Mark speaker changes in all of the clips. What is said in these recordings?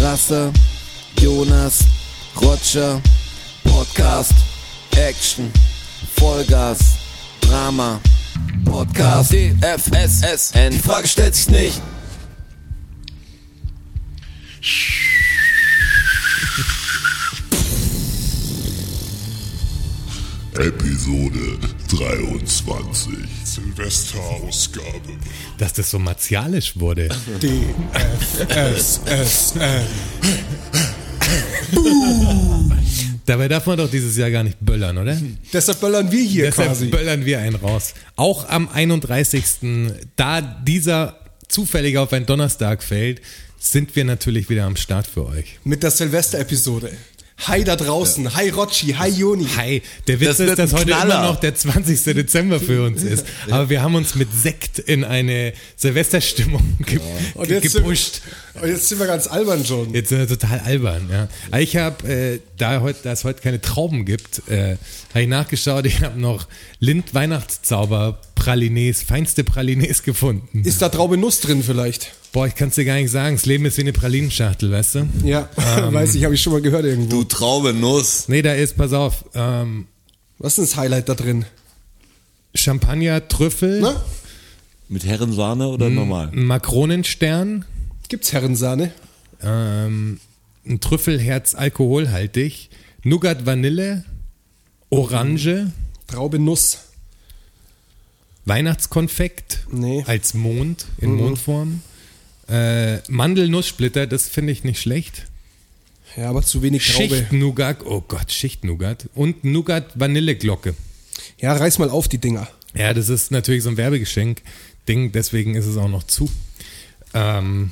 Speaker 1: Rasse, Jonas, Roger, Podcast, Action, Vollgas, Drama, Podcast, DFSSN. Die Frage stellt sich nicht.
Speaker 2: Episode 23.
Speaker 3: Silvesterausgabe.
Speaker 4: Dass das so martialisch wurde.
Speaker 3: E DFSSN.
Speaker 4: Dabei darf man doch dieses Jahr gar nicht böllern, oder?
Speaker 3: Deshalb böllern wir hier
Speaker 4: Deshalb
Speaker 3: quasi.
Speaker 4: böllern wir einen raus. Auch am 31. Da dieser zufällig auf einen Donnerstag fällt, sind wir natürlich wieder am Start für euch.
Speaker 3: Mit der Silvester-Episode. Hi da draußen. Hi Rotschi. Hi Joni.
Speaker 4: Hi, der Witz
Speaker 5: Das
Speaker 4: ist,
Speaker 5: wird
Speaker 4: dass
Speaker 5: ein
Speaker 4: heute
Speaker 5: Knaller.
Speaker 4: immer noch der 20. Dezember für uns ist. Aber wir haben uns mit Sekt in eine Silvesterstimmung ge
Speaker 3: Und
Speaker 4: ge
Speaker 3: jetzt sind-
Speaker 4: gepusht.
Speaker 3: Und Oh, jetzt sind wir ganz albern schon.
Speaker 4: Jetzt sind wir total albern, ja. Aber Ich habe, äh, da, heut, da es heute keine Trauben gibt, äh, habe ich nachgeschaut, ich habe noch Lind Weihnachtszauber Pralines, feinste Pralines gefunden.
Speaker 3: Ist da Traube Nuss drin vielleicht?
Speaker 4: Boah, ich kann es dir gar nicht sagen, das Leben ist wie eine Pralinenschachtel, weißt du?
Speaker 3: Ja, Ähm. weiß ich, habe ich schon mal gehört irgendwo.
Speaker 5: Du Traube Nuss.
Speaker 4: Nee, da ist, pass auf, ähm,
Speaker 3: Was ist denn das Highlight da drin?
Speaker 4: Champagner, Trüffel,
Speaker 3: Na?
Speaker 5: Mit Herrensahne oder
Speaker 4: Mhm.
Speaker 5: normal?
Speaker 4: ein Makronenstern,
Speaker 3: Gibt's Herrensahne?
Speaker 4: ähm, ein Trüffelherz alkoholhaltig, Nougat Vanille, Orange,
Speaker 3: Traube Nuss.
Speaker 4: Weihnachtskonfekt
Speaker 3: Nee. Mhm.
Speaker 4: als Mond in Mondform. Äh, Mandelnusssplitter, das finde ich nicht schlecht.
Speaker 3: Ja, aber zu wenig Traube.
Speaker 4: Schicht-Nougat, oh Gott, Schicht-Nougat. Und Nougat-Vanilleglocke.
Speaker 3: Ja, reiß mal auf die Dinger.
Speaker 4: Ja, das ist natürlich so ein Werbegeschenk-Ding, deswegen ist es auch noch zu. Ähm,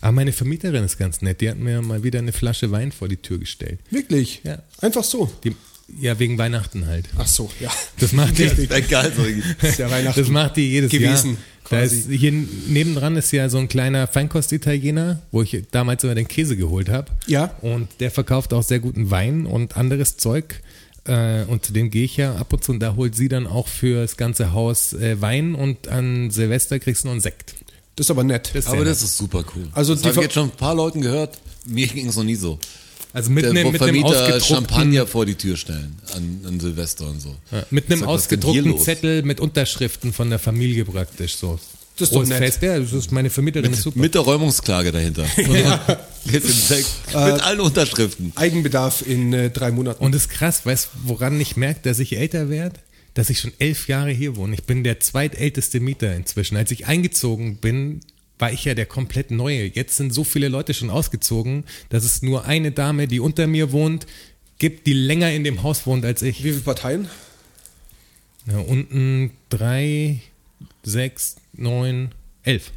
Speaker 4: aber meine Vermieterin ist ganz nett. Die hat mir mal wieder eine Flasche Wein vor die Tür gestellt.
Speaker 3: Wirklich?
Speaker 4: Ja.
Speaker 3: Einfach so.
Speaker 4: Die, ja, wegen Weihnachten halt.
Speaker 3: Ach so, ja.
Speaker 4: Das macht die,
Speaker 5: Egal, so.
Speaker 3: Ist ja Weihnachten.
Speaker 4: Das macht die jedes
Speaker 3: gewesen,
Speaker 4: Jahr. Da
Speaker 3: quasi.
Speaker 4: ist, hier nebendran ist ja so ein kleiner Feinkost-Italiener, wo ich damals immer den Käse geholt habe.
Speaker 3: Ja.
Speaker 4: Und der verkauft auch sehr guten Wein und anderes Zeug. Äh, Und zu dem gehe ich ja ab und zu und da holt sie dann auch für das ganze Haus äh, Wein und an Silvester kriegst du noch einen Sekt.
Speaker 3: Das ist aber nett.
Speaker 4: Das ist
Speaker 5: Aber
Speaker 4: sehr
Speaker 5: das ist super cool.
Speaker 3: Also
Speaker 5: das
Speaker 3: die
Speaker 5: habe
Speaker 3: Ver-
Speaker 5: ich jetzt schon ein paar Leuten gehört. Mir ging es noch nie so.
Speaker 4: nett. also mit, einem-
Speaker 5: wo
Speaker 4: mit einem
Speaker 5: Vermieter
Speaker 4: ausgedruckten,
Speaker 5: Champagner vor die Tür stellen an, an Silvester und so.
Speaker 4: Ja, mit einem
Speaker 5: Sag, was ist denn hier
Speaker 4: ausgedruckten
Speaker 5: los?
Speaker 4: Zettel mit Unterschriften von der Familie praktisch so.
Speaker 3: Das ist doch
Speaker 4: Frohes
Speaker 3: nett.
Speaker 4: Fest, ja, das ist meine Vermieterin ist super.
Speaker 5: Mit der Räumungsklage dahinter. Jetzt im Sekt.
Speaker 4: Äh,
Speaker 5: Mit allen Unterschriften.
Speaker 3: Eigenbedarf in äh, drei Monaten.
Speaker 4: Und das ist krass, weißt du, woran ich merke, dass ich älter werde? Dass ich schon elf Jahre hier wohne. Ich bin der zweitälteste Mieter inzwischen. Als ich eingezogen bin, war ich ja der komplett Neue. Jetzt sind so viele Leute schon ausgezogen, dass es nur eine Dame, die unter mir wohnt, gibt, die länger in dem Haus wohnt als ich.
Speaker 3: Wie viele Parteien?
Speaker 4: Ja, unten drei, sechs, neun, elf.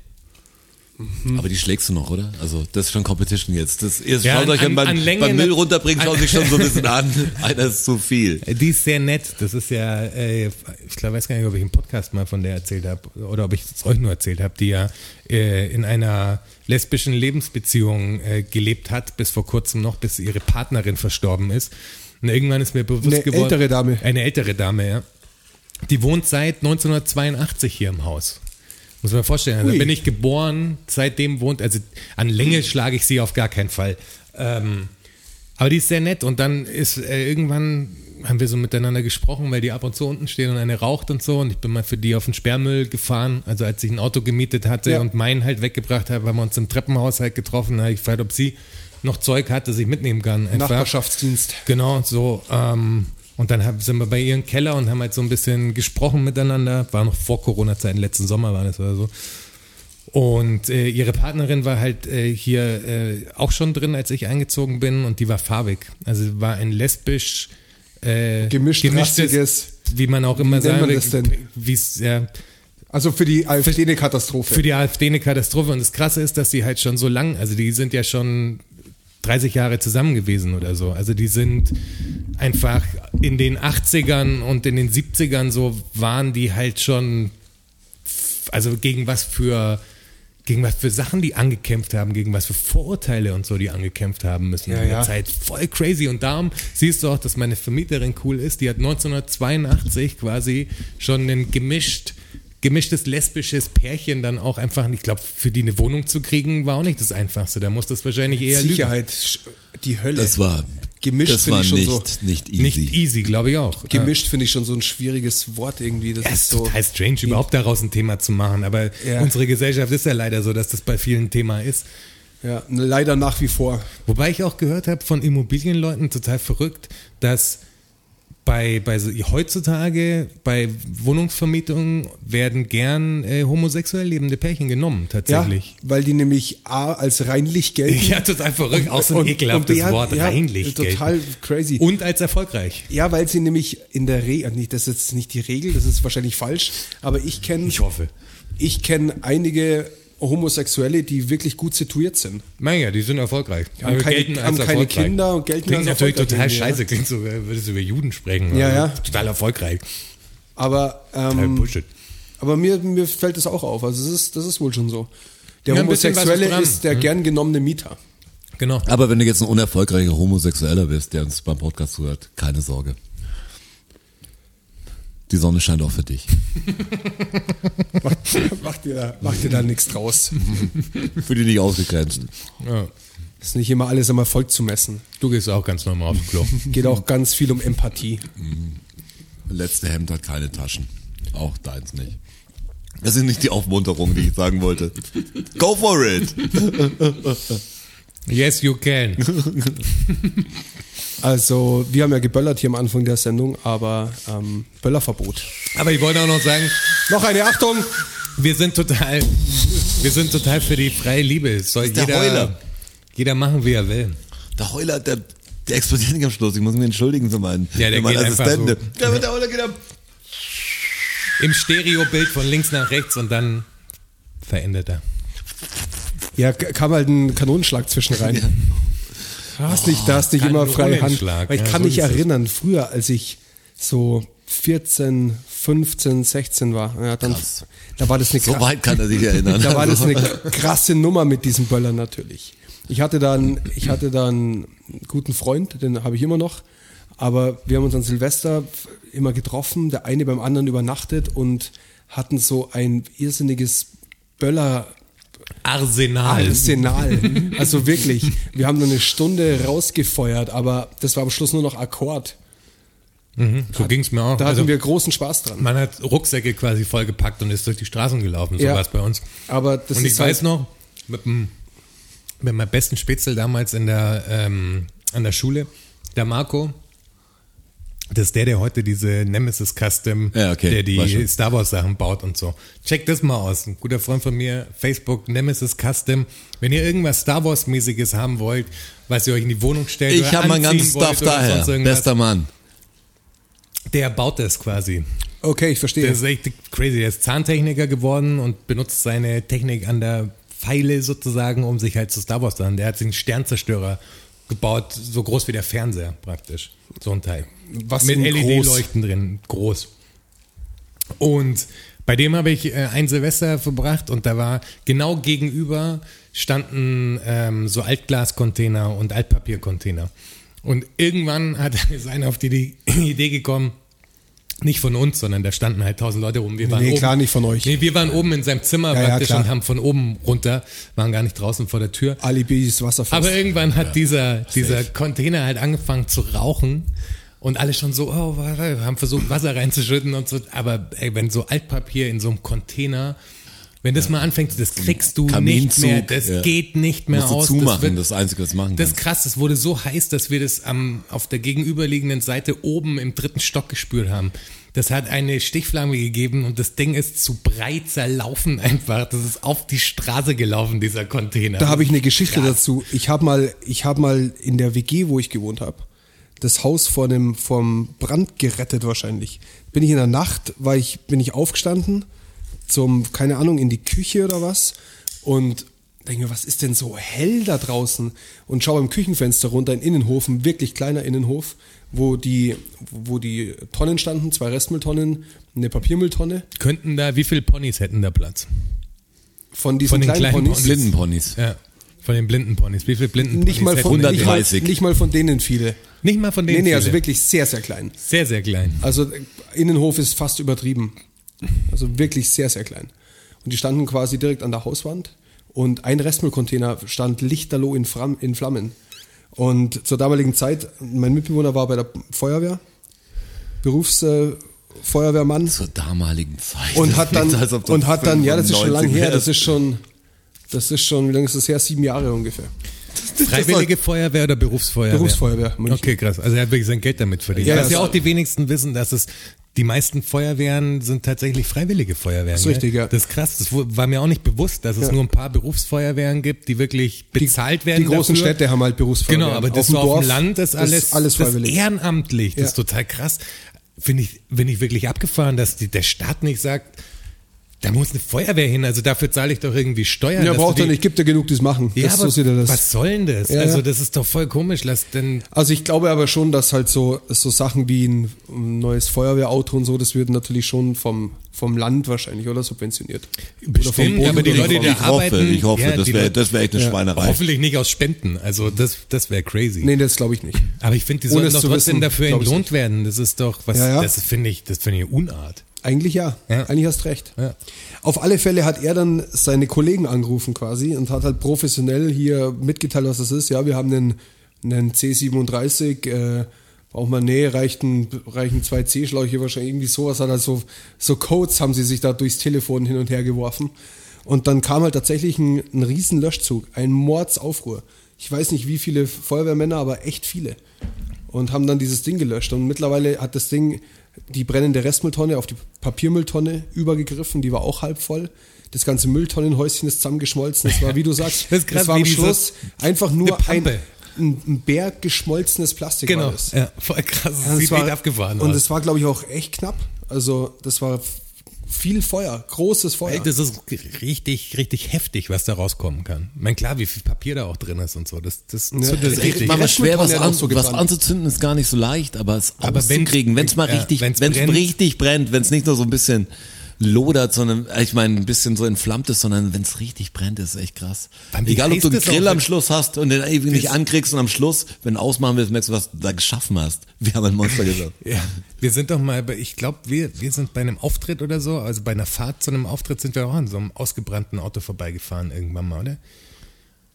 Speaker 4: hm.
Speaker 5: Aber die schlägst du noch, oder? Also, das ist schon Competition jetzt. Das, ihr
Speaker 4: Ja,
Speaker 5: schaut
Speaker 4: an-
Speaker 5: euch
Speaker 4: an-
Speaker 5: an, beim,
Speaker 4: an Länge
Speaker 5: beim Müll
Speaker 4: mit-
Speaker 5: runterbringen, schaut
Speaker 4: an-
Speaker 5: sich schon so ein bisschen an. Einer ist zu viel.
Speaker 4: Äh, Die ist sehr nett. Das ist ja, äh, ich glaube, weiß gar nicht, ob ich im Podcast mal von der erzählt habe oder ob ich es euch nur erzählt habe, die ja äh, in einer lesbischen Lebensbeziehung äh, gelebt hat, bis vor kurzem noch, bis ihre Partnerin verstorben ist. Und irgendwann ist mir bewusst
Speaker 3: Eine
Speaker 4: geworden.
Speaker 3: ältere Dame.
Speaker 4: Eine ältere Dame, ja. Die wohnt seit 1982 hier im Haus. Muss man vorstellen. Also
Speaker 3: Ui.
Speaker 4: bin ich geboren, seitdem wohnt, also an Länge schlage ich sie auf gar keinen Fall. Ähm, aber die ist sehr nett und dann ist äh, irgendwann haben wir so miteinander gesprochen, weil die ab und zu unten stehen und eine raucht und so und ich bin mal für die auf den Sperrmüll gefahren, also als ich ein Auto gemietet hatte
Speaker 3: Ja.
Speaker 4: und meinen halt weggebracht habe, haben wir uns im Treppenhaus halt getroffen, da habe ich gefragt, ob sie noch Zeug hat, das ich mitnehmen kann. Einfach.
Speaker 3: Nachbarschaftsdienst.
Speaker 4: Genau, so. Ähm, und dann hab, sind wir bei ihrem Keller und haben halt so ein bisschen gesprochen miteinander. War noch vor Corona-Zeiten, letzten Sommer war das oder so. Und äh, ihre Partnerin war halt äh, hier äh, auch schon drin, als ich eingezogen bin, und die war farbig. Also war ein lesbisch äh,
Speaker 3: Gemischt rassiges-
Speaker 4: wie man auch immer
Speaker 3: Wie nennt
Speaker 4: sagen
Speaker 3: man
Speaker 4: will,
Speaker 3: das denn?
Speaker 4: wie es ja,
Speaker 3: Also für die AfD eine Katastrophe.
Speaker 4: für die AfD eine Katastrophe. Und das Krasse ist, dass sie halt schon so lang, also die sind ja schon 30 Jahre zusammen gewesen oder so. Also die sind einfach in den 80ern und in den 70ern so waren die halt schon, also gegen was für, gegen was für Sachen die angekämpft haben, gegen was für Vorurteile und so die angekämpft haben müssen
Speaker 3: Ja,
Speaker 4: in der
Speaker 3: ja.
Speaker 4: Zeit. Voll crazy. Und darum siehst du auch, dass meine Vermieterin cool ist. Die hat 1982 quasi schon einen gemischt gemischtes lesbisches Pärchen dann auch einfach, ich glaube, für die eine Wohnung zu kriegen, war auch nicht das Einfachste. Da muss das wahrscheinlich eher lügen.
Speaker 3: Sicherheit, sch- die Hölle.
Speaker 5: Das war,
Speaker 3: Gemischt
Speaker 5: das
Speaker 3: finde
Speaker 5: war
Speaker 3: ich schon
Speaker 5: nicht,
Speaker 3: so.
Speaker 5: nicht easy.
Speaker 4: Nicht easy, glaube ich auch.
Speaker 3: Gemischt finde ich schon so ein schwieriges Wort irgendwie. Das
Speaker 4: Ja, es
Speaker 3: ist
Speaker 4: ist
Speaker 3: so.
Speaker 4: total strange, überhaupt daraus ein Thema zu machen. Aber
Speaker 3: Ja.
Speaker 4: unsere Gesellschaft ist ja leider so, dass das bei vielen Thema ist.
Speaker 3: Ja, leider nach wie vor.
Speaker 4: Wobei ich auch gehört habe von Immobilienleuten, total verrückt, dass bei, bei so, heutzutage bei Wohnungsvermietungen werden gern äh, homosexuell lebende Pärchen genommen,
Speaker 3: Ja,
Speaker 4: tatsächlich.
Speaker 3: weil die nämlich A als reinlich gelten.
Speaker 4: Ja, total verrückt. Auch so ein
Speaker 3: Und-
Speaker 4: ekelhaftes
Speaker 3: und B,
Speaker 4: Wort,
Speaker 3: ja, äh,
Speaker 4: reinlich.
Speaker 3: Total
Speaker 4: gelten.
Speaker 3: crazy.
Speaker 4: Und als erfolgreich.
Speaker 3: Ja, weil sie nämlich in der Regel, nicht, das ist jetzt nicht die Regel, das ist wahrscheinlich falsch, aber ich kenne.
Speaker 4: Ich hoffe.
Speaker 3: Ich kenne einige Homosexuelle, die wirklich gut situiert sind.
Speaker 4: Naja, die sind erfolgreich.
Speaker 3: Haben
Speaker 4: Aber
Speaker 3: keine-
Speaker 4: gelten als
Speaker 3: haben keine
Speaker 4: erfolgreich.
Speaker 3: Kinder und gelten
Speaker 4: Klingt
Speaker 3: als
Speaker 4: natürlich
Speaker 3: erfolgreich
Speaker 4: total
Speaker 3: irgendwie, ja.
Speaker 4: scheiße. Klingt so, als würdest du über Juden sprechen.
Speaker 3: Ja,
Speaker 4: aber
Speaker 3: ja.
Speaker 4: Total erfolgreich.
Speaker 3: Aber,
Speaker 4: Äh,
Speaker 3: ähm,
Speaker 4: Bullshit.
Speaker 3: aber mir, mir fällt das auch auf. Also, das ist, das ist wohl schon so. Der
Speaker 4: Ja, ein bisschen was
Speaker 3: Homosexuelle
Speaker 4: ist dran. Hm.
Speaker 3: ist der gern genommene Mieter.
Speaker 4: Genau.
Speaker 5: Aber wenn du jetzt ein unerfolgreicher Homosexueller bist, der uns beim Podcast zuhört, keine Sorge. Die Sonne scheint auch für dich.
Speaker 3: Mach dir da, mach dir da nichts draus.
Speaker 5: Für die nicht ausgegrenzt.
Speaker 4: Ja.
Speaker 3: Ist nicht immer alles am Erfolg zu messen.
Speaker 4: Du gehst auch ganz normal aufs Klo.
Speaker 3: Geht auch ganz viel um Empathie.
Speaker 5: Letzte Hemd hat keine Taschen. Auch deins nicht. Das ist nicht die Aufmunterung, die ich sagen wollte. Go for it!
Speaker 4: yes, you can.
Speaker 3: Also, wir haben ja geböllert hier am Anfang der Sendung, aber ähm, Böllerverbot.
Speaker 4: Aber ich wollte auch noch sagen,
Speaker 3: Noch eine Achtung!
Speaker 4: wir sind total, wir sind total für die freie Liebe. Es Soll
Speaker 5: Ist der
Speaker 4: jeder,
Speaker 5: Heuler.
Speaker 4: jeder machen, wie er will.
Speaker 5: Der Heuler, der, der explodiert nicht am Schluss. Ich muss mich entschuldigen für meinen,
Speaker 4: Ja, der
Speaker 5: für meinen
Speaker 4: geht einfach so.
Speaker 5: Der, der Heuler geht ab.
Speaker 4: Im Stereobild von links nach rechts und dann verändert er.
Speaker 3: Ja, k- kam halt ein Kanonenschlag zwischen rein. Da hast nicht, da hast nicht immer freie Hand.
Speaker 4: Oh, Kanonenschlag,
Speaker 3: Weil ich
Speaker 4: ja,
Speaker 3: kann
Speaker 4: so
Speaker 3: mich
Speaker 4: ist es.
Speaker 3: erinnern, früher, als ich so 14, 15, 16 war, ja, dann,
Speaker 5: Krass.
Speaker 3: da war das eine
Speaker 5: So
Speaker 3: kra-
Speaker 5: weit kann er sich erinnern.
Speaker 3: da war das
Speaker 5: Also,
Speaker 3: eine krasse Nummer mit diesem Böllern natürlich. Ich hatte dann, ich hatte dann einen guten Freund, den habe ich immer noch, aber wir haben uns an Silvester immer getroffen, der eine beim anderen übernachtet und hatten so ein irrsinniges Böller Ah,
Speaker 4: Arsenal.
Speaker 3: Arsenal. Also wirklich, wir haben nur eine Stunde rausgefeuert, aber das war am Schluss nur noch Akkord.
Speaker 4: So ging's mir auch.
Speaker 3: Da hatten
Speaker 4: Also,
Speaker 3: wir großen Spaß dran.
Speaker 4: man hat Rucksäcke quasi vollgepackt und ist durch die Straßen gelaufen. So
Speaker 3: Ja.
Speaker 4: war's bei uns.
Speaker 3: Aber das
Speaker 4: und ich
Speaker 3: ist
Speaker 4: weiß
Speaker 3: halt-
Speaker 4: noch, mit, dem, mit meinem besten Spitzel damals in der, ähm, an der Schule, der Marco, das ist der, der heute diese Nemesis Custom,
Speaker 5: Ja, okay,
Speaker 4: der
Speaker 5: weiß
Speaker 4: die
Speaker 5: schon.
Speaker 4: Star Wars Sachen baut und so. Check das mal aus. Ein guter Freund von mir, Facebook Nemesis Custom. Wenn ihr irgendwas Star Wars mäßiges haben wollt, was ihr euch in die Wohnung stellt,
Speaker 5: ich
Speaker 4: oder
Speaker 5: habe meinen
Speaker 4: anziehen
Speaker 5: ganzen
Speaker 4: wollt
Speaker 5: Stuff
Speaker 4: oder
Speaker 5: daher.
Speaker 4: sonst irgendwas,
Speaker 5: Bester Mann.
Speaker 4: der baut das quasi.
Speaker 3: halt, Okay, ich
Speaker 4: Der
Speaker 3: verstehe.
Speaker 4: ist echt crazy. Der ist Zahntechniker geworden und benutzt seine Technik an der Pfeile sozusagen, um sich halt zu Star Wars zu machen. Der hat sich einen Sternzerstörer gebaut, so groß wie der Fernseher praktisch. So ein Teil.
Speaker 3: Was
Speaker 4: Mit
Speaker 3: für ein
Speaker 4: LED-Leuchten drin. Groß. Und bei dem habe ich äh, ein Silvester verbracht und da war genau gegenüber standen ähm, so Altglascontainer und Altpapiercontainer. Und irgendwann hat ist einer auf die, die Idee gekommen, nicht von uns, sondern da standen halt tausend Leute rum. Wir waren
Speaker 3: Nee,
Speaker 4: oben,
Speaker 3: klar nicht von euch.
Speaker 4: Nee, wir waren oben in seinem Zimmer
Speaker 3: Ja, ja,
Speaker 4: praktisch
Speaker 3: klar.
Speaker 4: und haben von oben runter, waren gar nicht draußen vor der Tür.
Speaker 3: Alibi ist wasserfest.
Speaker 4: Aber irgendwann hat dieser, dieser Container halt angefangen zu rauchen und alle schon so, oh, wa- wa- haben versucht, Wasser reinzuschütten und so. Aber ey, wenn so Altpapier in so einem Container, wenn das mal anfängt, das kriegst du nicht
Speaker 5: Kaminzug,
Speaker 4: mehr, das
Speaker 5: ja.
Speaker 4: geht nicht mehr
Speaker 5: Musst du
Speaker 4: aus.
Speaker 5: zumachen,
Speaker 4: wird-
Speaker 5: das, Einzige, was du machen
Speaker 4: das
Speaker 5: kannst.
Speaker 4: ist krass, es wurde so heiß, dass wir das am, auf der gegenüberliegenden Seite oben im dritten Stock gespürt haben. Das hat eine Stichflamme gegeben und das Ding ist zu breit zerlaufen einfach. Das ist auf die Straße gelaufen, dieser Container.
Speaker 3: Da habe ich eine Geschichte dazu. Ich habe mal, ich habe mal in der WG, wo ich gewohnt habe, das Haus vor dem vom Brand gerettet wahrscheinlich. Bin ich in der Nacht, war ich bin ich aufgestanden zum keine Ahnung in die Küche oder was und denke mir, was ist denn so hell da draußen und schaue beim Küchenfenster runter in den Innenhof, ein wirklich kleiner Innenhof, wo die wo die Tonnen standen, zwei Restmülltonnen, eine Papiermülltonne
Speaker 4: Könnten da, wie viele Ponys hätten da Platz?
Speaker 3: von diesen
Speaker 4: den
Speaker 3: kleinen,
Speaker 4: kleinen
Speaker 3: Ponys.
Speaker 5: Blindenponys.
Speaker 4: Ja. Von den blinden Ponys. Wie viele blinden Ponys?
Speaker 3: Nicht mal, von,
Speaker 4: hätten da
Speaker 3: nicht, mal,
Speaker 4: 130.
Speaker 5: dreißig.
Speaker 3: nicht mal von denen viele.
Speaker 4: Nicht mal von denen.
Speaker 3: Nee, nee, also
Speaker 4: viele.
Speaker 3: wirklich sehr, sehr klein.
Speaker 4: Sehr, sehr klein.
Speaker 3: Also äh, Innenhof ist fast übertrieben. Also wirklich sehr, sehr klein. Und die standen quasi direkt an der Hauswand und ein Restmüllcontainer stand lichterloh in, Fram in Flammen. Und zur damaligen Zeit, mein Mitbewohner war bei der Feuerwehr, Berufsfeuerwehrmann.
Speaker 5: Zur damaligen Zeit.
Speaker 3: und
Speaker 5: Das
Speaker 3: hat
Speaker 5: klingt
Speaker 3: dann,
Speaker 5: so, als ob das
Speaker 3: und hat dann, ja, das ist schon lange
Speaker 5: 95
Speaker 3: her, das
Speaker 5: wäre.
Speaker 3: ist schon, das ist schon, wie lange ist das her? Sieben Jahre ungefähr.
Speaker 4: Freiwillige Feuerwehr oder Berufsfeuerwehr?
Speaker 3: Berufsfeuerwehr, München.
Speaker 4: Okay, krass. Also er hat wirklich sein Geld damit verdient.
Speaker 3: Ja,
Speaker 4: Ja, Was
Speaker 3: das-
Speaker 4: ja auch die wenigsten wissen, dass es die meisten Feuerwehren sind tatsächlich freiwillige Feuerwehren.
Speaker 3: ist
Speaker 4: gell?
Speaker 3: richtig, ja.
Speaker 4: Das ist krass. Das wu- war mir auch nicht bewusst, dass es
Speaker 3: Ja.
Speaker 4: nur ein paar Berufsfeuerwehren gibt, die wirklich bezahlt werden.
Speaker 3: Die großen
Speaker 4: dafür.
Speaker 3: Städte haben halt Berufsfeuerwehr.
Speaker 4: Genau, aber das so auf dem Land ist alles,
Speaker 3: alles
Speaker 4: das
Speaker 3: freiwillig.
Speaker 4: ehrenamtlich. Das
Speaker 3: Ja.
Speaker 4: ist total krass. Finde ich, bin ich wirklich abgefahren, dass die, der Staat nicht sagt, da muss eine Feuerwehr hin, also dafür zahle ich doch irgendwie Steuern.
Speaker 3: ja,
Speaker 4: dass
Speaker 3: braucht
Speaker 4: du
Speaker 3: er
Speaker 4: die-
Speaker 3: nicht, gibt er genug, die es machen.
Speaker 4: Ja,
Speaker 3: das,
Speaker 4: aber
Speaker 3: so sieht er das.
Speaker 4: was soll denn das?
Speaker 3: Ja, ja.
Speaker 4: also das ist doch voll komisch, lass denn
Speaker 3: Also ich glaube aber schon, dass halt so, so Sachen wie ein neues Feuerwehrauto und so, das wird natürlich schon vom, vom Land wahrscheinlich, oder? Subventioniert. oder vom
Speaker 4: bestimmt,
Speaker 3: Boden
Speaker 4: aber die
Speaker 3: oder
Speaker 4: Leute,
Speaker 3: vom-
Speaker 4: die da
Speaker 5: ich hoffe,
Speaker 4: arbeiten,
Speaker 5: ich hoffe,
Speaker 4: ja,
Speaker 5: das
Speaker 4: die
Speaker 5: wäre
Speaker 4: Leute-
Speaker 5: das wär echt eine
Speaker 3: Ja.
Speaker 5: Schweinerei.
Speaker 4: hoffentlich nicht aus Spenden. Also das, das wäre crazy.
Speaker 3: Nee, das glaube ich nicht.
Speaker 4: Aber ich finde, die
Speaker 3: Ohne
Speaker 4: sollen
Speaker 3: es
Speaker 4: doch
Speaker 3: zu
Speaker 4: trotzdem
Speaker 3: wissen,
Speaker 4: dafür
Speaker 3: glaub ich
Speaker 4: entlohnt werden. Das ist doch was,
Speaker 3: Ja, ja.
Speaker 4: das finde ich, das finde ich Unart.
Speaker 3: Eigentlich ja.
Speaker 4: Ja.
Speaker 3: Eigentlich hast recht.
Speaker 4: Ja.
Speaker 3: Auf alle Fälle hat er dann seine Kollegen angerufen quasi und hat halt professionell hier mitgeteilt, was das ist. Ja, wir haben einen, einen C37, äh, braucht man, nee, reichen, reichen zwei C-Schläuche wahrscheinlich, irgendwie sowas hat halt so, so Codes haben sie sich da durchs Telefon hin und her geworfen. Und dann kam halt tatsächlich ein, ein riesen Löschzug, ein Mordsaufruhr. Ich weiß nicht, wie viele Feuerwehrmänner, aber echt viele und haben dann dieses Ding gelöscht. Und mittlerweile hat das Ding die brennende Restmülltonne auf die Papiermülltonne übergegriffen, die war auch halb voll. Das ganze Mülltonnenhäuschen ist zusammengeschmolzen. Das war, wie du sagst,
Speaker 4: Das ist krass,
Speaker 3: das war
Speaker 4: wie
Speaker 3: am
Speaker 4: diese-
Speaker 3: Schluss einfach nur
Speaker 4: eine
Speaker 3: ein,
Speaker 4: Pampe.
Speaker 3: ein, ein Berg geschmolzenes Plastik. War
Speaker 4: Genau.
Speaker 3: das.
Speaker 4: Ja, voll krass. Das
Speaker 3: Ja, das
Speaker 4: sieht
Speaker 3: war-
Speaker 4: echt abgefahren
Speaker 3: Und
Speaker 4: aus.
Speaker 3: es war, glaube ich, auch echt knapp. Also, das war f- viel Feuer, großes Feuer.
Speaker 4: Ey, Das ist richtig, richtig heftig, was da rauskommen kann. Ich meine, klar, wie viel Papier da auch drin ist und so. Das, das zündet
Speaker 3: das
Speaker 4: es
Speaker 3: geht-
Speaker 4: richtig.
Speaker 3: Äh, man-
Speaker 5: Aber
Speaker 3: Rest mit
Speaker 5: schwer, was,
Speaker 3: Tonne
Speaker 5: an,
Speaker 3: auch so
Speaker 5: was
Speaker 3: gebrannt.
Speaker 5: anzuzünden, ist gar nicht so leicht, aber es
Speaker 4: Aber
Speaker 5: auszukriegen, wenn
Speaker 4: wenn's-
Speaker 5: es mal
Speaker 4: ja,
Speaker 5: richtig,
Speaker 4: wenn's
Speaker 5: wenn es
Speaker 4: brennt.
Speaker 5: richtig brennt, wenn es nicht nur so ein bisschen lodert, sondern, ich meine, ein bisschen so entflammt ist, sondern wenn es richtig brennt, ist echt krass.
Speaker 4: Weil wie
Speaker 5: Egal, ob
Speaker 4: heiß
Speaker 5: du einen
Speaker 4: das auch
Speaker 5: Grill am
Speaker 4: ist.
Speaker 5: Schluss hast und den irgendwie nicht
Speaker 4: Das-
Speaker 5: ankriegst und am Schluss, wenn du ausmachen willst, merkst du, was du da geschaffen hast. Wir haben ein Monster gesagt.
Speaker 4: Ja, wir sind doch mal, bei, ich glaube, wir, wir sind bei einem Auftritt oder so, also bei einer Fahrt zu einem Auftritt sind wir auch an so einem ausgebrannten Auto vorbeigefahren irgendwann mal, oder?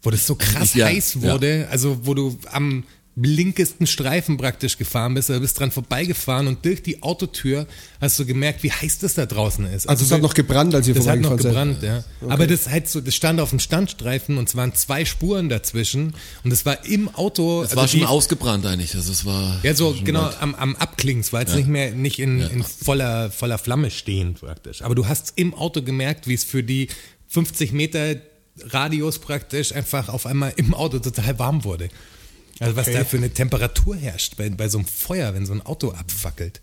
Speaker 4: Wo das so krass
Speaker 5: Ja,
Speaker 4: heiß wurde, also wo du am blinkesten Streifen praktisch gefahren bist, oder bist dran vorbeigefahren und durch die Autotür hast du gemerkt, wie heiß das da draußen ist.
Speaker 3: also, es hat
Speaker 4: wir-
Speaker 3: noch gebrannt, als ihr
Speaker 4: das hat noch
Speaker 3: vorbeigefahren seid.
Speaker 4: gebrannt, ja. Aber das halt so, das stand auf dem Standstreifen und es waren zwei Spuren dazwischen und es war im Auto. also
Speaker 5: Es war schon
Speaker 4: die,
Speaker 5: ausgebrannt eigentlich, das ist, war.
Speaker 4: ja, so
Speaker 5: war schon
Speaker 4: genau,
Speaker 5: weit.
Speaker 4: am, am Abklingen. Es war jetzt nicht mehr nicht in, in voller, voller Flamme stehend praktisch. Aber du hast im Auto gemerkt, wie es für die 50 Meter Radius praktisch einfach auf einmal im Auto total warm wurde. Also was da für eine Temperatur herrscht bei, bei so einem Feuer, wenn so ein Auto abfackelt.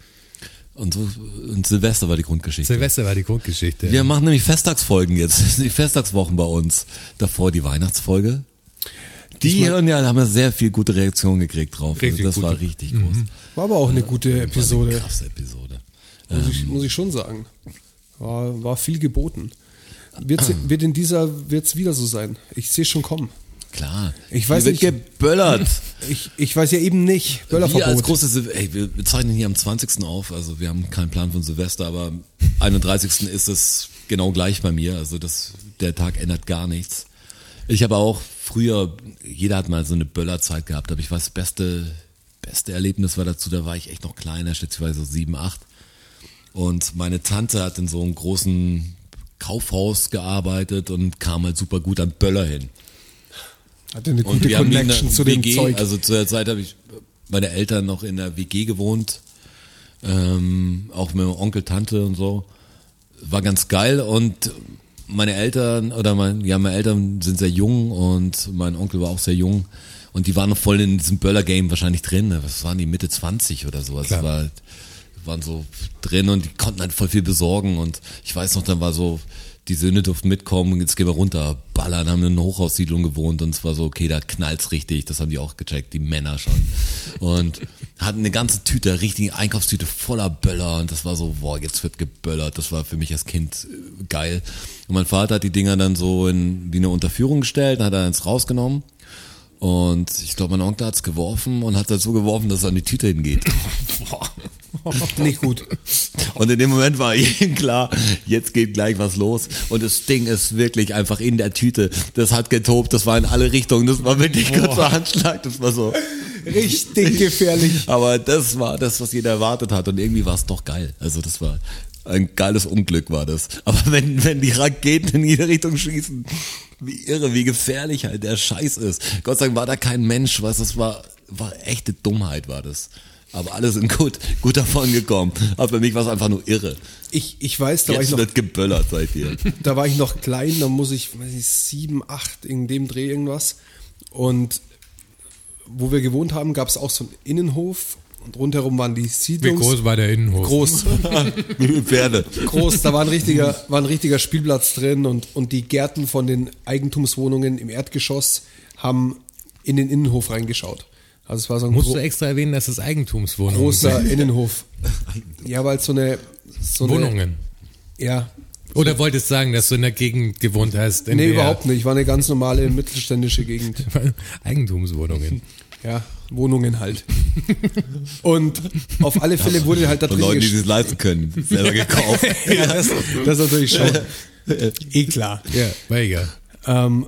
Speaker 5: Und, so, und Silvester war die Grundgeschichte.
Speaker 4: Silvester war die Grundgeschichte.
Speaker 5: Wir machen nämlich Festtagsfolgen jetzt. Das sind die Festtagswochen bei uns. Davor die Weihnachtsfolge. Die hören ja, da haben wir sehr viel gute Reaktionen gekriegt drauf.
Speaker 4: Richtig
Speaker 5: also das
Speaker 4: gute.
Speaker 5: war richtig
Speaker 3: Mhm.
Speaker 5: groß.
Speaker 3: War aber auch eine gute
Speaker 5: War eine
Speaker 3: Episode.
Speaker 5: krasse Episode.
Speaker 3: Muss ich, muss ich schon sagen. War, war viel geboten. Wird's, wird in dieser wird's wieder so sein. Ich sehe schon kommen.
Speaker 5: Klar.
Speaker 3: Ich weiß
Speaker 5: Hier
Speaker 3: nicht-
Speaker 5: wird geböllert.
Speaker 3: Ich, ich weiß ja eben nicht.
Speaker 5: Wir als
Speaker 3: Böllerverbot.
Speaker 5: großes Sil Ey, wir wir zeichnen hier am 20. auf, also wir haben keinen Plan von Silvester, aber am 31. ist es genau gleich bei mir. Also das, der Tag ändert gar nichts. Ich habe auch früher, jeder hat mal so eine Böllerzeit gehabt, aber ich weiß, das beste, beste Erlebnis war dazu, da war ich echt noch kleiner, schätzungsweise so sieben, acht. Und meine Tante hat in so einem großen Kaufhaus gearbeitet und kam halt super gut an Böller hin.
Speaker 3: Hatte eine
Speaker 5: Und
Speaker 3: gute
Speaker 5: wir haben nie in
Speaker 3: Connection
Speaker 5: der
Speaker 3: zu dem
Speaker 5: WG,
Speaker 3: Zeug.
Speaker 5: Also zu der Zeit habe ich meine Eltern noch in der WG gewohnt, ähm, auch mit meinem Onkel, Tante und so. War ganz geil und meine Eltern oder mein, ja, meine Eltern sind sehr jung und mein Onkel war auch sehr jung und die waren noch voll in diesem Böller-Game wahrscheinlich drin. ne? Was waren die Mitte 20 oder sowas?
Speaker 4: Klar.
Speaker 5: War, waren so drin und die konnten halt voll viel besorgen und ich weiß noch, dann war so, die Söhne durften mitkommen, jetzt gehen wir runter, ballern, haben in einer Hochhaussiedlung gewohnt und es war so, okay, da knallt's richtig, das haben die auch gecheckt, die Männer schon. Und hatten eine ganze Tüte, richtige Einkaufstüte voller Böller und das war so, boah, jetzt wird geböllert, das war für mich als Kind äh, geil. Und mein Vater hat die Dinger dann so in, wie eine Unterführung gestellt, dann hat er eins rausgenommen halt und ich glaube, mein Onkel hat's geworfen und hat das so geworfen, dass es an die Tüte hingeht.
Speaker 3: Nicht gut.
Speaker 5: Und in dem Moment war ihnen klar, jetzt geht gleich was los. Und das Ding ist wirklich einfach in der Tüte. Das hat getobt, das war in alle Richtungen. Das war wirklich kurzer Handschlag, das war so.
Speaker 3: Richtig gefährlich.
Speaker 5: Aber das war das, was jeder erwartet hat. Und irgendwie war es doch geil. Also das war ein geiles Unglück war das. Aber wenn, wenn die Raketen in jede Richtung schießen, wie irre, wie gefährlich halt der Scheiß ist. Gott sei Dank war da kein Mensch, was das war, war echte Dummheit war das. Aber alle sind gut, gut davon gekommen. Aber für mich war es einfach nur irre.
Speaker 3: Ich, ich weiß, da war ich,
Speaker 5: Jetzt
Speaker 3: noch,
Speaker 5: wird geböllert seit dir.
Speaker 3: da war ich noch klein, da muss ich, weiß nicht, sieben, acht in dem Dreh irgendwas. Und wo wir gewohnt haben, gab es auch so einen Innenhof und rundherum waren die
Speaker 4: Wie
Speaker 3: Siedlungs...
Speaker 4: groß war der Innenhof?
Speaker 3: Groß.
Speaker 5: Pferde.
Speaker 3: groß, da war ein richtiger, war ein richtiger Spielplatz drin und, und die Gärten von den Eigentumswohnungen im Erdgeschoss haben in den Innenhof reingeschaut. Also es war so ein
Speaker 4: Musst
Speaker 3: gro
Speaker 4: du extra erwähnen, dass es Eigentumswohnungen
Speaker 3: großer
Speaker 4: sind.
Speaker 3: Innenhof. Ja, weil so eine, so Eine,
Speaker 4: Wohnungen.
Speaker 3: ja.
Speaker 4: Oder wolltest du sagen, dass du in der Gegend gewohnt hast? In
Speaker 3: Nee,
Speaker 4: der
Speaker 3: überhaupt nicht. War eine ganz normale mittelständische Gegend.
Speaker 4: Eigentumswohnungen.
Speaker 3: Ja, Wohnungen halt. Und auf alle Fälle wurde halt da
Speaker 5: Von
Speaker 3: drin
Speaker 5: Leuten, die
Speaker 3: gesch-
Speaker 5: es leisten können. Selber gekauft.
Speaker 3: Ja, das, das ist natürlich schon. Eh klar.
Speaker 4: Ja, war egal.
Speaker 3: Ähm,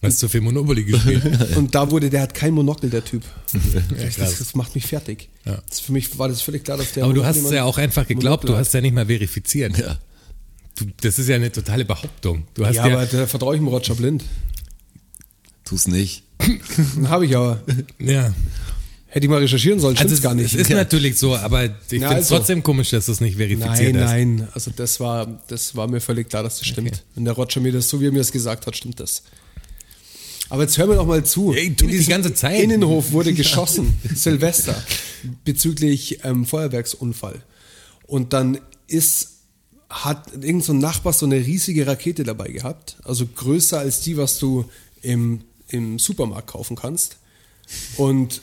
Speaker 4: Hast zu viel Monopoly gespielt?
Speaker 3: Und da wurde, der hat kein Monokel, der Typ.
Speaker 4: krass.
Speaker 3: das, das macht mich fertig.
Speaker 4: Ja.
Speaker 3: Das, für mich war das völlig klar, dass der.
Speaker 4: Aber du hast es
Speaker 3: Monokel-
Speaker 4: ja auch einfach geglaubt, du hast ja nicht mal verifiziert.
Speaker 5: Ja.
Speaker 4: Du, das ist ja eine totale Behauptung. Du hast
Speaker 3: Ja,
Speaker 4: ja,
Speaker 3: aber da vertraue ich dem Roger blind.
Speaker 5: Tu's nicht.
Speaker 3: Habe ich aber.
Speaker 4: ja.
Speaker 3: Hätte ich mal recherchieren sollen, stimmt's
Speaker 4: Also es,
Speaker 3: gar nicht.
Speaker 4: es ist natürlich so, aber ich finde es
Speaker 3: also.
Speaker 4: trotzdem komisch, dass du es nicht
Speaker 3: nein,
Speaker 4: verifiziert hast.
Speaker 3: nein. Also das war, das war mir völlig klar, dass das stimmt. Wenn der Roger mir das so, wie er mir das gesagt hat, stimmt das. Aber jetzt hör mir doch mal zu.
Speaker 4: Ey, tu
Speaker 3: In
Speaker 4: die
Speaker 3: diesem
Speaker 4: ganze Zeit.
Speaker 3: Innenhof wurde geschossen. Silvester. Bezüglich ähm, Feuerwerksunfall. Und dann ist, hat irgendein so ein Nachbar so eine riesige Rakete dabei gehabt. Also größer als die, was du im, im Supermarkt kaufen kannst. Und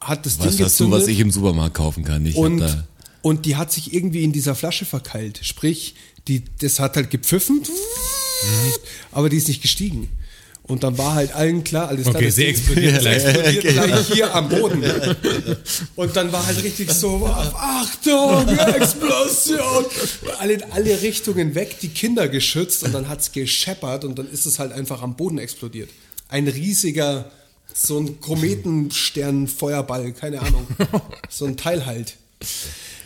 Speaker 3: hat das
Speaker 5: Was
Speaker 3: Ding
Speaker 5: hast du,
Speaker 3: gezündet.
Speaker 5: was ich im Supermarkt kaufen kann? Ich hab
Speaker 3: Und,
Speaker 5: da
Speaker 3: und die hat sich irgendwie in dieser Flasche verkeilt. Sprich, die, das hat halt gepfiffen, aber die ist nicht gestiegen. Und dann war halt allen klar, alles klar.
Speaker 4: Okay,
Speaker 3: das
Speaker 4: sie
Speaker 3: Ding
Speaker 4: explodiert gleich.
Speaker 3: explodiert gleich hier am Boden. Und dann war halt richtig so, Achtung, Explosion. Alle in alle Richtungen weg, die Kinder geschützt und dann hat es gescheppert und dann ist es halt einfach am Boden explodiert. Ein riesiger, so ein Kometensternfeuerball, keine Ahnung. So ein Teil halt.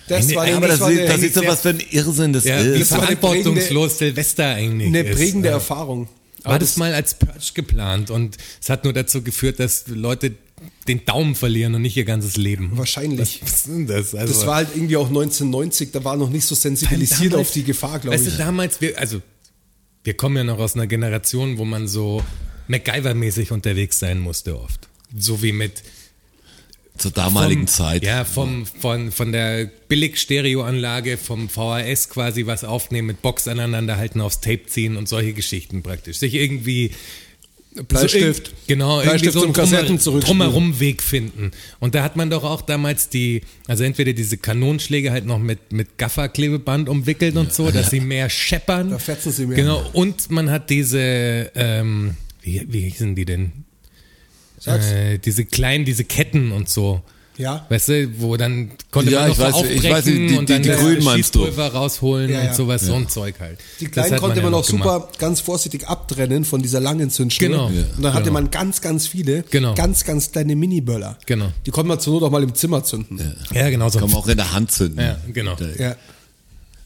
Speaker 3: Das
Speaker 4: Eine-
Speaker 3: war,
Speaker 4: aber
Speaker 5: Aber
Speaker 3: das
Speaker 5: das,
Speaker 3: war
Speaker 5: sieht- da
Speaker 3: eine,
Speaker 5: siehst du, was für ein Irrsinn das
Speaker 4: Ja, wie
Speaker 5: ist.
Speaker 3: war eine
Speaker 4: verantwortungslos Silvester eigentlich
Speaker 3: eine
Speaker 4: ist.
Speaker 3: prägende
Speaker 4: Ja.
Speaker 3: Erfahrung.
Speaker 4: War das mal als Purge geplant und es hat nur dazu geführt, dass Leute den Daumen verlieren und nicht ihr ganzes Leben.
Speaker 3: Wahrscheinlich.
Speaker 4: Was ist denn das? Also,
Speaker 3: Das war halt irgendwie auch 1990, da war noch nicht so sensibilisiert
Speaker 4: damals-
Speaker 3: auf die Gefahr, glaube
Speaker 4: weißt
Speaker 3: ich.
Speaker 4: du, damals, wir, also wir kommen ja noch aus einer Generation, wo man so MacGyver-mäßig unterwegs sein musste oft. So wie mit
Speaker 5: Zur
Speaker 4: vom-
Speaker 5: damaligen Zeit.
Speaker 4: Ja, vom, von, von der Billig-Stereoanlage, vom VHS quasi was aufnehmen, mit Box aneinanderhalten, aufs Tape ziehen und solche Geschichten praktisch. Sich irgendwie
Speaker 3: Bleistift.
Speaker 4: So, irg- genau,
Speaker 3: Bleistift
Speaker 4: irgendwie
Speaker 3: und
Speaker 4: so einen
Speaker 3: Kassetten
Speaker 4: Drummer-
Speaker 3: zurückspielen.
Speaker 4: Drumherum-Weg finden. Und da hat man doch auch damals die, also entweder diese Kanonschläge halt noch mit, mit Gafferklebeband umwickelt und so, dass sie mehr scheppern.
Speaker 3: Da fetzen sie mehr.
Speaker 4: Genau, und man hat diese, ähm, wie, wie hießen die denn?
Speaker 3: Sag's.
Speaker 4: Äh, diese kleinen, diese Ketten und so.
Speaker 3: Ja.
Speaker 4: Weißt du, wo dann konnte
Speaker 5: Ja,
Speaker 4: man noch
Speaker 5: ich
Speaker 4: so
Speaker 5: weiß- ich
Speaker 4: aufbrechen
Speaker 5: weiß nicht, die-
Speaker 4: und
Speaker 5: die-
Speaker 4: dann
Speaker 5: die
Speaker 4: das
Speaker 5: Grünen meinst du?
Speaker 4: Schießpulver rausholen
Speaker 3: Ja, ja.
Speaker 4: und sowas, so ein Zeug halt.
Speaker 3: Die
Speaker 4: Das
Speaker 3: kleinen
Speaker 4: hat
Speaker 3: konnte
Speaker 4: ja
Speaker 3: man
Speaker 4: noch
Speaker 3: auch super
Speaker 4: gemacht.
Speaker 3: ganz vorsichtig abtrennen von dieser langen Zündschnur.
Speaker 4: Genau. Ja.
Speaker 3: Und dann hatte
Speaker 4: Genau.
Speaker 3: man ganz, ganz viele,
Speaker 4: Genau.
Speaker 3: ganz, ganz kleine Mini-Böller.
Speaker 4: Genau.
Speaker 3: Die konnte man zur Not auch mal im Zimmer zünden.
Speaker 4: Ja, genau so.
Speaker 5: Kann man auch in der Hand zünden.
Speaker 4: Ja, genau.
Speaker 5: Da-
Speaker 3: Ja.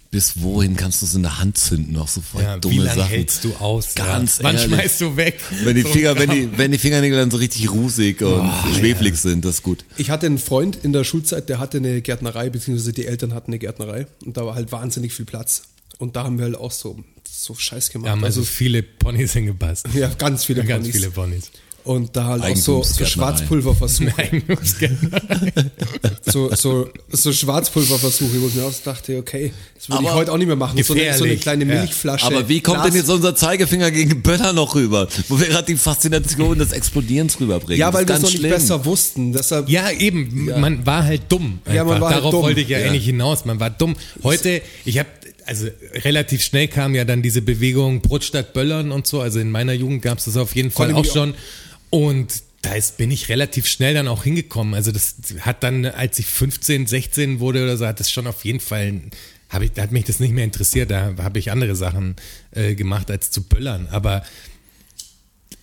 Speaker 5: Bis wohin kannst du es in der Hand zünden? Auch so voll
Speaker 4: Ja,
Speaker 5: dumme
Speaker 4: wie lange
Speaker 5: Sachen.
Speaker 4: hältst du aus?
Speaker 5: Ganz
Speaker 4: ja. Wann
Speaker 5: ehrlich.
Speaker 4: schmeißt du weg?
Speaker 5: Wenn die,
Speaker 4: So
Speaker 5: Finger,
Speaker 4: ein
Speaker 5: wenn,
Speaker 4: Kram.
Speaker 5: die, wenn die Fingernägel dann so richtig rußig und schweflig sind, das ist gut.
Speaker 3: Ich hatte einen Freund in der Schulzeit, der hatte eine Gärtnerei, beziehungsweise die Eltern hatten eine Gärtnerei. Und da war halt wahnsinnig viel Platz. Und da haben wir halt auch so, so Scheiß gemacht.
Speaker 4: Da haben also
Speaker 3: also,
Speaker 4: viele Ponys hingepasst.
Speaker 3: ja, ganz viele
Speaker 4: Ganz
Speaker 3: Ponys.
Speaker 4: viele Ponys.
Speaker 3: Und da halt auch so, so
Speaker 5: Eigentumsgärtnerei.
Speaker 3: Schwarzpulverversuche.
Speaker 4: Eigentumsgärtnerei.
Speaker 3: so, so, so Schwarzpulverversuche, wo ich mir auch dachte, okay, das würde ich
Speaker 5: Aber
Speaker 3: heute auch nicht mehr machen. So eine, so eine
Speaker 4: gefährlich,
Speaker 3: kleine
Speaker 4: ja.
Speaker 3: Milchflasche.
Speaker 5: Aber wie kommt
Speaker 3: Glas-
Speaker 5: denn jetzt unser Zeigefinger gegen den Böller noch rüber? Wo wir gerade die Faszination des Explodierens rüberbringen.
Speaker 3: Ja,
Speaker 5: das
Speaker 3: weil
Speaker 5: ist
Speaker 3: wir es
Speaker 5: ganz
Speaker 3: noch nicht
Speaker 5: schlimm.
Speaker 3: besser wussten. Deshalb,
Speaker 4: Ja, eben. Man war halt dumm. Einfach.
Speaker 3: Ja, man war halt
Speaker 4: Darauf
Speaker 3: dumm.
Speaker 4: wollte ich ja,
Speaker 3: Ja.
Speaker 4: eigentlich hinaus. Man war dumm. Heute, ich habe also relativ schnell kam ja dann diese Bewegung Brot statt Böllern und so. Also in meiner Jugend gab's das auf jeden Fall
Speaker 3: Konnte
Speaker 4: auch
Speaker 3: mich
Speaker 4: schon. Und da ist, bin ich relativ schnell dann auch hingekommen. Also das hat dann, als ich 15, 16 wurde oder so, hat es schon auf jeden Fall, hab ich, da hat mich das nicht mehr interessiert. Da habe ich andere Sachen äh, gemacht als zu böllern. Aber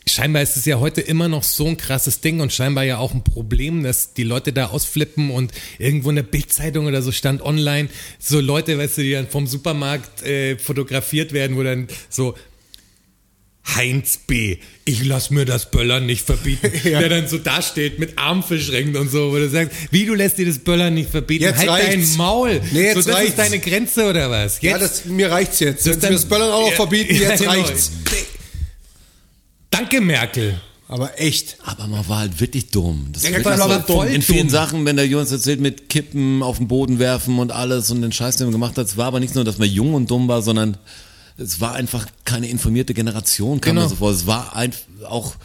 Speaker 4: scheinbar ist es ja heute immer noch so ein krasses Ding und scheinbar ja auch ein Problem, dass die Leute da ausflippen und irgendwo in der Bildzeitung oder so stand online so Leute, weißt du, die dann vom Supermarkt äh, fotografiert werden, wo dann so Heinz B., ich lass mir das Böllern nicht verbieten. Der dann so dasteht mit Arm verschränkt und so, wo du sagst, wie du lässt dir das Böllern nicht verbieten?
Speaker 3: Jetzt
Speaker 4: halt
Speaker 3: reicht's.
Speaker 4: dein Maul.
Speaker 3: Nee, jetzt
Speaker 4: so, das
Speaker 3: reicht's.
Speaker 4: ist deine Grenze oder was? Jetzt,
Speaker 3: Ja, das, mir reicht's jetzt. Wenn sie
Speaker 4: dann-
Speaker 3: mir das Böllern auch noch
Speaker 4: Ja,
Speaker 3: verbieten,
Speaker 4: ja,
Speaker 3: jetzt
Speaker 4: genau.
Speaker 3: reicht's.
Speaker 4: danke Merkel.
Speaker 3: Aber echt.
Speaker 5: Aber man war halt wirklich dumm. Das
Speaker 3: Ja,
Speaker 5: war
Speaker 3: klar,
Speaker 5: wirklich
Speaker 3: man
Speaker 5: so
Speaker 3: war voll
Speaker 5: in vielen
Speaker 4: dumm.
Speaker 5: Sachen, wenn der Jonas erzählt, mit Kippen auf den Boden werfen und alles und den Scheiß, den man gemacht hat, es war aber nicht nur, dass man jung und dumm war, sondern es war einfach keine informierte Generation, kam
Speaker 4: Genau.
Speaker 5: mir so vor. Es war ein, auch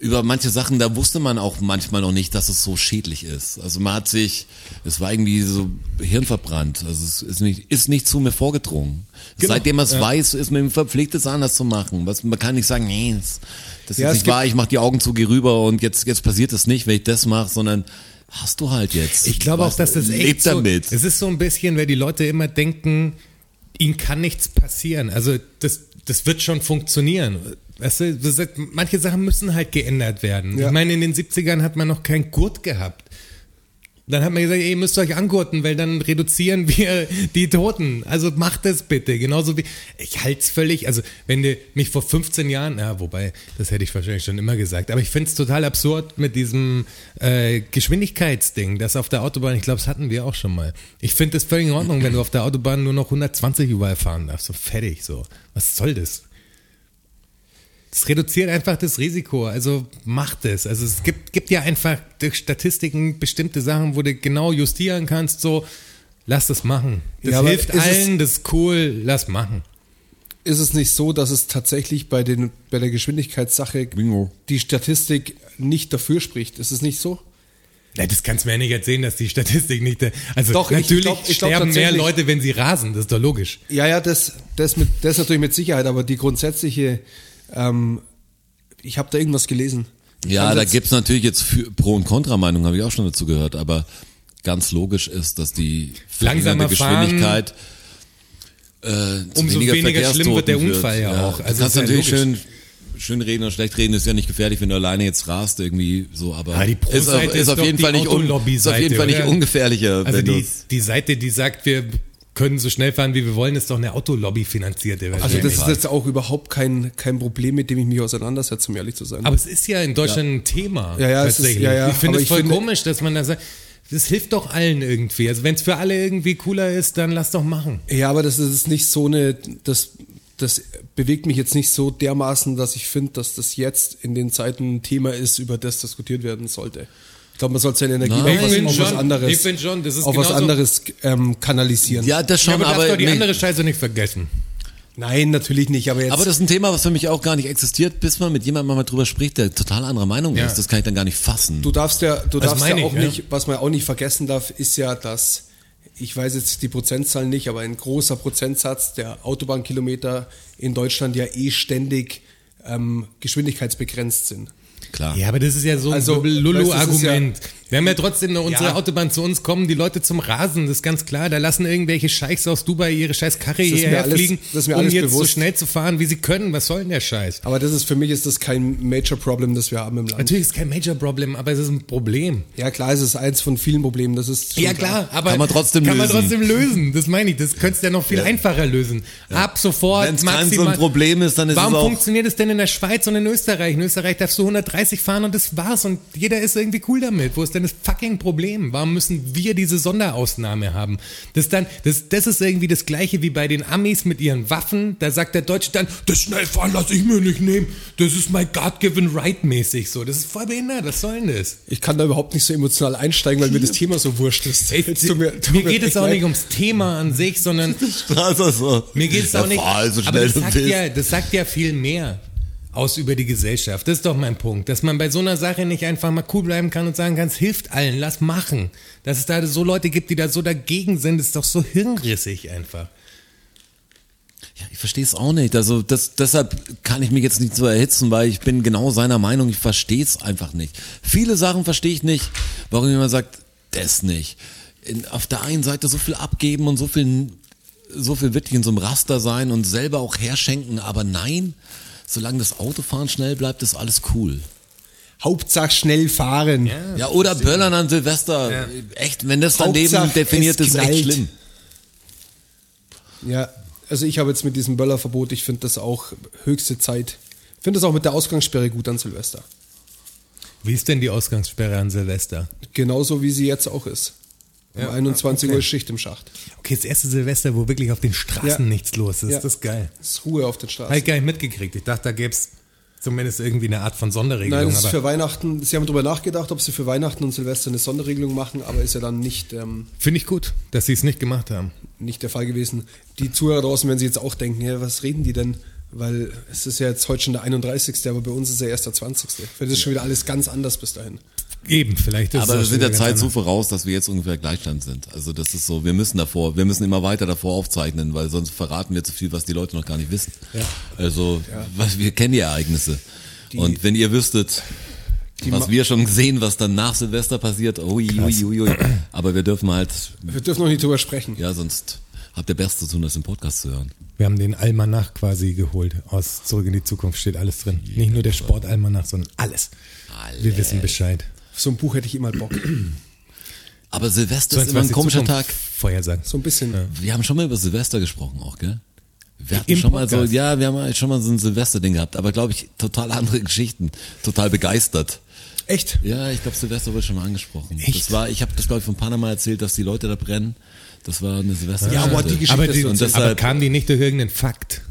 Speaker 5: über manche Sachen, da wusste man auch manchmal noch nicht, dass es so schädlich ist. Also man hat sich, es war irgendwie so hirnverbrannt. Also es ist nicht, ist nicht zu mir vorgedrungen.
Speaker 3: Genau.
Speaker 5: Seitdem man es weiß, ist man verpflichtet, es anders zu machen. Was, man kann nicht sagen, nee, das, das
Speaker 3: Ja,
Speaker 5: ist
Speaker 3: es
Speaker 5: nicht wahr, ich mache die Augen zu, geh rüber und jetzt, jetzt passiert es nicht, wenn ich das mache, sondern hast du halt jetzt.
Speaker 4: Ich glaube auch,
Speaker 5: Weißt
Speaker 4: dass
Speaker 5: du,
Speaker 4: das echt
Speaker 5: Leb
Speaker 4: so,
Speaker 5: damit.
Speaker 4: Es ist so ein bisschen, weil die Leute immer denken, ihnen kann nichts passieren. Also das, das wird schon funktionieren. Weißt du, das ist, manche Sachen müssen halt geändert werden.
Speaker 3: Ja.
Speaker 4: Ich meine, in den 70ern hat man noch keinen Gurt gehabt. Dann hat man gesagt, ey, ihr müsst euch angurten, weil dann reduzieren wir die Toten. Also macht es bitte. Genauso wie, ich halte es völlig, also wenn du mich vor 15 Jahren, na, wobei, das hätte ich wahrscheinlich schon immer gesagt, aber ich finde es total absurd mit diesem äh, Geschwindigkeitsding, das auf der Autobahn, ich glaube, das hatten wir auch schon mal. Ich finde es völlig in Ordnung, wenn du auf der Autobahn nur noch 120 überall fahren darfst. So fertig, so. Was soll das? Es reduziert einfach das Risiko, also macht es. Also es gibt, gibt ja einfach durch Statistiken bestimmte Sachen, wo du genau justieren kannst, so lass das machen. Das
Speaker 3: Ja, aber
Speaker 4: hilft
Speaker 3: ist es-
Speaker 4: allen, das ist cool, lass machen.
Speaker 3: Ist es nicht so, dass es tatsächlich bei, den, bei der Geschwindigkeitssache die Statistik nicht dafür spricht? Ist es nicht so?
Speaker 4: Na, das kannst du mir ja nicht erzählen, dass die Statistik nicht. da- Also
Speaker 3: Doch, ich
Speaker 4: natürlich
Speaker 3: glaub- ich glaub
Speaker 4: sterben mehr
Speaker 3: tatsächlich-
Speaker 4: Leute, wenn sie rasen, das ist doch logisch.
Speaker 3: Ja, ja, das, das, mit, das natürlich mit Sicherheit, aber die grundsätzliche, ähm, ich habe da irgendwas gelesen.
Speaker 5: Ja,
Speaker 4: Also
Speaker 3: Kann
Speaker 5: da
Speaker 3: jetzt-
Speaker 5: gibt's natürlich jetzt für, Pro- und Kontra-Meinung, habe ich auch schon dazu gehört, aber ganz logisch ist, dass die
Speaker 4: Langsamer
Speaker 5: verringerte Geschwindigkeit äh, zu
Speaker 4: Umso weniger schlimm
Speaker 5: Verkehrstoten
Speaker 4: wird der
Speaker 5: führt.
Speaker 4: Unfall ja auch.
Speaker 5: du
Speaker 4: Also ist
Speaker 5: kannst
Speaker 4: ja
Speaker 5: natürlich schön,
Speaker 4: logisch.
Speaker 5: schön reden und schlecht reden, ist ja nicht gefährlich, wenn du alleine jetzt rast irgendwie so, aber
Speaker 4: Ah, die
Speaker 5: ist, auf-
Speaker 4: Pro-Seite
Speaker 5: ist,
Speaker 4: ist
Speaker 5: auf
Speaker 4: doch
Speaker 5: jeden
Speaker 4: die
Speaker 5: Fall nicht un- ist auf
Speaker 4: Autolobby-Seite,
Speaker 5: jeden Fall nicht
Speaker 4: oder?
Speaker 5: ungefährlicher.
Speaker 4: Also
Speaker 5: wenn
Speaker 4: die,
Speaker 5: du's-
Speaker 4: die Seite, die sagt, wir können so schnell fahren, wie wir wollen, ist doch eine Autolobby finanzierte.
Speaker 3: Also
Speaker 4: wahrscheinlich.
Speaker 3: das ist jetzt auch überhaupt kein, kein Problem, mit dem ich mich auseinandersetze, um ehrlich zu sein.
Speaker 4: Aber es ist ja in Deutschland ein Thema.
Speaker 3: Ja, ja, es ist-
Speaker 4: tatsächlich.
Speaker 3: ja, ja,
Speaker 4: Ich finde
Speaker 3: aber
Speaker 4: es
Speaker 3: ich
Speaker 4: voll
Speaker 3: finde-
Speaker 4: komisch, dass man da sagt, das hilft doch allen irgendwie. Also wenn es für alle irgendwie cooler ist, dann lass doch machen.
Speaker 3: Ja, aber das ist nicht so eine, das, das bewegt mich jetzt nicht so dermaßen, dass ich finde, dass das jetzt in den Zeiten ein Thema ist, über das diskutiert werden sollte. Ich glaube, man soll seine Energie
Speaker 5: Nein.
Speaker 3: auf was,
Speaker 4: Ich bin
Speaker 3: auf was
Speaker 4: schon-
Speaker 3: anderes,
Speaker 4: ich bin schon, das ist
Speaker 3: auf was
Speaker 4: genauso-
Speaker 3: anderes ähm, kanalisieren.
Speaker 5: ja, das schon,
Speaker 4: aber darf
Speaker 5: aber,
Speaker 4: doch die
Speaker 5: nee.
Speaker 4: andere Scheiße nicht vergessen.
Speaker 3: Nein, natürlich nicht, aber jetzt.
Speaker 5: Aber das ist ein Thema, was für mich auch gar nicht existiert, bis man mit jemandem mal drüber spricht, der total anderer Meinung
Speaker 4: Ja.
Speaker 5: ist. Das kann ich dann gar nicht fassen.
Speaker 3: Du darfst ja, du
Speaker 4: Das
Speaker 3: darfst ja
Speaker 4: meine ich,
Speaker 3: auch
Speaker 4: ja.
Speaker 3: nicht, was man auch nicht vergessen darf, ist ja, dass, ich weiß jetzt die Prozentzahl nicht, aber ein großer Prozentsatz der Autobahnkilometer in Deutschland ja eh ständig ähm, geschwindigkeitsbegrenzt sind.
Speaker 5: Klar.
Speaker 4: Ja, aber das ist ja so ein
Speaker 3: Also,
Speaker 4: also, Lulu-Argument. Wir haben ja trotzdem noch unsere
Speaker 3: Ja.
Speaker 4: Autobahn zu uns kommen, die Leute zum Rasen, das ist ganz klar. Da lassen irgendwelche Scheichs aus Dubai ihre scheiß Karre
Speaker 3: ist mir
Speaker 4: hierher
Speaker 3: alles-
Speaker 4: fliegen,
Speaker 3: das ist mir
Speaker 4: um
Speaker 3: alles
Speaker 4: jetzt so
Speaker 3: bewusst.
Speaker 4: schnell zu fahren, wie sie können. Was soll denn der Scheiß?
Speaker 3: Aber das ist für mich ist das kein Major Problem, das wir haben im Land.
Speaker 4: Natürlich ist es kein Major-Problem, aber es ist ein Problem.
Speaker 3: Ja klar, es ist eins von vielen Problemen. Das ist schon
Speaker 4: Ja klar, aber
Speaker 5: Kann man trotzdem
Speaker 4: kann man
Speaker 5: lösen.
Speaker 4: trotzdem lösen. Das meine ich. Das könntest du ja noch viel einfacher lösen. Ab sofort
Speaker 5: Wenn es kein so
Speaker 4: maximal.
Speaker 5: ein Problem ist, dann ist
Speaker 4: Warum
Speaker 5: es auch.
Speaker 4: funktioniert es denn in der Schweiz und in Österreich? In Österreich darfst du 130 fahren und das war's und jeder ist irgendwie cool damit. Wo ist denn das fucking Problem? Warum müssen wir diese Sonderausnahme haben? Das dann, das, das ist irgendwie das Gleiche wie bei den Amis mit ihren Waffen. Da sagt der Deutsche dann, das Schnellfahren lasse ich mir nicht nehmen. Das ist mein God-given right mäßig so. Das ist voll behindert. Was soll denn das?
Speaker 3: ich kann da überhaupt nicht so emotional einsteigen, weil mir das Thema so wurscht ist.
Speaker 4: Ey,
Speaker 3: Es tut tut
Speaker 4: mir geht
Speaker 3: echt
Speaker 4: es auch
Speaker 3: leid.
Speaker 4: nicht um- ums Thema an sich, sondern
Speaker 5: Also so.
Speaker 4: mir geht es
Speaker 5: Ja,
Speaker 4: auch nicht.
Speaker 5: fahr Also
Speaker 4: aber
Speaker 5: schnell
Speaker 4: das
Speaker 5: du
Speaker 4: sagt,
Speaker 5: willst.
Speaker 4: ja, das sagt ja viel mehr aus über die Gesellschaft. Das ist doch mein Punkt, dass man bei so einer Sache nicht einfach mal cool bleiben kann und sagen kann, es hilft allen, lass machen. Dass es da so Leute gibt, die da so dagegen sind, ist doch so hirnrissig einfach.
Speaker 5: Ja, ich verstehe es auch nicht. Also das, deshalb kann ich mich jetzt nicht so erhitzen, weil ich bin genau seiner Meinung, ich verstehe es einfach nicht. Viele Sachen verstehe ich nicht, warum jemand sagt, das nicht. In, auf der einen Seite so viel abgeben und so viel, so viel wirklich in so einem Raster sein und selber auch herschenken, aber nein, solange das Autofahren schnell bleibt, ist alles cool.
Speaker 3: Hauptsache schnell fahren.
Speaker 5: Ja, oder Böllern an Silvester.
Speaker 4: Ja.
Speaker 5: Echt, wenn das dein
Speaker 3: Hauptsache,
Speaker 5: Leben definiert,
Speaker 3: es
Speaker 5: ist echt
Speaker 3: knallt.
Speaker 5: schlimm.
Speaker 3: Ja, also ich habe jetzt mit diesem Böllerverbot, ich finde das auch höchste Zeit. Ich finde das auch mit der Ausgangssperre gut an Silvester.
Speaker 4: Wie ist denn die Ausgangssperre an Silvester?
Speaker 3: Genauso wie sie jetzt auch ist. Um 21 Uhr ist Schicht im Schacht.
Speaker 4: Okay, das erste Silvester, wo wirklich auf den Straßen
Speaker 3: Ja.
Speaker 4: nichts los ist.
Speaker 3: Ja.
Speaker 4: Das ist geil.
Speaker 3: Ist Ruhe auf den Straßen.
Speaker 4: Habe ich gar nicht mitgekriegt. Ich dachte, da gäbe es zumindest irgendwie eine Art von Sonderregelung.
Speaker 3: Nein, das ist
Speaker 4: aber
Speaker 3: für Weihnachten. Sie haben darüber nachgedacht, ob sie für Weihnachten und Silvester eine Sonderregelung machen, aber ist ja dann nicht, ähm,
Speaker 4: Finde ich gut, dass sie es nicht gemacht haben.
Speaker 3: nicht der Fall gewesen. Die Zuhörer draußen werden sich jetzt auch denken, ja, was reden die denn? Weil es ist ja jetzt heute schon der 31., aber bei uns ist ja erst der 20. Vielleicht ist schon wieder alles ganz anders bis dahin.
Speaker 4: Eben, vielleicht ist
Speaker 5: Aber wir
Speaker 4: das
Speaker 5: sind
Speaker 4: wieder ganz
Speaker 5: der Zeit so
Speaker 4: anders.
Speaker 5: voraus, dass wir jetzt ungefähr Gleichstand sind. Also das ist so, wir müssen davor, wir müssen immer weiter davor aufzeichnen, weil sonst verraten wir zu viel, was die Leute noch gar nicht wissen. Also was, wir kennen die Ereignisse. Und wenn ihr wüsstet, was wir schon gesehen, was dann nach Silvester passiert, ui, ui, ui, ui. aber wir dürfen halt,
Speaker 3: Wir dürfen noch nicht drüber sprechen.
Speaker 5: ja sonst habt ihr Beste zu tun, das im Podcast zu hören.
Speaker 4: Wir haben den Almanach quasi geholt. Aus Zurück in die Zukunft steht alles drin. Nicht nur der Sportalmanach, sondern alles. Wir wissen Bescheid.
Speaker 3: So ein Buch hätte ich immer Bock.
Speaker 5: Aber Silvester ist immer ein komischer Tag.
Speaker 4: Vorhersagen.
Speaker 3: So ein bisschen.
Speaker 5: Wir haben schon mal über Silvester gesprochen auch, gell? Wir hatten
Speaker 4: Im
Speaker 5: schon mal so,
Speaker 4: Podcast.
Speaker 5: ja, wir haben halt schon mal so ein Silvester-Ding gehabt, aber glaube ich, total andere Geschichten, total begeistert.
Speaker 3: Echt?
Speaker 5: Ja, ich glaube, Silvester wurde schon mal angesprochen.
Speaker 4: Echt?
Speaker 5: Das war, ich habe das glaube ich von Panama erzählt, dass die Leute da brennen. Das war eine Silvester.
Speaker 3: Ja, boah, die Geschichte
Speaker 4: aber, die,
Speaker 3: ist
Speaker 5: und
Speaker 4: aber
Speaker 5: deshalb-
Speaker 4: kam die nicht durch irgendeinen Fakt?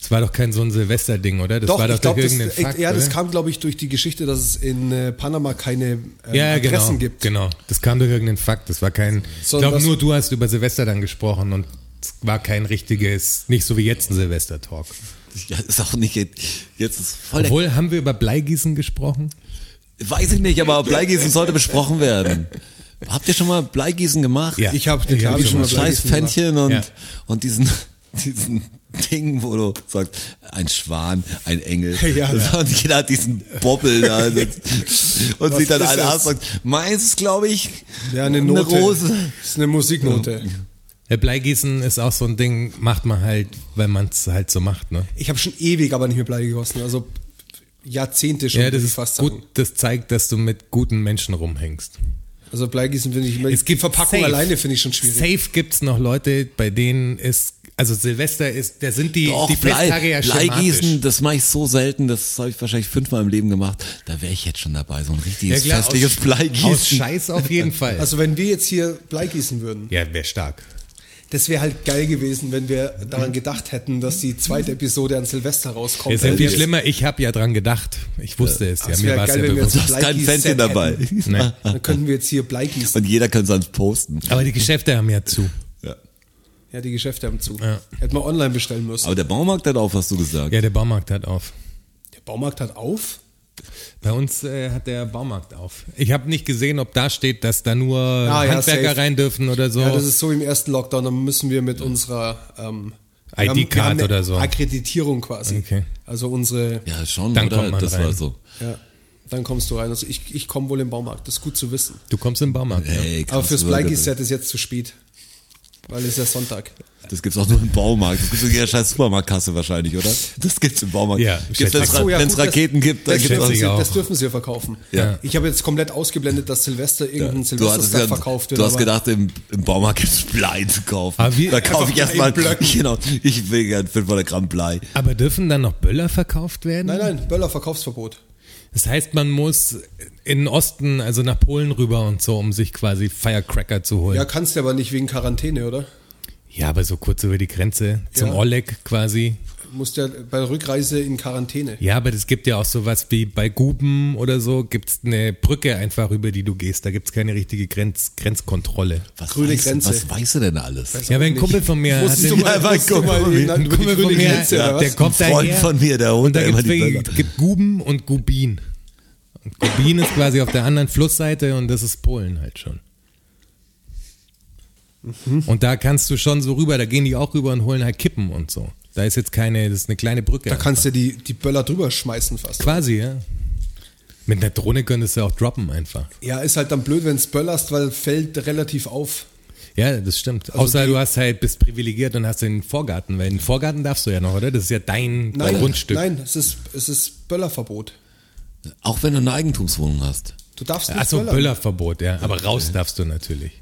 Speaker 4: Das war doch kein so ein Silvester-Ding, oder? Das
Speaker 3: Doch,
Speaker 4: war doch
Speaker 3: ich glaube,
Speaker 4: durch
Speaker 3: das, äh,
Speaker 4: irgendeinen Fakt.
Speaker 3: ja, das
Speaker 4: oder?
Speaker 3: kam, glaube ich, durch die Geschichte, dass es in äh, Panama keine ähm,
Speaker 4: ja, ja, genau,
Speaker 3: Adressen gibt.
Speaker 4: genau. Das kam durch irgendeinen Fakt. Das war kein. Ich
Speaker 3: Sondern
Speaker 4: glaube,
Speaker 3: was-
Speaker 4: nur du hast über Silvester dann gesprochen und es war kein richtiges, nicht so wie jetzt ein Silvester-Talk.
Speaker 5: ja, ist auch nicht, jetzt ist voll der,
Speaker 4: Obwohl, haben wir über Bleigießen gesprochen?
Speaker 5: weiß ich nicht, aber Bleigießen sollte besprochen werden. Habt ihr schon mal Bleigießen gemacht?
Speaker 4: Ja.
Speaker 3: Ich habe
Speaker 4: Ja, hab ich
Speaker 3: schon mal
Speaker 4: schon
Speaker 5: scheiß
Speaker 3: Bleigießen gemacht.
Speaker 5: Pfännchen und,
Speaker 4: Ja.
Speaker 5: und diesen, diesen Ding, wo du sagst, ein Schwan, ein Engel.
Speaker 3: Ja.
Speaker 5: Das- Und jeder hat diesen Bobbel da. Und
Speaker 3: Was
Speaker 5: sieht dann
Speaker 3: ist
Speaker 5: alle
Speaker 3: das?
Speaker 5: ab und sagt, meins ist, glaube ich,
Speaker 3: Ja, eine Note.
Speaker 5: Rose.
Speaker 3: Ist eine Musiknote.
Speaker 4: Ja, Bleigießen ist auch so ein Ding, macht man halt, weil man es halt so macht, ne?
Speaker 3: Ich habe schon ewig aber nicht mehr Blei gegossen. Also Jahrzehnte schon,
Speaker 4: Ja, das
Speaker 3: würd ich
Speaker 4: ist gut, das zeigt, dass du mit guten Menschen rumhängst.
Speaker 3: Also Bleigießen finde ich immer. die Verpackung
Speaker 4: safe-
Speaker 3: alleine finde ich schon schwierig.
Speaker 4: Safe gibt's noch Leute, bei denen ist, also Silvester ist, da sind die,
Speaker 5: Doch,
Speaker 4: die Festtage
Speaker 5: Blei,
Speaker 4: ja
Speaker 5: Bleigießen,
Speaker 4: schematisch.
Speaker 5: das mache ich so selten, das habe ich wahrscheinlich fünfmal im Leben gemacht. Da wäre ich jetzt schon dabei, so ein
Speaker 4: Ja,
Speaker 5: richtiges
Speaker 4: klar, aus-
Speaker 5: festliches
Speaker 4: Aus
Speaker 5: Bleigießen.
Speaker 4: Scheiß auf jeden Fall.
Speaker 3: Also wenn wir jetzt hier Bleigießen würden,
Speaker 4: ja, wäre stark.
Speaker 3: das wäre halt geil gewesen, wenn wir daran gedacht hätten, dass die zweite Episode an Silvester rauskommt.
Speaker 4: Ist ja
Speaker 3: Weil
Speaker 4: viel
Speaker 3: wir-
Speaker 4: schlimmer, ich habe ja dran gedacht. Ich wusste es, ja,
Speaker 3: das
Speaker 4: mir
Speaker 3: wär
Speaker 4: war es ja
Speaker 3: geil, wenn wir
Speaker 4: bewusst.
Speaker 5: Du hast kein
Speaker 3: Bleigieß-
Speaker 5: Fännchen
Speaker 3: Set
Speaker 5: dabei.
Speaker 4: Nee.
Speaker 3: Dann könnten wir jetzt hier Bleigießen.
Speaker 5: Und jeder kann es ans Posten.
Speaker 4: Aber die Geschäfte haben ja zu.
Speaker 5: Ja.
Speaker 3: Ja, die Geschäfte haben zu.
Speaker 4: Ja.
Speaker 3: Hätten wir online bestellen müssen.
Speaker 5: Aber der Baumarkt hat auch, was du gesagt.
Speaker 4: Ja, der Baumarkt hat auf.
Speaker 3: der Baumarkt hat auf.
Speaker 4: Bei uns äh, hat der Baumarkt auf. Ich habe nicht gesehen, ob da steht, dass da nur
Speaker 3: Ah, ja,
Speaker 4: Handwerker
Speaker 3: safe.
Speaker 4: rein dürfen oder so.
Speaker 3: Ja, das ist so im ersten Lockdown, dann müssen wir mit unserer ähm, wir haben- wir
Speaker 4: ID-Card
Speaker 3: haben eine
Speaker 4: oder so.
Speaker 3: Akkreditierung quasi.
Speaker 4: Okay.
Speaker 3: Also unsere,
Speaker 5: Ja, schon,
Speaker 4: Dann
Speaker 5: oder?
Speaker 4: kommt man
Speaker 5: Das
Speaker 4: rein.
Speaker 5: war so.
Speaker 3: ja, dann kommst du rein. Also ich, ich komme wohl im Baumarkt, das ist gut zu wissen.
Speaker 4: du kommst im Baumarkt. ne? ja.
Speaker 5: Ey, krass,
Speaker 3: Aber fürs
Speaker 5: Burger.
Speaker 3: Bleigieß-Set ist jetzt zu spät. Weil es ist ja Sonntag.
Speaker 5: Das gibt's auch nur im Baumarkt. Das gibt's in jeder scheiß Supermarktkasse wahrscheinlich, oder? Das gibt's im Baumarkt.
Speaker 4: Ja,
Speaker 5: gibt's,
Speaker 4: schätze
Speaker 5: wenn's,
Speaker 4: ich.
Speaker 5: Ra-
Speaker 3: Ach so, ja,
Speaker 5: wenn's
Speaker 3: gut, das-
Speaker 5: Raketen gibt, dann
Speaker 3: Das,
Speaker 5: gibt's
Speaker 4: schätze
Speaker 5: auch.
Speaker 3: dürfen
Speaker 4: ich
Speaker 3: sie,
Speaker 4: auch.
Speaker 3: das dürfen sie ja verkaufen.
Speaker 5: Ja.
Speaker 3: Ich habe jetzt komplett ausgeblendet, dass Silvester irgendein
Speaker 5: Du hast,
Speaker 3: Silvester
Speaker 5: gedacht-
Speaker 3: verkauft wird.
Speaker 5: du hast
Speaker 3: aber-
Speaker 5: gedacht, im, im Baumarkt gibt's Blei zu kaufen.
Speaker 4: Aber Ah, wie-
Speaker 5: da kaufe ich
Speaker 3: einfach
Speaker 5: erstmal,
Speaker 3: Blei in Blöcken.
Speaker 5: genau, ich will gern 500 Gramm Blei.
Speaker 4: Aber dürfen dann noch Böller verkauft werden?
Speaker 3: Nein, nein, Böller Verkaufsverbot.
Speaker 4: Das heißt, man muss in den Osten, also nach Polen rüber und so, um sich quasi Firecracker zu holen.
Speaker 3: Ja,
Speaker 4: Ja,
Speaker 3: kannst du aber nicht wegen Quarantäne, oder?
Speaker 4: aber so kurz über die Grenze zum
Speaker 3: Ja.
Speaker 4: Oleg quasi.
Speaker 3: Musst ja bei der Rückreise in Quarantäne.
Speaker 4: Ja, aber es gibt ja auch sowas wie bei Guben oder so, gibt's eine Brücke einfach, über die du gehst. Da gibt's keine richtige Grenz Grenzkontrolle.
Speaker 5: Was
Speaker 3: Grüne
Speaker 5: weißt, du-
Speaker 3: Grenze.
Speaker 5: Was weißt du denn alles?
Speaker 4: Ja, wenn ein Kumpel von mir hat
Speaker 3: Wusstest du
Speaker 4: den-
Speaker 3: mal,
Speaker 5: Ja, mein
Speaker 3: wusstest du
Speaker 5: Kumpel.
Speaker 3: mal jeden Tag über die
Speaker 4: Kumpel von
Speaker 3: grüne
Speaker 4: mir,
Speaker 3: Grenze,
Speaker 4: ja,
Speaker 3: oder
Speaker 4: der
Speaker 3: was?
Speaker 4: kommt
Speaker 5: Ein Freund
Speaker 4: daher
Speaker 5: von mir, der holt
Speaker 4: und da
Speaker 5: da immer
Speaker 4: gibt's,
Speaker 5: die
Speaker 4: wegen-
Speaker 5: Böller.
Speaker 4: gibt Guben und Gubin. Und Gubin ist quasi auf der anderen Flussseite und das ist Polen halt schon.
Speaker 3: Mhm.
Speaker 4: Und da kannst du schon so rüber, da gehen die auch rüber und holen halt Kippen und so. Da ist jetzt keine, das ist eine kleine Brücke.
Speaker 3: Da kannst du die, die Böller drüber schmeißen fast.
Speaker 4: Quasi, ja. Mit einer Drohne könntest du auch droppen einfach.
Speaker 3: Ja, ist halt dann blöd, wenn es böllerst, weil fällt relativ auf.
Speaker 4: Ja, das stimmt.
Speaker 3: Also
Speaker 4: Außer du hast halt, bist privilegiert und hast den Vorgarten, weil den Vorgarten darfst du ja noch, oder? Das ist ja dein, dein
Speaker 3: Nein,
Speaker 4: Grundstück.
Speaker 3: nein, es ist, es ist Böllerverbot.
Speaker 5: Auch wenn du eine Eigentumswohnung hast.
Speaker 3: Du darfst nicht
Speaker 4: Achso,
Speaker 3: böllern.
Speaker 4: Böllerverbot, ja. Aber raus darfst du natürlich.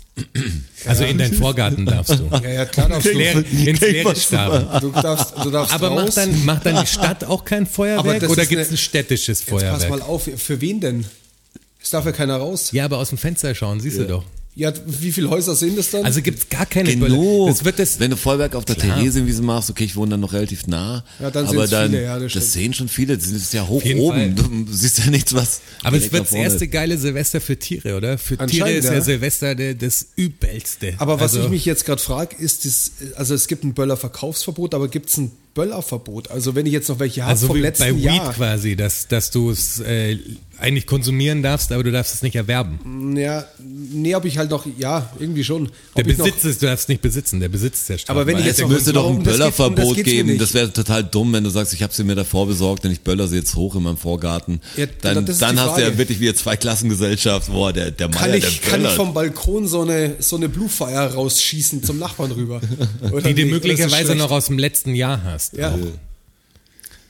Speaker 4: Also in deinen Vorgarten darfst du.
Speaker 3: Ja, ja, klar darfst
Speaker 4: Ins
Speaker 3: du.
Speaker 4: Leere, ins Leere starren.
Speaker 3: Du darfst, du darfst
Speaker 4: Aber
Speaker 3: raus.
Speaker 4: macht dann, macht dann die Stadt auch kein
Speaker 3: Aber
Speaker 4: Feuerwerk
Speaker 3: das
Speaker 4: oder
Speaker 3: ist
Speaker 4: gibt es
Speaker 3: eine-
Speaker 4: ein städtisches
Speaker 3: Jetzt pass
Speaker 4: Feuerwerk?
Speaker 3: mal auf, für wen denn? Es darf ja keiner raus.
Speaker 4: Ja, aber aus dem Fenster schauen, siehst du doch.
Speaker 3: Ja, wie viele Häuser sind das dann?
Speaker 4: Also gibt es gar keine Böller.
Speaker 5: Genug.
Speaker 4: Das wird das,
Speaker 5: Genau. wenn du Vollberg auf der
Speaker 4: Klar.
Speaker 5: Theresienwiese machst, okay, ich wohne dann noch relativ nah.
Speaker 3: Ja, dann
Speaker 5: aber
Speaker 3: sehen's
Speaker 5: dann,
Speaker 3: viele, ja, das
Speaker 5: das,
Speaker 3: stimmt.
Speaker 5: sehen schon viele. Das ist ja hoch
Speaker 4: jeden
Speaker 5: oben.
Speaker 4: Fall.
Speaker 5: Du siehst ja nichts, was.
Speaker 4: aber es
Speaker 5: direkt
Speaker 4: wird
Speaker 5: da
Speaker 4: das
Speaker 5: vorne
Speaker 4: erste
Speaker 5: ist.
Speaker 4: geile Silvester für Tiere, oder? Für Tiere
Speaker 3: Anscheinend,
Speaker 4: ist ja,
Speaker 3: ja.
Speaker 4: Silvester de- das Übelste.
Speaker 3: aber was
Speaker 4: Also-
Speaker 3: ich mich jetzt gerade frage, ist, das, also es gibt ein Böllerverkaufsverbot, aber gibt es ein Böllerverbot? Also wenn ich jetzt noch welche habe
Speaker 4: Also
Speaker 3: vom
Speaker 4: wie
Speaker 3: letzten
Speaker 4: bei Weed
Speaker 3: Jahr.
Speaker 4: quasi, dass, dass du es äh, eigentlich konsumieren darfst, aber du darfst es nicht erwerben.
Speaker 3: Ja, nee, ob ich halt noch, ja, irgendwie schon. Ob
Speaker 4: Der
Speaker 3: ich noch-
Speaker 4: Besitz ist, du darfst nicht besitzen, der Besitz ist der Strafbar.
Speaker 3: Aber wenn ich jetzt
Speaker 5: Es
Speaker 3: noch-
Speaker 5: müsste doch ein
Speaker 3: Warum? Das geht- das
Speaker 5: Böllerverbot
Speaker 3: geht's mir
Speaker 5: geben.
Speaker 3: nicht.
Speaker 5: Das wäre total dumm, wenn du sagst, ich habe sie mir davor besorgt und ich böller sie jetzt hoch in meinem Vorgarten.
Speaker 3: Ja,
Speaker 5: dann
Speaker 3: das ist
Speaker 5: dann
Speaker 3: die
Speaker 5: hast du ja
Speaker 3: Frage.
Speaker 5: wirklich wieder zwei Klassengesellschaft. Boah, der, der
Speaker 3: kann,
Speaker 5: Meier, der
Speaker 3: ich, kann ich
Speaker 5: böllert.
Speaker 3: vom Balkon so eine, so eine Blue Fire rausschießen zum Nachbarn rüber?
Speaker 4: die
Speaker 3: Oder nicht?
Speaker 4: du
Speaker 3: Oder ist das
Speaker 4: möglicherweise
Speaker 3: schlecht?
Speaker 4: noch aus dem letzten Jahr hast.
Speaker 3: Ja.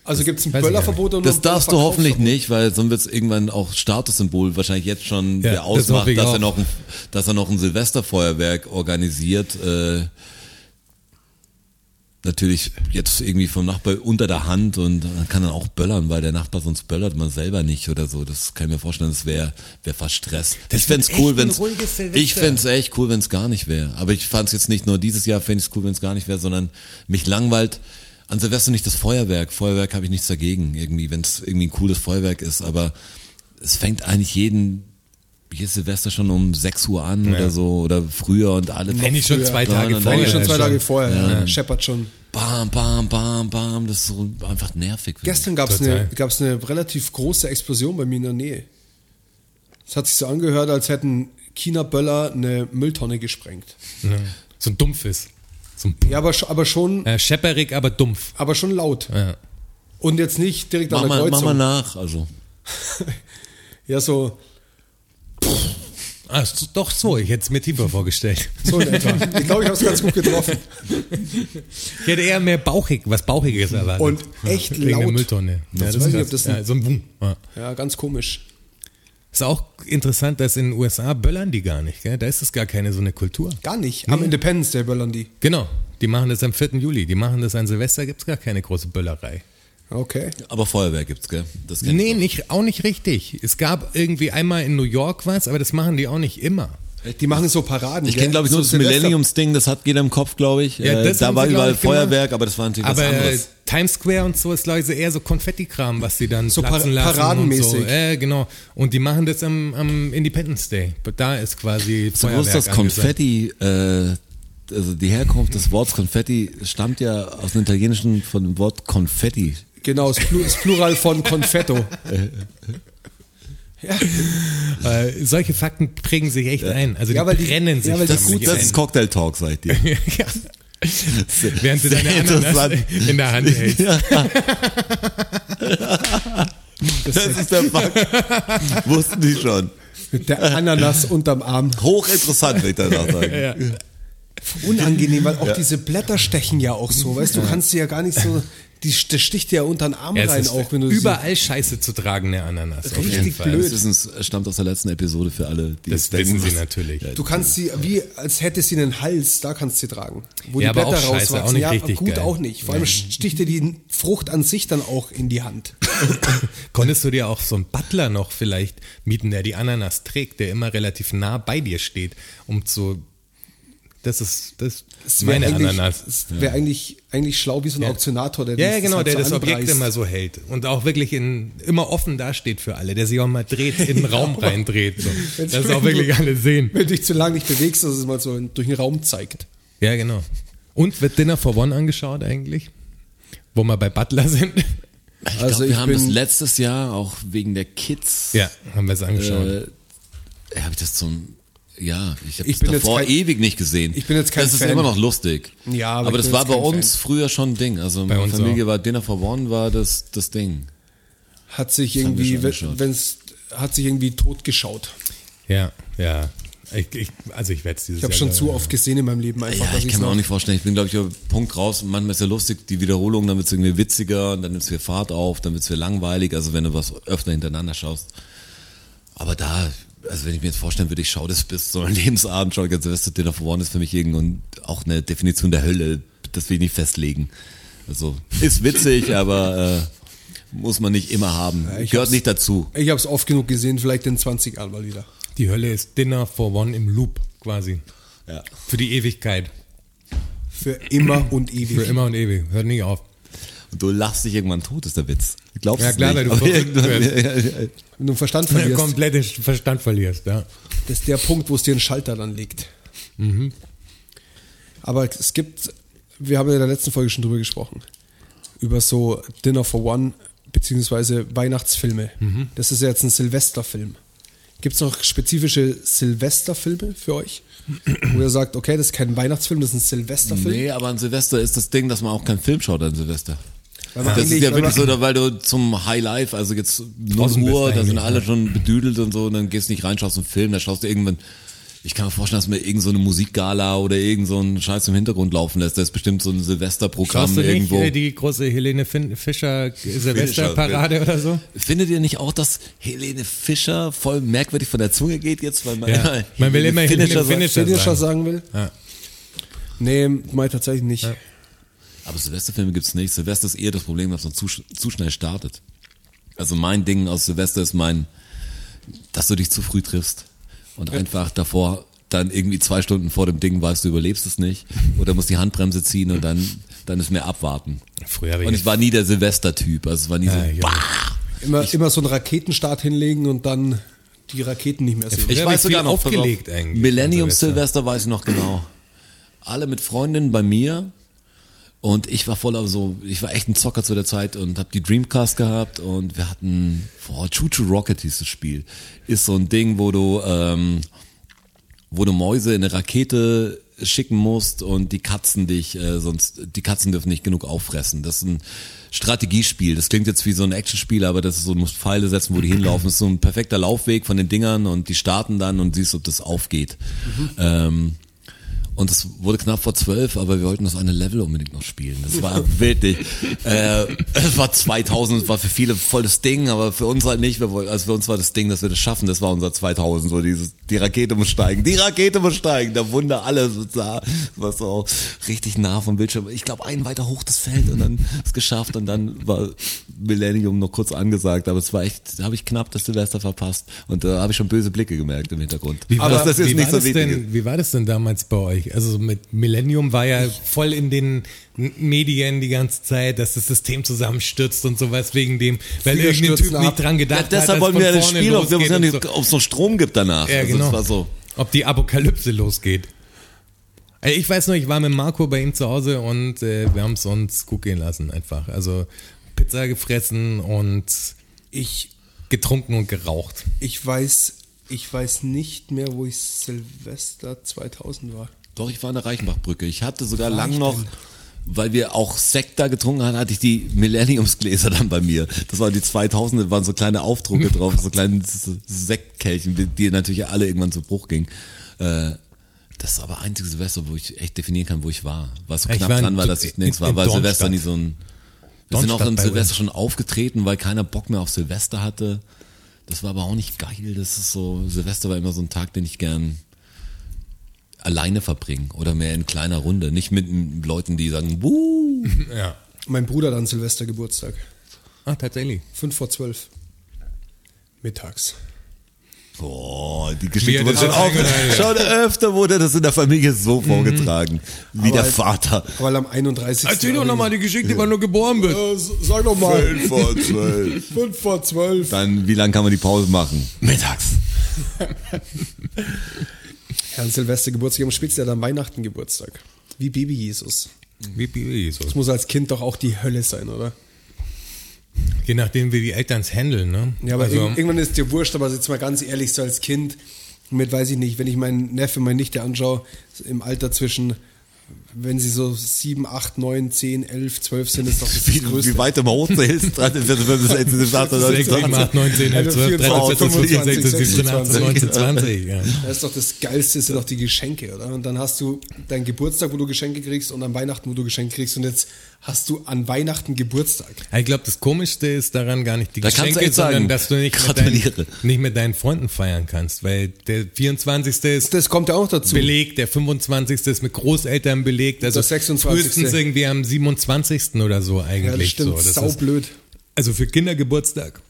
Speaker 3: Also gibt es ein
Speaker 4: weiß ich gar
Speaker 3: Böllerverbot und
Speaker 5: Das
Speaker 3: ein
Speaker 5: darfst du
Speaker 3: Böllerverkaufsverbot.
Speaker 5: hoffentlich nicht, weil sonst wird es irgendwann auch Statussymbol wahrscheinlich jetzt schon
Speaker 4: Ja,
Speaker 5: der
Speaker 4: das
Speaker 5: ausmacht,
Speaker 4: hoffe ich
Speaker 5: dass
Speaker 4: auch.
Speaker 5: er noch ein, dass er noch ein Silvesterfeuerwerk organisiert. Äh, natürlich jetzt irgendwie vom Nachbar unter der Hand und dann kann dann auch böllern, weil der Nachbar sonst böllert man selber nicht oder so. Das kann ich mir vorstellen, das wäre wär fast Stress. ich fänd's
Speaker 4: wird
Speaker 5: cool,
Speaker 4: echt ein
Speaker 5: wenn's
Speaker 4: ruhiges Silvester.
Speaker 5: ich fänd's echt cool, wenn's gar nicht wäre. Aber ich fand's jetzt nicht nur dieses Jahr fänd ich's cool, wenn's gar nicht wäre, sondern mich langweilt an Silvester nicht das Feuerwerk. Feuerwerk habe ich nichts dagegen irgendwie, wenn's irgendwie ein cooles Feuerwerk ist. Aber es fängt eigentlich jeden jedes Silvester schon um 6 Uhr an oder so oder früher und alle.
Speaker 4: Wenn ich schon zwei
Speaker 5: Dann-
Speaker 4: Tage
Speaker 5: dann-
Speaker 4: vorher-
Speaker 3: Eigentlich schon zwei
Speaker 4: Ja,
Speaker 3: Tage
Speaker 4: schon.
Speaker 3: vorher, ja. scheppert schon.
Speaker 5: Bam, bam, bam, bam. Das ist so einfach nervig.
Speaker 3: Gestern gab es
Speaker 4: Total.
Speaker 3: eine, gab's eine relativ große Explosion bei mir in der Nähe. Es hat sich so angehört, als hätten China-Böller eine Mülltonne gesprengt.
Speaker 4: Ja. ne? So ein dumpfes. So ein
Speaker 3: Ja, aber, sch- aber, schon,
Speaker 4: äh, schepperig, aber dumpf.
Speaker 3: aber schon laut.
Speaker 4: Ja.
Speaker 3: Und jetzt nicht direkt
Speaker 5: Mach
Speaker 3: an der
Speaker 5: mal, mach
Speaker 3: Kreuzung.
Speaker 5: mal nach. Also,
Speaker 3: ja, so,
Speaker 4: Ah, ist doch so, ich hätte es mir tiefer vorgestellt.
Speaker 3: so in etwa. ich glaube, ich habe es ganz gut getroffen.
Speaker 4: Ich hätte eher mehr bauchig, was Bauchiges erwartet.
Speaker 3: Und echt
Speaker 4: Wegen der
Speaker 3: laut.
Speaker 4: Mülltonne. Ja,
Speaker 3: Das
Speaker 4: das ist
Speaker 3: weiß ich, ob
Speaker 4: krass.
Speaker 3: das
Speaker 4: ja,
Speaker 3: ein-
Speaker 4: so ein Boom. Ja.
Speaker 3: Ja, ganz komisch.
Speaker 4: Ist auch interessant, dass in den USA böllern die gar nicht. Gell? Da ist es gar keine so eine Kultur.
Speaker 3: Gar nicht. Am Independence Day böllern die.
Speaker 4: Genau, die machen das am 4. Juli. Die machen das an Silvester, gibt's gar keine große Böllerei.
Speaker 3: Okay.
Speaker 5: aber Feuerwehr gibt's, gell? Das kennt
Speaker 4: Nee, nicht, auch nicht richtig. Es gab irgendwie einmal in New York was, aber das machen die auch nicht immer.
Speaker 3: Die machen so Paraden.
Speaker 5: ich kenne, glaube ich, nur das Millenniums-Ding, das hat jeder im Kopf, glaube ich.
Speaker 4: Ja,
Speaker 5: Äh,
Speaker 4: das haben
Speaker 5: da war
Speaker 4: sie, glaub
Speaker 5: überall
Speaker 4: ich, gemacht.
Speaker 5: Feuerwerk, aber das war natürlich
Speaker 4: Aber
Speaker 5: was
Speaker 4: äh,
Speaker 5: anderes.
Speaker 4: Times Square und so ist Leute eher so Konfettikram, was sie dann
Speaker 3: So
Speaker 4: platzen
Speaker 3: par-
Speaker 4: lassen Und so.
Speaker 3: paradenmäßig.
Speaker 4: Äh, genau. Und die machen das am, am Independence Day. Da ist quasi
Speaker 5: Du
Speaker 4: Feuerwerk
Speaker 5: wusstest, das
Speaker 4: angesagt.
Speaker 5: Konfetti, äh, also die Herkunft des Wortes Konfetti stammt ja aus dem Italienischen von dem Wort Konfetti.
Speaker 3: Genau, das Plu- das Plural von Confetto.
Speaker 4: Äh, solche Fakten prägen sich echt ein. Also die,
Speaker 3: Ja, weil die-
Speaker 4: brennen sich
Speaker 3: ja, weil die
Speaker 5: Das,
Speaker 4: damit
Speaker 5: ist- das
Speaker 4: ein.
Speaker 5: ist Cocktail Talk, sag ich dir.
Speaker 4: ja. Während du
Speaker 5: Sehr
Speaker 4: deine Ananas
Speaker 5: interessant.
Speaker 4: in der Hand hältst.
Speaker 5: Das ist der Fakt. Wussten die schon.
Speaker 3: Mit der Ananas unterm Arm.
Speaker 5: Hochinteressant, will ich danach sagen.
Speaker 4: Ja.
Speaker 3: Unangenehm, weil auch diese Blätter stechen ja auch so, weißt du, kannst du ja gar nicht so, die, das sticht dir ja unter den Arm
Speaker 4: Ja, es
Speaker 3: rein
Speaker 4: ist
Speaker 3: auch, wenn du sie-
Speaker 4: überall Scheiße zu tragen, eine Ananas. auf
Speaker 3: Richtig
Speaker 4: jeden Fall.
Speaker 3: blöd.
Speaker 5: Das ist, es stammt aus der letzten Episode für alle, die
Speaker 4: Das
Speaker 5: es denken,
Speaker 4: wissen sie
Speaker 5: was-
Speaker 4: natürlich.
Speaker 5: Ja,
Speaker 3: Du kannst sie, wie, als hätte sie einen Hals, da kannst du sie tragen. Wo
Speaker 4: Ja,
Speaker 3: die
Speaker 4: aber auch
Speaker 3: Blätter
Speaker 4: scheiße,
Speaker 3: rauswachsen.
Speaker 4: auch nicht
Speaker 3: ja,
Speaker 4: richtig
Speaker 3: gut
Speaker 4: geil.
Speaker 3: auch nicht. Vor allem sticht dir die Frucht an sich dann auch in die Hand.
Speaker 4: Konntest du dir auch so einen Butler noch vielleicht mieten, der die Ananas trägt, der immer relativ nah bei dir steht, um zu. Das ist, das ist
Speaker 3: Das wäre
Speaker 4: meine
Speaker 3: eigentlich,
Speaker 4: Ananas.
Speaker 3: das wär eigentlich, eigentlich schlau wie so ein Auktionator, der
Speaker 4: Ja, ja,
Speaker 3: das
Speaker 4: genau,
Speaker 3: halt
Speaker 4: der
Speaker 3: so
Speaker 4: das Objekt
Speaker 3: anpreist.
Speaker 4: immer so hält und auch wirklich in, immer offen dasteht für alle, der sich auch mal dreht, in den Raum reindreht. So.
Speaker 3: Wenn's
Speaker 4: Dass auch
Speaker 3: wirklich-
Speaker 4: wirklich alle sehen.
Speaker 3: Wenn du dich zu lange nicht bewegst, dass es mal so durch den Raum zeigt.
Speaker 4: Ja, genau. Und wird Dinner for One angeschaut eigentlich? Wo wir bei Butler sind?
Speaker 5: Ich
Speaker 3: Also
Speaker 5: glaube, wir
Speaker 3: ich
Speaker 5: haben das
Speaker 3: bin-
Speaker 5: letztes Jahr auch wegen der Kids.
Speaker 3: Äh.
Speaker 4: Ja, haben wir es angeschaut.
Speaker 5: Äh, habe ich das zum Ja, ich habe
Speaker 3: Ich
Speaker 5: das
Speaker 3: bin jetzt
Speaker 5: davor
Speaker 3: kein-
Speaker 5: ewig nicht gesehen.
Speaker 3: ich bin jetzt kein
Speaker 5: Das ist
Speaker 3: Fan.
Speaker 5: immer noch lustig.
Speaker 3: Ja, aber ich
Speaker 5: das
Speaker 3: bin
Speaker 5: war
Speaker 3: jetzt
Speaker 5: bei
Speaker 3: kein
Speaker 5: uns früher schon ein Ding. Also in meiner
Speaker 4: uns
Speaker 5: Familie
Speaker 4: auch.
Speaker 5: war Dinner for One war das, das Ding.
Speaker 3: Hat sich
Speaker 5: haben wir
Speaker 3: irgendwie,
Speaker 5: schon angeschaut.
Speaker 3: wenn es, hat sich irgendwie totgeschaut.
Speaker 4: Ja, ja. Ich, ich, also ich werde es dieses
Speaker 3: Ich habe
Speaker 4: Jahr
Speaker 3: schon
Speaker 4: gar-
Speaker 3: zu oft gesehen in meinem Leben einfach.
Speaker 5: Ja, ich
Speaker 3: ich's
Speaker 5: kann mir
Speaker 3: noch-
Speaker 5: auch nicht vorstellen. Ich bin, glaube ich, über den Punkt raus. Manchmal ist ja lustig, die Wiederholung, dann wird es irgendwie witziger und dann nimmt's wieder Fahrt auf, dann wird's wieder langweilig. Also wenn du was öfter hintereinander schaust. Aber da, also wenn ich mir jetzt vorstellen würde, ich schaue das bis zu einem Lebensabend, schaue ganz Silvester Dinner for One, ist für mich irgend auch eine Definition der Hölle. Das will ich nicht festlegen. Also ist witzig, aber äh, muss man nicht immer haben.
Speaker 3: ich
Speaker 5: Gehört
Speaker 3: hab's-
Speaker 5: nicht dazu.
Speaker 3: Ich habe es oft genug gesehen, vielleicht in 20 Jahren mal wieder.
Speaker 4: Die Hölle ist Dinner for One im Loop quasi.
Speaker 5: Ja.
Speaker 4: Für die Ewigkeit.
Speaker 3: Für immer und ewig.
Speaker 4: Für immer und ewig. Hört nie auf.
Speaker 5: Und du lachst dich irgendwann tot, ist der Witz. Du glaubst
Speaker 4: Ja,
Speaker 5: es
Speaker 4: klar,
Speaker 5: nicht,
Speaker 4: weil du
Speaker 5: aber
Speaker 4: verrückt
Speaker 5: irgendwann-
Speaker 4: wirst.
Speaker 5: ja, ja, ja.
Speaker 3: Wenn du den Verstand
Speaker 4: Wenn du
Speaker 3: verlierst,
Speaker 4: komplett den Verstand verlierst, ja.
Speaker 3: das ist der Punkt, wo es dir einen Schalter dann legt.
Speaker 5: Mhm.
Speaker 3: Aber es gibt, wir haben ja in der letzten Folge schon drüber gesprochen, über so Dinner for One beziehungsweise Weihnachtsfilme.
Speaker 5: Mhm.
Speaker 3: Das ist ja jetzt ein Silvesterfilm. Gibt es noch spezifische Silvesterfilme für euch, wo ihr sagt, okay, das ist kein Weihnachtsfilm, das ist ein Silvesterfilm?
Speaker 5: Nee, aber an Silvester ist das Ding, dass man auch keinen Film schaut an Silvester.
Speaker 3: Weil man
Speaker 5: Das ist
Speaker 3: eigentlich-
Speaker 5: ja
Speaker 3: weil
Speaker 5: wirklich
Speaker 3: man-
Speaker 5: so, da- weil du zum High Life, also jetzt 0
Speaker 4: Draußen bist
Speaker 5: Uhr, da
Speaker 4: eigentlich,
Speaker 5: sind alle
Speaker 4: ja.
Speaker 5: schon bedüdelt und so, und dann gehst du nicht rein, schaust einen Film, da schaust du irgendwann, ich kann mir vorstellen, dass man irgend so eine Musikgala oder irgend so einen Scheiß im Hintergrund laufen lässt. Da ist bestimmt so ein Silvesterprogramm
Speaker 4: Schaust du nicht
Speaker 5: irgendwo.
Speaker 4: äh, die große Helene fin Fischer Silvesterparade oder so?
Speaker 5: Findet ihr nicht auch, dass Helene Fischer voll merkwürdig von der Zunge geht jetzt? Weil man,
Speaker 4: Ja.
Speaker 5: immer
Speaker 4: Man will immer Helene
Speaker 5: Finisher sagt?
Speaker 4: Finisher
Speaker 3: Wenn ihr
Speaker 4: sagen.
Speaker 3: schon sagen will?
Speaker 4: Ja.
Speaker 3: Nee, mal tatsächlich nicht.
Speaker 5: Aber Silvesterfilme gibt's nicht. Silvester ist eher das Problem, dass man zu, sch- zu schnell startet. Also mein Ding aus Silvester ist mein, dass du dich zu früh triffst und einfach davor dann irgendwie zwei Stunden vor dem Ding weißt, du überlebst es nicht oder musst die Handbremse ziehen und dann, dann ist mehr abwarten.
Speaker 4: Früher habe
Speaker 5: Und ich war nie der Silvester-Typ, also es war nie so,
Speaker 4: Ja, ich auch
Speaker 5: bah!
Speaker 3: Immer, immer so einen Raketenstart hinlegen und dann die Raketen nicht mehr sehen.
Speaker 4: Früher
Speaker 5: Ich
Speaker 4: hab ich
Speaker 5: weiß sogar
Speaker 4: viel
Speaker 5: noch, pass auf,
Speaker 4: aufgelegt eigentlich
Speaker 5: Millennium
Speaker 4: an Silvester.
Speaker 5: Silvester weiß ich noch genau. Alle mit Freundinnen bei mir und ich war voll auf so, ich war echt ein Zocker zu der Zeit und habe die Dreamcast gehabt und wir hatten, boah, Choo Choo Rocket hieß das Spiel. Ist so ein Ding, wo du, ähm, wo du Mäuse in eine Rakete schicken musst und die Katzen dich, äh, sonst, die Katzen dürfen nicht genug auffressen. Das ist ein Strategiespiel. Das klingt jetzt wie so ein Actionspiel, aber das ist so, du musst Pfeile setzen, wo die hinlaufen. Das ist so ein perfekter Laufweg von den Dingern und die starten dann und siehst, ob das aufgeht. Ähm, und es wurde knapp vor zwölf, aber wir wollten das eine Level unbedingt noch spielen. Das war wirklich, äh, es war 2000, es war für viele voll das Ding, aber für uns halt nicht. Wir wollten, also für uns war das Ding, dass wir das schaffen. Das war unser 2000. So dieses, die Rakete muss steigen, die Rakete muss steigen. Da wunder alles und da war so richtig nah vom Bildschirm. Ich glaube, einen weiter hoch das Feld und dann es geschafft und dann war Millennium noch kurz angesagt, aber es war echt, da habe ich knapp das Silvester verpasst und da habe ich schon böse Blicke gemerkt im Hintergrund.
Speaker 4: Wie war,
Speaker 5: aber das ist
Speaker 4: wie
Speaker 5: nicht
Speaker 4: war
Speaker 5: so
Speaker 4: das
Speaker 5: wichtig.
Speaker 4: Denn, wie war das denn damals bei euch? Also mit Millennium war ja voll in den N- Medien die ganze Zeit, dass das System zusammenstürzt und sowas wegen dem, weil
Speaker 3: Flieger
Speaker 4: irgendein Typ
Speaker 3: stürzen ab.
Speaker 4: nicht dran
Speaker 5: Ja,
Speaker 4: gedacht hat.
Speaker 5: deshalb
Speaker 4: dass
Speaker 5: wollen
Speaker 4: von
Speaker 5: wir das
Speaker 4: vorne
Speaker 5: Spiel, ob
Speaker 4: losgeht und so.
Speaker 5: es noch Strom gibt danach.
Speaker 4: Ja,
Speaker 5: also
Speaker 4: genau.
Speaker 5: das war so.
Speaker 4: Ob die Apokalypse losgeht. Ey, Ich weiß noch, ich war mit Marco bei ihm zu Hause und äh, wir haben es uns gut gehen lassen einfach. Also Pizza gefressen und
Speaker 3: Ich,
Speaker 4: getrunken und geraucht.
Speaker 3: ich, weiß, ich weiß nicht mehr, wo ich Silvester 2000 war.
Speaker 5: Doch, ich war an der Reichenbachbrücke. Ich hatte sogar lang noch, weil wir auch Sekt da getrunken hatten, hatte ich die Millenniumsgläser dann bei mir. Das waren die 2000er, waren so kleine Aufdrucke drauf, so kleine S- Sektkelchen, die natürlich alle irgendwann zu Bruch gingen. Äh, Das ist aber einzige Silvester, wo ich echt definieren kann, wo ich war. Was so
Speaker 4: Ich
Speaker 5: knapp
Speaker 4: war in-
Speaker 5: dran war, dass ich
Speaker 4: in-
Speaker 5: nirgends war,
Speaker 4: in
Speaker 5: weil Silvester
Speaker 4: Dornstadt.
Speaker 5: nie so ein... Wir sind auch
Speaker 4: Dornstadt
Speaker 5: an
Speaker 4: bei
Speaker 5: Silvester
Speaker 4: uns.
Speaker 5: schon aufgetreten, weil keiner Bock mehr auf Silvester hatte. Das war aber auch nicht geil. Das ist so, Silvester war immer so ein Tag, den ich gern alleine verbringen oder mehr in kleiner Runde. Nicht mit m, Leuten, die sagen, wuh.
Speaker 4: Ja.
Speaker 3: Mein Bruder hat an Silvester Geburtstag.
Speaker 4: Ah, tatsächlich.
Speaker 3: 5 vor 12. Mittags.
Speaker 5: Boah, die
Speaker 4: Mir
Speaker 5: Geschichte wurde
Speaker 4: das
Speaker 5: schon
Speaker 4: auch eingefallen.
Speaker 5: auf. Schon öfter wurde das in der Familie so vorgetragen. Wie der
Speaker 3: halt-
Speaker 5: Vater.
Speaker 3: Weil am 31.
Speaker 4: die Geschichte, wann du geboren bist.
Speaker 3: Äh, s- sag doch mal.
Speaker 5: vor zwölf.
Speaker 3: 5 vor 12.
Speaker 5: Dann, wie lange kann man die Pause machen? Mittags.
Speaker 3: Herrn Silvester Geburtstag, am spätestens dann Weihnachten Geburtstag. Wie Baby Jesus.
Speaker 4: Wie Baby Jesus.
Speaker 3: Das muss als Kind doch auch die Hölle sein, oder?
Speaker 4: Je nachdem, wie die Eltern es handeln, ne?
Speaker 3: Ja, aber
Speaker 4: also,
Speaker 3: irg- irgendwann ist dir wurscht, aber jetzt mal ganz ehrlich, so als Kind, mit, weiß ich nicht, wenn ich meinen Neffe, meine Nichte anschaue, im Alter zwischen, wenn sie so 7, 8, 9, 10, 11, 12 sind, ist doch das
Speaker 5: Wie,
Speaker 3: Größte.
Speaker 5: wie weit du mal hochzählst, dran ist, wenn du das letzte Start
Speaker 4: 6, 7, 8, 9, 10, 11, 12, 13, 14, 15, 16, 17, 18, 19, 20. Ja.
Speaker 3: Das ist doch das Geilste, sind doch die Geschenke, oder? Und dann hast du deinen Geburtstag, wo du Geschenke kriegst und an Weihnachten, wo du Geschenke kriegst und jetzt hast du an Weihnachten Geburtstag.
Speaker 4: Ich glaube, das Komischste ist daran gar nicht die
Speaker 5: Da kannst du
Speaker 4: Geschenke,
Speaker 5: echt sagen,
Speaker 4: sondern dass du nicht mit,
Speaker 5: gratuliere.
Speaker 4: deinen, nicht mit deinen Freunden feiern kannst, weil der 24. ist
Speaker 3: Das kommt ja auch dazu.
Speaker 4: belegt, der 25. ist mit Großeltern belegt, also
Speaker 3: Der 26..
Speaker 4: frühestens irgendwie am 27. oder so
Speaker 3: ja, das
Speaker 4: eigentlich.
Speaker 3: stimmt,
Speaker 4: so. Das ist-
Speaker 3: saublöd.
Speaker 4: also für Kindergeburtstag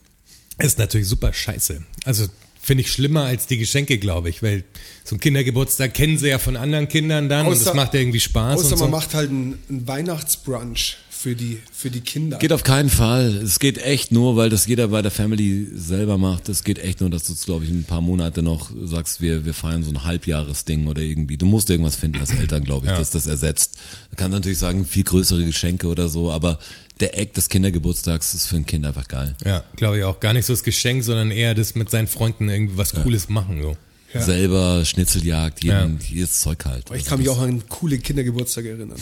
Speaker 4: ist natürlich super scheiße. Also finde ich schlimmer als die Geschenke, glaube ich, weil so ein Kindergeburtstag kennen sie ja von anderen Kindern dann und das macht ja irgendwie Spaß.
Speaker 3: Außer
Speaker 4: Und so.
Speaker 3: man macht halt einen, einen Weihnachtsbrunch für die, für die Kinder.
Speaker 5: Geht auf keinen Fall. Es geht echt nur, weil das jeder bei der Family selber macht. Es geht echt nur, dass du, glaube ich, in ein paar Monate noch sagst, wir, wir feiern so ein Halbjahresding oder irgendwie. Du musst irgendwas finden als Eltern, glaube ich, dass das ersetzt. Du kannst natürlich sagen, viel größere Geschenke oder so, aber der Eck des Kindergeburtstags ist für ein Kind einfach geil.
Speaker 4: ja, glaube ich auch. Gar nicht so das Geschenk, sondern eher das mit seinen Freunden irgendwie was Cooles machen. So.
Speaker 5: Selber Schnitzeljagd, jeden, jedes Zeug halt.
Speaker 3: ich kann mich auch an coole Kindergeburtstage erinnern.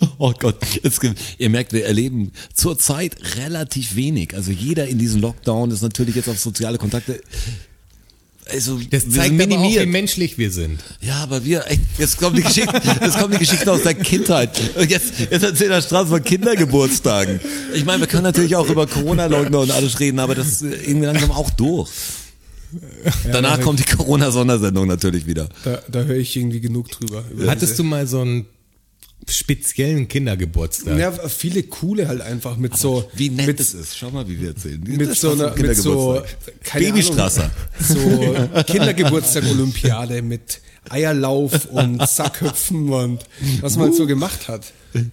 Speaker 5: Oh Gott, jetzt, ge- ihr merkt, wir erleben zurzeit relativ wenig. Also jeder in diesem Lockdown ist natürlich jetzt auf soziale Kontakte. Also
Speaker 4: Das
Speaker 5: wir
Speaker 4: zeigt
Speaker 5: sind
Speaker 4: aber auch, wie
Speaker 5: minimiert.
Speaker 4: menschlich wir sind.
Speaker 5: ja, aber wir, ey, jetzt kommen die Geschichten, jetzt kommen die Geschichten aus der Kindheit. Und jetzt, jetzt erzählt der Straße von Kindergeburtstagen. Ich meine, wir können natürlich auch über Corona-Leugner und alles reden, aber das ist irgendwie langsam auch durch. Danach kommt die Corona-Sondersendung natürlich wieder.
Speaker 3: Da, da höre ich irgendwie genug drüber.
Speaker 4: Hattest du mal so einen speziellen Kindergeburtstag?
Speaker 3: ja, viele coole halt einfach mit so
Speaker 5: Wie nett
Speaker 3: mit,
Speaker 5: das ist. Schau mal, wie wir erzählen.
Speaker 3: mit
Speaker 5: Das
Speaker 3: so
Speaker 5: passt
Speaker 3: einer
Speaker 5: zum
Speaker 3: mit so
Speaker 5: Kindergeburtstag.
Speaker 3: keine
Speaker 5: Babystrasser.
Speaker 3: Ahnung, so Kindergeburtstag Olympiade mit Eierlauf und Sackhüpfen und was man halt so gemacht hat.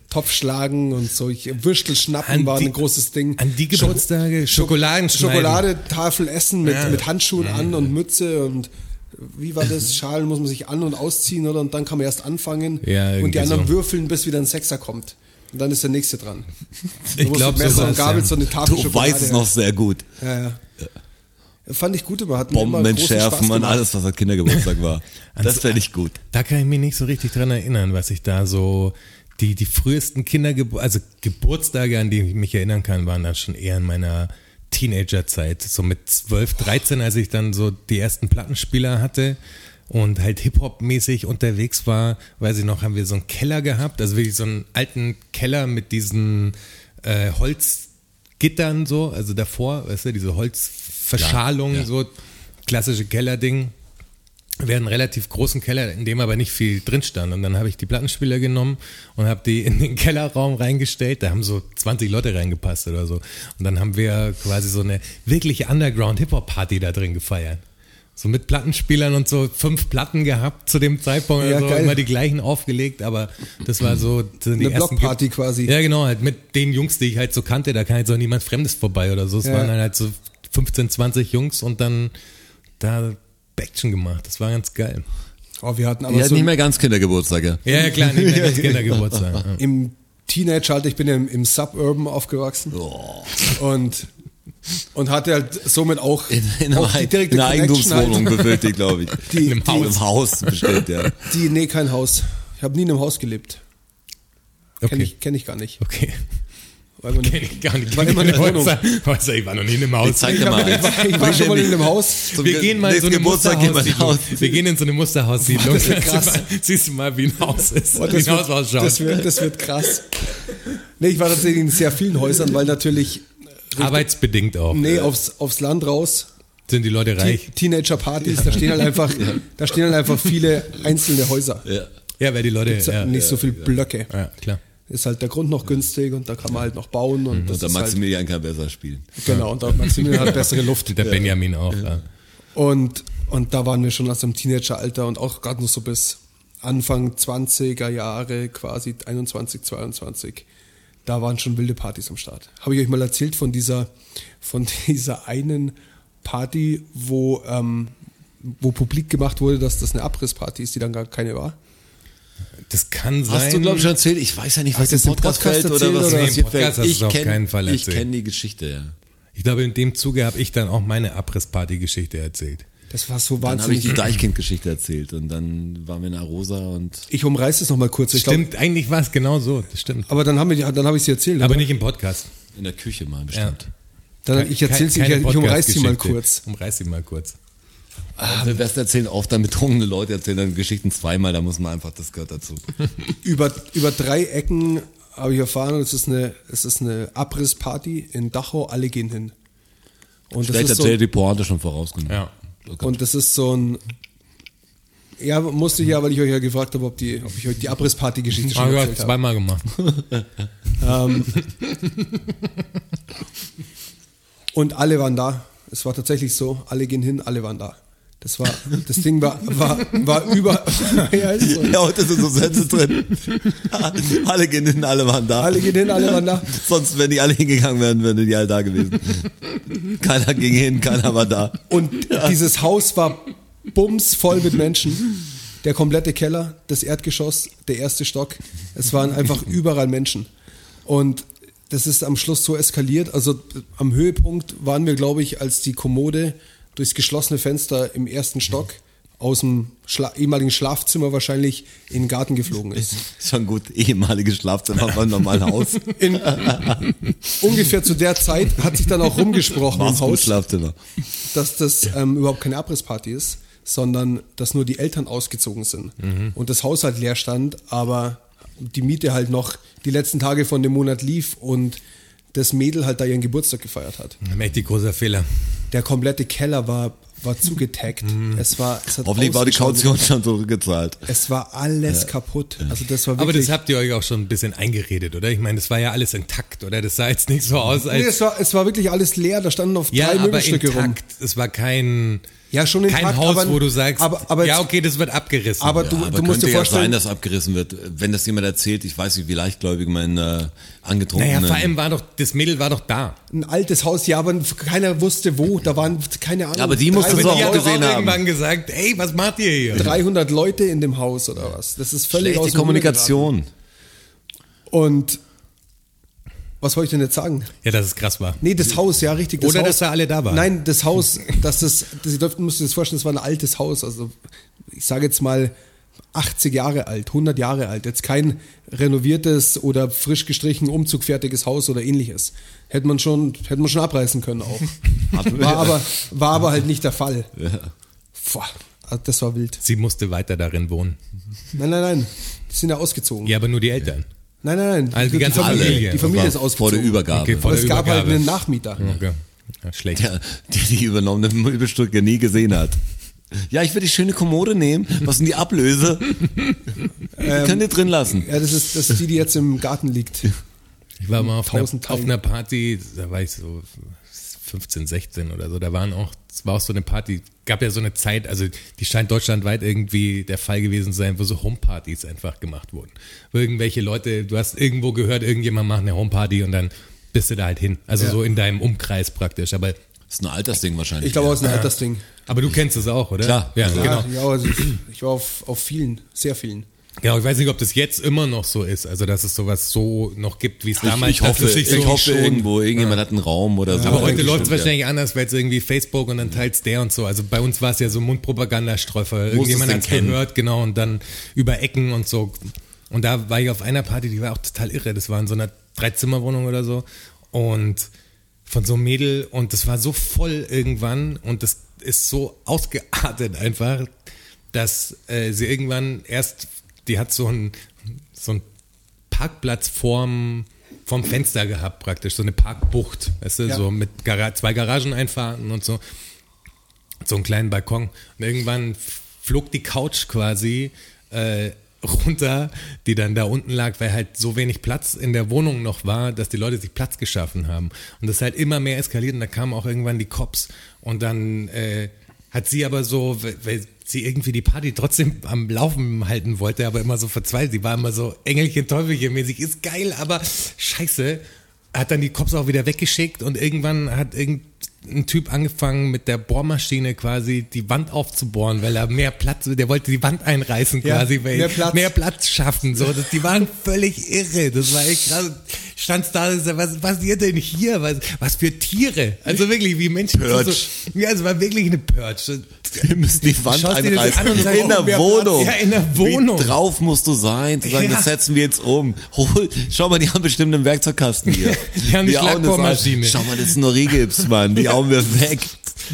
Speaker 3: Topfschlagen und so Würstelschnappen
Speaker 4: An
Speaker 3: war
Speaker 4: die-
Speaker 3: ein großes Ding.
Speaker 4: an die
Speaker 3: Scho-
Speaker 4: Geburtstage
Speaker 3: Scho-
Speaker 4: Schokoladen schneiden.
Speaker 3: Schokoladetafel essen mit,
Speaker 4: Ja.
Speaker 3: mit Handschuhen an und Mütze und wie war das? Schalen muss man sich an- und ausziehen, oder? Und dann kann man erst anfangen.
Speaker 4: Ja,
Speaker 3: und
Speaker 4: irgendwie
Speaker 3: die anderen
Speaker 4: so.
Speaker 3: würfeln, bis wieder ein Sechser kommt. Und dann ist der nächste dran.
Speaker 4: ich glaube,
Speaker 3: Messer und Gabel
Speaker 4: so
Speaker 3: so eine Tafel
Speaker 5: Du
Speaker 3: Schokolade.
Speaker 5: weißt es noch sehr gut.
Speaker 3: Ja, ja. Fand ich gut, aber hat mir
Speaker 5: Bomben
Speaker 3: immer großen Spaß
Speaker 5: entschärfen und
Speaker 3: gemacht.
Speaker 5: alles, was an Kindergeburtstag war. Das fände ich gut.
Speaker 4: Da kann ich mich nicht so richtig dran erinnern, was ich da so die die frühesten Kindergebur also Geburtstage, an die ich mich erinnern kann, waren dann schon eher in meiner Teenagerzeit, so mit 12, 13, als ich dann so die ersten Plattenspieler hatte und halt Hip-Hop mäßig unterwegs war, weiß ich noch, haben wir so einen Keller gehabt, also wirklich so einen alten Keller mit diesen äh, Holzgittern so, also davor, weißt du, diese Holzverschalung,
Speaker 5: Ja, ja.
Speaker 4: so klassische Kellerding wir hatten einen relativ großen Keller, in dem aber nicht viel drin stand. Und dann habe ich die Plattenspieler genommen und habe die in den Kellerraum reingestellt. Da haben so 20 Leute reingepasst oder so. Und dann haben wir quasi so eine wirkliche Underground-Hip-Hop-Party da drin gefeiert. So mit Plattenspielern und so fünf Platten gehabt zu dem Zeitpunkt.
Speaker 3: Ja,
Speaker 4: also
Speaker 3: geil.
Speaker 4: immer die gleichen aufgelegt, aber das war so die ersten
Speaker 3: Eine
Speaker 4: Ge-
Speaker 3: Blockparty quasi.
Speaker 4: Ja, genau, halt mit den Jungs, die ich halt so kannte. Da kam jetzt auch niemand Fremdes vorbei oder so. Es
Speaker 3: Ja.
Speaker 4: waren dann halt so 15, 20 Jungs und dann da Action gemacht. Das war ganz geil.
Speaker 3: Oh, wir hatten aber
Speaker 5: Wir hatten
Speaker 3: so
Speaker 5: nicht mehr ganz Kindergeburtstage.
Speaker 4: Ja, ja, klar, nicht mehr ganz Kindergeburtstag. Ah, Ja.
Speaker 3: im Teenager-Alter, ich bin ja im, im Suburban aufgewachsen
Speaker 5: Oh,
Speaker 3: und, und hatte halt somit auch,
Speaker 5: in, in,
Speaker 3: auch
Speaker 5: einer, in einer
Speaker 3: Connection halt.
Speaker 5: Eigentumswohnung gewöhnt, die, glaube ich.
Speaker 3: Die-
Speaker 5: Im
Speaker 3: die-
Speaker 5: Haus. Im Haus bestimmt, ja.
Speaker 3: Die, nee, kein Haus. Ich habe nie in einem Haus gelebt. Kenne
Speaker 4: Okay.
Speaker 3: ich, kenn ich gar nicht.
Speaker 4: Okay.
Speaker 3: Weil man-
Speaker 4: Kenn ich gar nicht.
Speaker 3: War immer eine Wohnung.
Speaker 4: Weißt du, ich war noch nie in einem Haus.
Speaker 5: zeig dir
Speaker 3: Ich,
Speaker 5: mal
Speaker 3: hab- ich, war, ich war schon mal in einem Haus.
Speaker 5: Zum
Speaker 4: Wir gehen mal in so eine
Speaker 5: nächsten Geburtstag gehen wir in
Speaker 4: Musterhaussiedlung.
Speaker 5: ein Haus.
Speaker 4: Wir gehen in so eine Musterhaussiedlung.
Speaker 3: Das wird
Speaker 4: Siehst du
Speaker 3: krass.
Speaker 4: mal- Siehst du mal, wie ein Haus ist.
Speaker 3: Boah,
Speaker 4: wie
Speaker 3: das,
Speaker 4: ein Haus
Speaker 3: wird, das,
Speaker 4: ausschaut.
Speaker 3: wird, das wird krass. Nee, ich war tatsächlich in sehr vielen Häusern, weil natürlich,
Speaker 4: Arbeitsbedingt auch.
Speaker 3: nee, aufs, aufs Land raus
Speaker 4: Sind die Leute reich?
Speaker 3: Te- Teenager-Partys, da stehen halt einfach, da stehen halt einfach viele einzelne Häuser.
Speaker 5: Ja.
Speaker 4: Ja, weil die Leute.
Speaker 3: Es
Speaker 4: Ja,
Speaker 3: sind nicht so viele Blöcke.
Speaker 4: ja, klar.
Speaker 3: Ist halt der Grund noch günstig und da kann man halt noch bauen
Speaker 4: Mhm.
Speaker 3: und das
Speaker 5: Und der
Speaker 3: ist halt,
Speaker 5: Maximilian kann besser spielen.
Speaker 3: genau und der Maximilian hat bessere Luft.
Speaker 4: Der Benjamin auch. Ja.
Speaker 3: Und und da waren wir schon aus dem Teenageralter und auch gerade noch so bis Anfang 20er Jahre, quasi 21, 22. Da waren schon wilde Partys am Start. Habe ich euch mal erzählt von dieser von dieser einen Party, wo ähm, wo publik gemacht wurde, dass das eine Abrissparty ist, die dann gar keine war.
Speaker 4: Das kann sein.
Speaker 5: Hast du, glaube ich, schon erzählt? Ich weiß ja nicht,
Speaker 3: Hast
Speaker 5: was
Speaker 3: du
Speaker 5: im
Speaker 3: es im
Speaker 5: Podcast,
Speaker 3: Podcast
Speaker 5: fällt oder
Speaker 3: erzählt
Speaker 5: was
Speaker 3: oder?
Speaker 5: nicht
Speaker 3: Nee, im
Speaker 5: hier
Speaker 4: Podcast
Speaker 5: fällt.
Speaker 4: hast du es
Speaker 5: Ich
Speaker 4: auf
Speaker 5: kenn-
Speaker 4: keinen Fall
Speaker 5: Ich
Speaker 4: erzählt.
Speaker 5: kenne die Geschichte, ja.
Speaker 4: Ich glaube, in dem Zuge habe ich dann auch meine Abrissparty-Geschichte erzählt.
Speaker 3: Das war so
Speaker 5: Dann habe ich
Speaker 3: wahnsinnig.
Speaker 5: die Deichkind-Geschichte erzählt und dann waren wir in Arosa und
Speaker 3: Ich umreiß es nochmal kurz. Ich glaub,
Speaker 4: Stimmt, eigentlich war es genau so, das stimmt.
Speaker 3: aber dann, haben wir, die- dann habe ich sie erzählt. ne?
Speaker 4: Aber nicht im Podcast.
Speaker 5: in der Küche mal bestimmt.
Speaker 3: dann, ich erzähle sie, ich,
Speaker 4: Keine
Speaker 3: ich umreiß sie mal
Speaker 4: Podcast-Geschichte.
Speaker 3: kurz.
Speaker 4: Umreiß sie mal kurz.
Speaker 5: Ah, wir besten erzählen oft, dann betrunkene Leute erzählen dann Geschichten zweimal, da muss man einfach, das gehört dazu.
Speaker 3: Über, über drei Ecken habe ich erfahren, es ist eine, es ist eine Abrissparty in Dachau, alle gehen hin. Und das
Speaker 5: Vielleicht
Speaker 3: ist so,
Speaker 5: erzählt die Pointe schon vorausgenommen.
Speaker 4: Ja.
Speaker 3: Und das ist so ein. Ja, musste ich ja, weil ich euch ja gefragt habe, ob, die, ob ich euch die Abrissparty-Geschichte schon
Speaker 4: Habe ich
Speaker 3: erzählt
Speaker 4: heute
Speaker 3: habe.
Speaker 4: zweimal gemacht.
Speaker 3: Und alle waren da. Es war tatsächlich so, alle gehen hin, alle waren da. Das war, das Ding war, war, war über. ja, ist so.
Speaker 5: Ja, heute sind so Sätze drin. alle gehen hin, alle waren da.
Speaker 3: Alle gehen hin, alle waren da.
Speaker 5: Sonst, wenn die alle hingegangen wären, wären die alle da gewesen. keiner ging hin, keiner war da.
Speaker 3: Und dieses Haus war bumsvoll mit Menschen. Der komplette Keller, das Erdgeschoss, der erste Stock. Es waren einfach überall Menschen. Und das ist am Schluss so eskaliert. Also am Höhepunkt waren wir, glaube ich, als die Kommode durchs geschlossene Fenster im ersten Stock aus dem Schla ehemaligen Schlafzimmer wahrscheinlich in den Garten geflogen ist.
Speaker 5: Schon gut, ehemalige Schlafzimmer war ein normales Haus.
Speaker 3: In, ungefähr zu der Zeit hat sich dann auch rumgesprochen
Speaker 5: War's
Speaker 3: im
Speaker 5: gut,
Speaker 3: Haus
Speaker 5: Schlafzimmer.
Speaker 3: dass das ähm, überhaupt keine Abrissparty ist, sondern dass nur die Eltern ausgezogen sind
Speaker 5: Mhm.
Speaker 3: und das Haus halt leer stand, aber die Miete halt noch die letzten Tage von dem Monat lief und das Mädel halt da ihren Geburtstag gefeiert hat.
Speaker 5: Mhm.
Speaker 4: Mächtig großer Fehler.
Speaker 3: Der komplette Keller war, war zugetaggt. Es war, es hat
Speaker 5: Mhm. Hoffentlich war die
Speaker 3: ausgeschaut.
Speaker 5: Kaution schon zurückgezahlt.
Speaker 3: Es war alles kaputt. Also das war
Speaker 4: Aber
Speaker 3: wirklich.
Speaker 4: das habt ihr euch auch schon ein bisschen eingeredet, oder? Ich meine, das war ja alles intakt, oder? Das sah jetzt nicht so aus,
Speaker 3: Nee,
Speaker 4: als.
Speaker 3: es, war, es war wirklich alles leer, da standen auf
Speaker 4: Ja,
Speaker 3: drei
Speaker 4: aber
Speaker 3: Möbelstücke rum.
Speaker 4: intakt. Es war kein,
Speaker 3: Ja, schon intakt.
Speaker 4: kein Haus,
Speaker 3: aber,
Speaker 4: wo du sagst,
Speaker 3: aber, aber
Speaker 4: ja,
Speaker 3: jetzt-
Speaker 4: okay, das wird abgerissen.
Speaker 3: Aber du,
Speaker 5: aber
Speaker 3: du musst
Speaker 5: könnte
Speaker 3: dir
Speaker 5: ja sein,
Speaker 3: vorstellen,
Speaker 5: dass abgerissen wird. Wenn das jemand erzählt, ich weiß nicht, wie leichtgläubig mein äh,
Speaker 4: naja,
Speaker 5: angetrunkener...
Speaker 4: vor allem war doch, das Mädel war doch da.
Speaker 3: ein altes Haus, ja, aber keiner wusste wo, da waren keine Ahnung.
Speaker 5: Ja, aber die
Speaker 4: Aber
Speaker 5: musste Das
Speaker 4: Also die
Speaker 5: auch
Speaker 4: hat doch
Speaker 5: gesehen
Speaker 4: auch
Speaker 5: haben.
Speaker 4: irgendwann gesagt, ey, was macht ihr hier?
Speaker 3: 300 Leute in dem Haus oder was. Das ist völlig aus
Speaker 5: Schlechte
Speaker 3: dem
Speaker 5: Kommunikation.
Speaker 3: Ruder geraten. Und was wollte ich denn jetzt sagen?
Speaker 4: Ja, dass es krass war.
Speaker 3: Nee, das Haus, ja, richtig. Das
Speaker 4: Oder
Speaker 3: Haus,
Speaker 4: dass da alle da waren.
Speaker 3: Nein, das Haus, dass das, das ihr dürft, müsst ihr das vorstellen, das war ein altes Haus. Also, ich sage jetzt mal 80 Jahre alt, 100 Jahre alt. Jetzt kein renoviertes oder frisch gestrichen, umzugfertiges Haus oder ähnliches. Hätte man schon, hätte man schon abreißen können auch. War aber, war aber halt nicht der Fall. Boah, das war wild.
Speaker 4: Sie musste weiter darin wohnen.
Speaker 3: Nein, nein, nein. Die sind ja ausgezogen.
Speaker 4: Ja, aber nur die Eltern.
Speaker 3: Nein, nein, nein.
Speaker 4: Also die ganze
Speaker 3: Familie,
Speaker 4: Familie.
Speaker 3: die Familie
Speaker 5: War
Speaker 3: ist
Speaker 5: Vor
Speaker 3: ausgezogen.
Speaker 5: der Übergabe.
Speaker 4: Okay, vor
Speaker 3: Aber
Speaker 4: der
Speaker 3: es gab halt
Speaker 4: Übergabe.
Speaker 3: einen Nachmieter.
Speaker 4: Okay. Ja, schlecht.
Speaker 5: der, der die übernommenen Möbelstücke nie gesehen hat. Ja, ich will die schöne Kommode nehmen. Was sind die Ablöse?
Speaker 3: Ähm,
Speaker 5: die könnt ihr drin lassen.
Speaker 3: Ja, das ist, das ist die, die jetzt im Garten liegt.
Speaker 4: Ich war mal auf,
Speaker 3: Tausend
Speaker 4: einer,
Speaker 3: Teilen.
Speaker 4: auf einer Party, da war ich so 15, 16 oder so, da waren auch, es war auch so eine Party, gab ja so eine Zeit, also die scheint deutschlandweit irgendwie der Fall gewesen zu sein, wo so Homepartys einfach gemacht wurden. Wo irgendwelche Leute, du hast irgendwo gehört, irgendjemand macht eine Homeparty und dann bist du da halt hin. Also
Speaker 3: Ja.
Speaker 4: so in deinem Umkreis praktisch, aber
Speaker 5: ist ein Altersding wahrscheinlich.
Speaker 3: Ich glaube, aus einem Altersding.
Speaker 4: aber du kennst es auch, oder?
Speaker 5: Klar.
Speaker 4: ja,
Speaker 5: Klar.
Speaker 4: genau.
Speaker 3: Ja, ja, also ich, ich war auf, auf vielen, sehr vielen.
Speaker 4: Genau, ich weiß nicht, ob das jetzt immer noch so ist, also dass es sowas so noch gibt, wie es
Speaker 5: Ich,
Speaker 4: damals
Speaker 5: ich hoffe,
Speaker 4: dass es sich
Speaker 5: ich
Speaker 4: so
Speaker 5: hoffe irgendwo, irgendjemand hat einen Raum oder so.
Speaker 4: Aber heute
Speaker 5: Eigentlich
Speaker 4: läuft es
Speaker 5: schon, ja.
Speaker 4: wahrscheinlich anders, weil es irgendwie Facebook und dann teils der und so. Also bei uns war es ja so Mundpropagandastreffer.
Speaker 5: Muss
Speaker 4: Irgendjemand
Speaker 5: es
Speaker 4: hat es
Speaker 5: denn kennen?
Speaker 4: gehört, genau, und dann über Ecken und so. Und da war ich auf einer Party, die war auch total irre. Das war in so einer Dreizimmerwohnung oder so. Und von so einem Mädel und das war so voll irgendwann und das ist so ausgeartet einfach, dass äh, sie irgendwann erst, die hat so ein, so ein Parkplatz vorm, vorm Fenster gehabt, praktisch, so eine Parkbucht, weißt du,
Speaker 3: Ja.
Speaker 4: so mit Gara zwei Garageneinfahrten und so, so einen kleinen Balkon. Und irgendwann flog die Couch quasi äh, runter, die dann da unten lag, weil halt so wenig Platz in der Wohnung noch war, dass die Leute sich Platz geschaffen haben. Und das ist halt immer mehr eskaliert und da kamen auch irgendwann die Cops. Und dann äh, hat sie aber so, weil- weil sie irgendwie die Party trotzdem am Laufen halten wollte, aber immer so verzweifelt. Sie war immer so Engelchen, Teufelchen mäßig, ist geil, aber scheiße. Hat dann die Cops auch wieder weggeschickt und irgendwann hat irgendein Typ angefangen mit der Bohrmaschine quasi die Wand aufzubohren, weil er mehr Platz, der wollte die Wand einreißen
Speaker 3: Ja,
Speaker 4: quasi, weil
Speaker 3: mehr Platz.
Speaker 4: mehr Platz schaffen. So, das, die waren völlig irre. Das war echt krass. stand's da, und gesagt, was passiert denn hier? Was, was für Tiere? Also wirklich, wie Menschen.
Speaker 5: Purge.
Speaker 4: So, ja, es war wirklich eine Purge.
Speaker 5: Wir müssen die Wand
Speaker 4: Schaust dir das an
Speaker 5: einreißen.
Speaker 4: und sagst,
Speaker 5: In der
Speaker 4: oh, mehr
Speaker 5: Wohnung.
Speaker 4: Platz. Ja, in der Wohnung.
Speaker 5: Wie drauf musst du sein, zu sagen,
Speaker 4: Ja.
Speaker 5: das setzen wir jetzt um. Hol, schau mal, die haben bestimmt einen Werkzeugkasten hier.
Speaker 4: Die haben die
Speaker 5: hauen das
Speaker 4: Schlagbohrmaschine.
Speaker 5: ein. Schau mal, das sind nur Rehgips, Mann. Die hauen wir weg.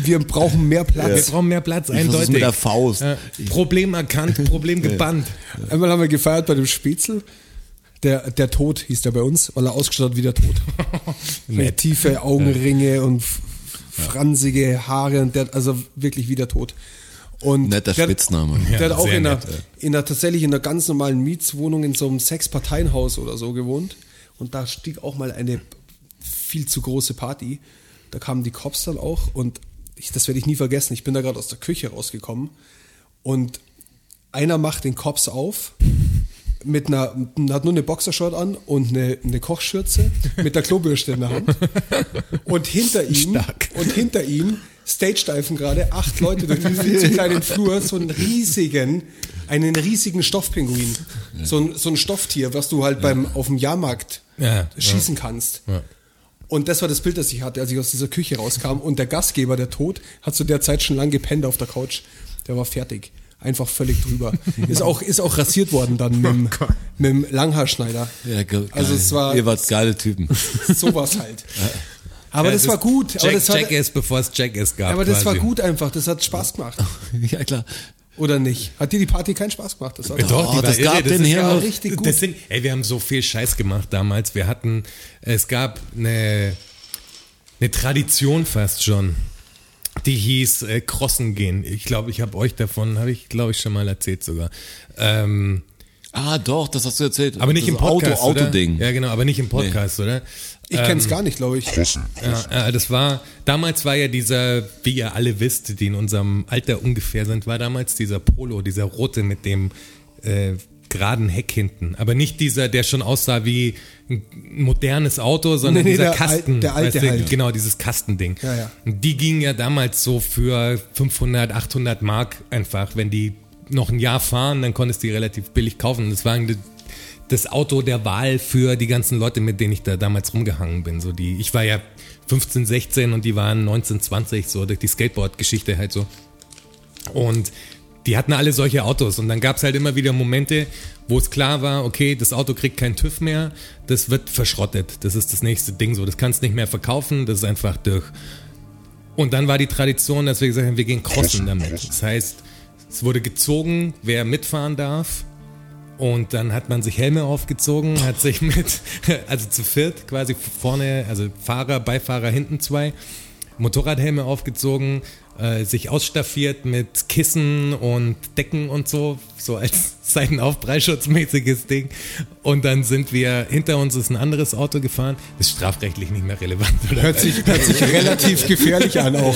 Speaker 3: Wir brauchen mehr
Speaker 4: Wir
Speaker 3: Platz.
Speaker 4: brauchen mehr Platz,
Speaker 5: Ich versuch's
Speaker 4: eindeutig.
Speaker 5: mit der Faust.
Speaker 4: Ja, Problem erkannt, Problem gebannt.
Speaker 3: Einmal haben wir gefeiert bei dem Spätzl. Der, der Tod hieß der bei uns, weil er ausgestattet wie der Tod. Mit tiefe Augenringe und f- fransige Haare und der, also wirklich wie der Tod. Und
Speaker 5: Netter
Speaker 3: der,
Speaker 5: Spitzname.
Speaker 3: Der
Speaker 4: Ja,
Speaker 3: hat auch
Speaker 4: sehr
Speaker 3: in einer,
Speaker 4: nett, ja.
Speaker 3: in einer tatsächlich in einer ganz normalen Mietswohnung in so einem Sechsparteienhaus oder so gewohnt. Und da stieg auch mal eine viel zu große Party. Da kamen die Cops dann auch und ich, das werde ich nie vergessen. Ich bin da gerade aus der Küche rausgekommen und einer macht den Cops auf mit einer, hat nur eine Boxershort an und eine, eine Kochschürze mit der Klobürste in der Hand. Und hinter ihm,
Speaker 4: Stark.
Speaker 3: und hinter ihm, Stage-Steifen gerade, acht Leute durch diesen kleinen Flur, so einen riesigen, einen riesigen Stoffpinguin. So, ein, so ein Stofftier, was du halt beim, auf dem Jahrmarkt
Speaker 4: Ja,
Speaker 3: schießen kannst.
Speaker 4: Ja.
Speaker 3: Und das war das Bild, das ich hatte, als ich aus dieser Küche rauskam. Und der Gastgeber, der Tod, hat zu der Zeit schon lang gepennt auf der Couch. Der war fertig. Einfach völlig drüber. ist, auch, ist auch rasiert worden dann mit,
Speaker 4: Oh
Speaker 3: dem- mit dem Langhaarschneider.
Speaker 5: Ja, ge-
Speaker 3: Also es
Speaker 5: geil.
Speaker 3: war-
Speaker 5: Ihr wart geile Typen.
Speaker 3: Sowas halt. Aber
Speaker 4: Ja,
Speaker 3: das war gut.
Speaker 4: Jack,
Speaker 3: aber das,
Speaker 4: Jack
Speaker 3: hat,
Speaker 4: ist, bevor es Jack ist gab.
Speaker 3: aber das war
Speaker 4: quasi.
Speaker 3: gut einfach. Das hat Spaß gemacht.
Speaker 5: ja, klar.
Speaker 3: Oder nicht? Hat dir die Party keinen Spaß gemacht? Das hat
Speaker 4: Ja, Doch, die
Speaker 5: Oh, das
Speaker 4: war irre,
Speaker 5: gab
Speaker 4: das
Speaker 5: den
Speaker 4: ist
Speaker 5: her
Speaker 4: ja
Speaker 5: noch.
Speaker 3: richtig gut.
Speaker 4: Das sind, ey, wir haben so viel Scheiß gemacht damals. Wir hatten, es gab eine, eine Tradition fast schon. Die hieß äh, Crossen gehen. Ich glaube, ich habe euch davon, habe ich, glaube ich, schon mal erzählt sogar. Ähm,
Speaker 5: Ah, doch, das hast du erzählt.
Speaker 4: aber nicht
Speaker 5: das
Speaker 4: im Podcast.
Speaker 5: Auto,
Speaker 4: oder?
Speaker 5: Autoding.
Speaker 4: Ja, genau, aber nicht im Podcast, oder?
Speaker 3: ich kenne
Speaker 4: Ähm,
Speaker 3: es gar nicht, glaube ich.
Speaker 2: Crossen.
Speaker 4: Ja, äh, das war, damals war ja dieser, wie ihr alle wisst, die in unserem Alter ungefähr sind, war damals dieser Polo, dieser rote mit dem äh, geraden Heck hinten. Aber nicht dieser, der schon aussah wie ein modernes Auto, sondern
Speaker 3: Nee, nee,
Speaker 4: dieser
Speaker 3: der
Speaker 4: Kasten.
Speaker 3: Al- der alte
Speaker 4: weißt du,
Speaker 3: halt.
Speaker 4: Genau, dieses Kastending.
Speaker 3: Ja, ja.
Speaker 4: Und Die gingen ja damals so für 500, 800 Mark einfach. Wenn die noch ein Jahr fahren, dann konntest du die relativ billig kaufen. Das waren die- das Auto der Wahl für die ganzen Leute, mit denen ich da damals rumgehangen bin. So die, ich war ja 15, 16 und die waren 19, 20, so durch die Skateboard-Geschichte halt so. Und die hatten alle solche Autos. Und dann gab es halt immer wieder Momente, wo es klar war, okay, das Auto kriegt keinen TÜV mehr, das wird verschrottet. Das ist das nächste Ding so. Das kannst nicht mehr verkaufen, das ist einfach durch. Und dann war die Tradition, dass wir gesagt haben, wir gehen crossen damit. Das heißt, es wurde gezogen, wer mitfahren darf. Und dann hat man sich Helme aufgezogen, hat sich mit, also zu viert quasi vorne, also Fahrer, Beifahrer, hinten zwei, Motorradhelme aufgezogen, äh, sich ausstaffiert mit Kissen und Decken und so, so als Seitenaufprallschutzmäßiges Ding. Und dann sind wir, hinter uns ist ein anderes Auto gefahren, ist strafrechtlich nicht mehr relevant. Oder?
Speaker 3: Hört sich, hört sich relativ gefährlich an auch.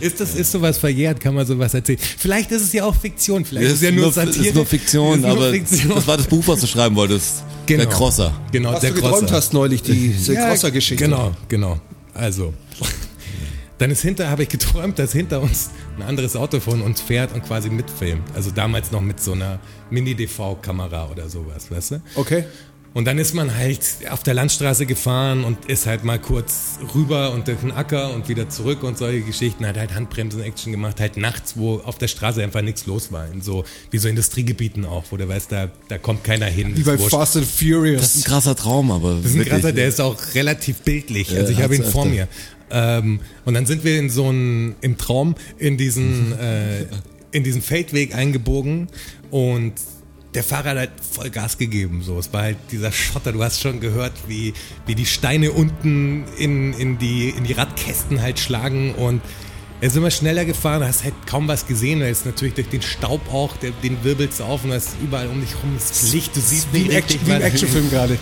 Speaker 4: Ist das ist sowas verjährt? Kann man sowas erzählen? Vielleicht ist es ja auch Fiktion. Vielleicht ist es ja nur Satire.
Speaker 5: ist nur Fiktion,
Speaker 4: Ist nur
Speaker 5: aber
Speaker 4: Fiktion.
Speaker 5: das war das Buch, was du schreiben wolltest. Der Crosser.
Speaker 4: Genau,
Speaker 3: Was
Speaker 4: der
Speaker 3: du geträumt
Speaker 4: Crosser.
Speaker 3: hast neulich, die, diese
Speaker 4: Ja,
Speaker 3: Crosser-Geschichte.
Speaker 4: Genau, genau. Also. Dann ist hinter, habe ich geträumt, dass hinter uns ein anderes Auto von uns fährt und quasi mitfilmt. Also damals noch mit so einer Mini-DV-Kamera oder sowas, weißt du?
Speaker 3: Okay.
Speaker 4: Und dann ist man halt auf der Landstraße gefahren und ist halt mal kurz rüber und durch den Acker und wieder zurück und solche Geschichten. Hat halt Handbremsen-Action gemacht, halt nachts, wo auf der Straße einfach nichts los war. In so, wie so Industriegebieten auch, wo du weißt, da, da kommt keiner hin.
Speaker 3: Wie
Speaker 4: ist
Speaker 3: bei
Speaker 4: wurscht.
Speaker 3: Fast and Furious.
Speaker 5: Das ist ein krasser Traum, aber.
Speaker 4: Das ist ein
Speaker 5: wirklich.
Speaker 4: Krasser, der ist auch relativ bildlich. Also ich
Speaker 5: Ja,
Speaker 4: habe ihn
Speaker 5: hat's
Speaker 4: vor
Speaker 5: öfter.
Speaker 4: mir. Ähm, und dann sind wir in so einen, im Traum in diesen, äh, in diesen Feldweg eingebogen und der Fahrer hat halt voll Gas gegeben. So. Es war halt dieser Schotter, du hast schon gehört, wie, wie die Steine unten in, in, die, in die Radkästen halt schlagen und er ist immer schneller gefahren, hast halt kaum was gesehen, weil es natürlich durch den Staub auch, der, den wirbelst du auf und hast überall um dich rum das Licht, du siehst
Speaker 3: wie
Speaker 4: nicht
Speaker 3: ein Action,
Speaker 4: richtig,
Speaker 3: wie ein
Speaker 4: was-
Speaker 3: Actionfilm gerade.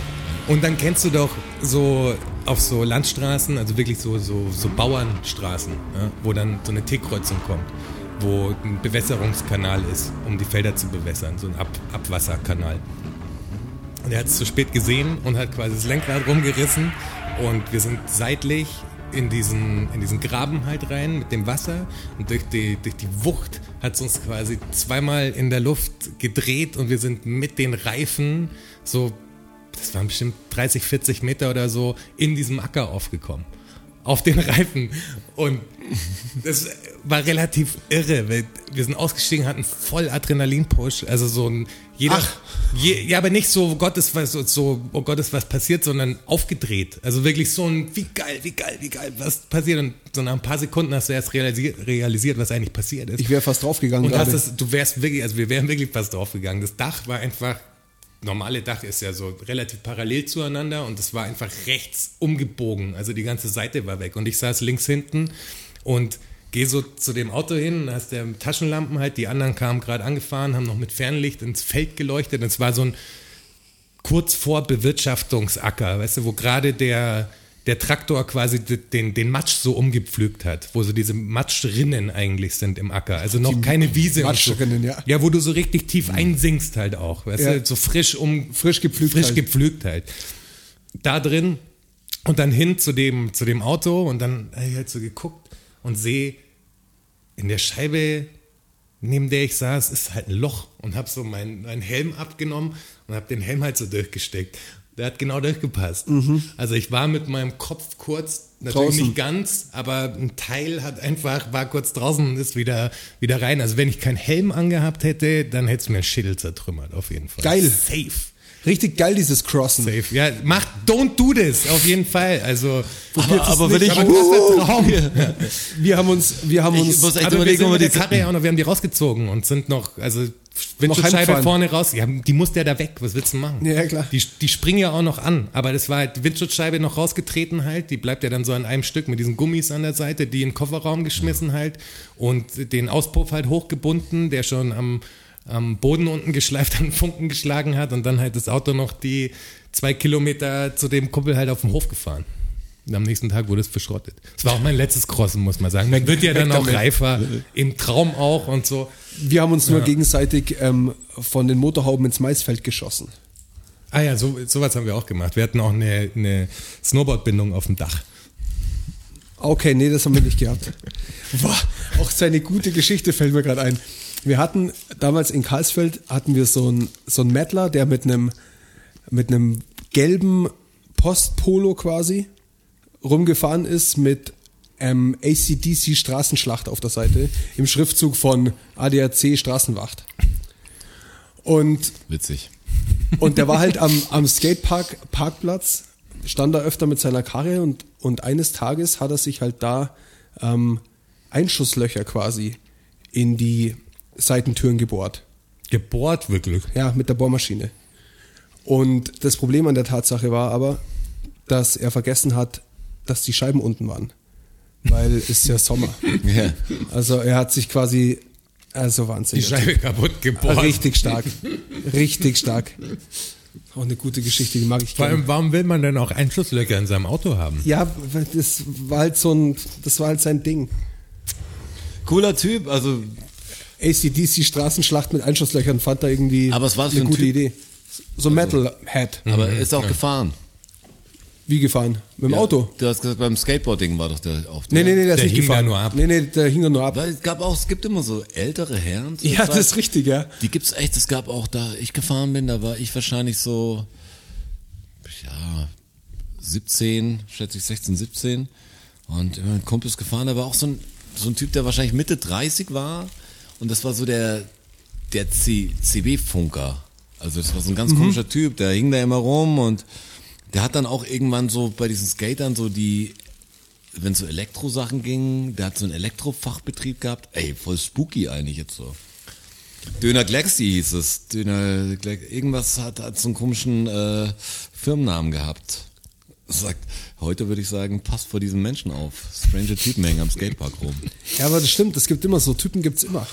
Speaker 4: und dann kennst du doch so auf so Landstraßen, also wirklich so, so, so Bauernstraßen, ja, wo dann so eine T-Kreuzung kommt, wo ein Bewässerungskanal ist, um die Felder zu bewässern, so ein Ab Abwasserkanal. Und er hat es zu spät gesehen und hat quasi das Lenkrad rumgerissen und wir sind seitlich in diesen, in diesen Graben halt rein mit dem Wasser und durch die, durch die Wucht hat es uns quasi zweimal in der Luft gedreht und wir sind mit den Reifen so das waren bestimmt 30, 40 Meter oder so, in diesem Acker aufgekommen. Auf den Reifen. Und das war relativ irre. weil Wir sind ausgestiegen, hatten voll Adrenalin-Push. Also so ein jeder.
Speaker 3: Ach.
Speaker 4: Je, ja, aber nicht so, oh Gott ist was, so, oh Gott ist was passiert, sondern aufgedreht. Also wirklich so ein, wie geil, wie geil, wie geil, was passiert. Und so nach ein paar Sekunden hast du erst realisiert, realisiert was eigentlich passiert ist.
Speaker 3: Ich wäre fast draufgegangen
Speaker 4: Und hast
Speaker 3: gerade.
Speaker 4: das, du wärst wirklich, also wir wären wirklich fast draufgegangen. Das Dach war einfach, normale Dach ist ja so relativ parallel zueinander und das war einfach rechts umgebogen. Also die ganze Seite war weg und ich saß links hinten und gehe so zu dem Auto hin, da hast der Taschenlampen halt, die anderen kamen gerade angefahren, haben noch mit Fernlicht ins Feld geleuchtet. Es war so ein kurz vor Bewirtschaftungsacker, weißt du, wo gerade der, der Traktor quasi de- den, den Matsch so umgepflügt hat, wo so diese Matschrinnen eigentlich sind im Acker. Also noch keine Wiese. und
Speaker 3: Matschrinnen,
Speaker 4: so.
Speaker 3: ja. Mhm.
Speaker 4: Ja, wo du so richtig tief einsinkst halt auch, weißt
Speaker 3: Ja.
Speaker 4: du, so frisch um,
Speaker 3: Frisch gepflügt
Speaker 4: frisch
Speaker 3: halt.
Speaker 4: gepflügt halt. Da drin und dann hin zu dem, zu dem Auto und dann habe ich halt so geguckt und sehe in der Scheibe neben der ich saß, ist halt ein Loch und habe so meinen, meinen Helm abgenommen und habe den Helm halt so durchgesteckt. Der hat genau durchgepasst. Also ich war mit meinem Kopf kurz, natürlich
Speaker 3: Mhm. Draußen.
Speaker 4: nicht ganz, aber ein Teil hat einfach, war kurz draußen und ist wieder, wieder rein. Also wenn ich keinen Helm angehabt hätte, dann hätte es mir einen Schädel zertrümmert, auf jeden Fall.
Speaker 3: Geil.
Speaker 4: Safe.
Speaker 3: Richtig geil, dieses Crossen.
Speaker 4: Safe. Ja, macht, don't do this, auf jeden Fall. Also,
Speaker 5: Aber, aber wenn ich,
Speaker 4: aber das ist der Traum. Ja.
Speaker 3: Wir haben uns, wir haben
Speaker 5: Ich
Speaker 3: uns,
Speaker 5: muss echt
Speaker 4: Aber wir
Speaker 5: überlegen,
Speaker 4: sind
Speaker 5: ob
Speaker 4: mit
Speaker 5: wir
Speaker 4: der
Speaker 5: die
Speaker 4: Karre ja auch noch, wir haben die rausgezogen und sind noch, also
Speaker 3: Noch
Speaker 4: Windschutzscheibe
Speaker 3: heimfahren.
Speaker 4: vorne raus, ja, die musste ja da weg, was willst du machen?
Speaker 3: Ja, ja, klar.
Speaker 4: Die, die springen ja auch noch an, aber das war halt die Windschutzscheibe noch rausgetreten halt, die bleibt ja dann so an einem Stück mit diesen Gummis an der Seite, die in den Kofferraum geschmissen halt und den Auspuff halt hochgebunden, der schon am, am Boden unten geschleift an Funken geschlagen hat und dann halt das Auto noch die zwei Kilometer zu dem Kumpel halt auf dem Hof gefahren. Und am nächsten Tag wurde es verschrottet. Es war auch mein letztes Crossen, muss man sagen. Man wird ja dann auch reifer, im Traum auch und so.
Speaker 3: wir haben uns nur gegenseitig ähm, von den Motorhauben ins Maisfeld geschossen.
Speaker 4: Ah ja, so, sowas haben wir auch gemacht. Wir hatten auch eine, eine Snowboardbindung auf dem Dach.
Speaker 3: Okay, nee, das haben wir nicht gehabt. Boah, auch seine gute Geschichte fällt mir gerade ein. Wir hatten damals in Karlsfeld hatten wir so einen so einen Mettler, der mit einem mit einem gelben Postpolo quasi rumgefahren ist mit ähm, ACDC Straßenschlacht auf der Seite im Schriftzug von ADAC Straßenwacht. Und
Speaker 5: witzig.
Speaker 3: und der war halt am, am Skatepark, Parkplatz, stand da öfter mit seiner Karre und, und eines Tages hat er sich halt da ähm, Einschusslöcher quasi in die Seitentüren gebohrt.
Speaker 4: Gebohrt wirklich.
Speaker 3: Ja, mit der Bohrmaschine. Und das Problem an der Tatsache war aber, dass er vergessen hat, dass die Scheiben unten waren. Weil es ja Sommer.
Speaker 5: Ja.
Speaker 3: Also er hat sich quasi, also
Speaker 4: Die
Speaker 3: wahnsinnig.
Speaker 4: Scheibe kaputt gebohrt.
Speaker 3: Richtig stark. Richtig stark. Auch eine gute Geschichte, die mag ich
Speaker 4: Vor
Speaker 3: gerne.
Speaker 4: allem, warum will man denn auch Einschusslöcher in seinem Auto haben?
Speaker 3: Ja, weil das war halt so ein, das war halt sein Ding.
Speaker 5: Cooler Typ, also
Speaker 3: ACDC Straßenschlacht mit Einschusslöchern fand er irgendwie
Speaker 5: Aber was war das
Speaker 3: eine
Speaker 5: für ein
Speaker 3: gute
Speaker 5: Typ? Also- Mhm.
Speaker 3: Idee. So ein Metal-Head.
Speaker 5: aber ist auch gefahren.
Speaker 3: Wie gefahren? Mit dem Auto?
Speaker 5: Du hast gesagt, beim Skateboarding war doch der auf
Speaker 3: Nee,
Speaker 5: der.
Speaker 3: nee, nee, der, ist
Speaker 4: Der
Speaker 3: nicht
Speaker 4: hing da
Speaker 3: gefahren.
Speaker 4: nur ab.
Speaker 3: Nee, nee, der hing da nur ab.
Speaker 5: Weil es gab auch, es gibt immer so ältere Herren. zu der
Speaker 3: Ja, das
Speaker 5: Zeit.
Speaker 3: ist richtig, ja.
Speaker 5: Die gibt's echt, es gab auch, da ich gefahren bin, da war ich wahrscheinlich so, ja, 17, schätze ich 16, 17. Und mein Kumpel ist gefahren, da war auch so ein, so ein Typ, der wahrscheinlich Mitte 30 war. Und das war so der, der C- CB-Funker. Also das war so ein ganz komischer Typ, der hing da immer rum und der hat dann auch irgendwann so bei diesen Skatern so die wenn so Elektrosachen gingen, der hat so einen Elektrofachbetrieb gehabt. Ey, voll spooky eigentlich jetzt so. Döner Glaxi hieß es. Döner Glaxi. Irgendwas hat, hat so einen komischen äh, Firmennamen gehabt. Sagt, heute würde ich sagen, passt vor diesen Menschen auf. Stranger Typen hängen am Skatepark rum.
Speaker 3: Ja, aber das stimmt, es gibt immer so, Typen gibt's immer.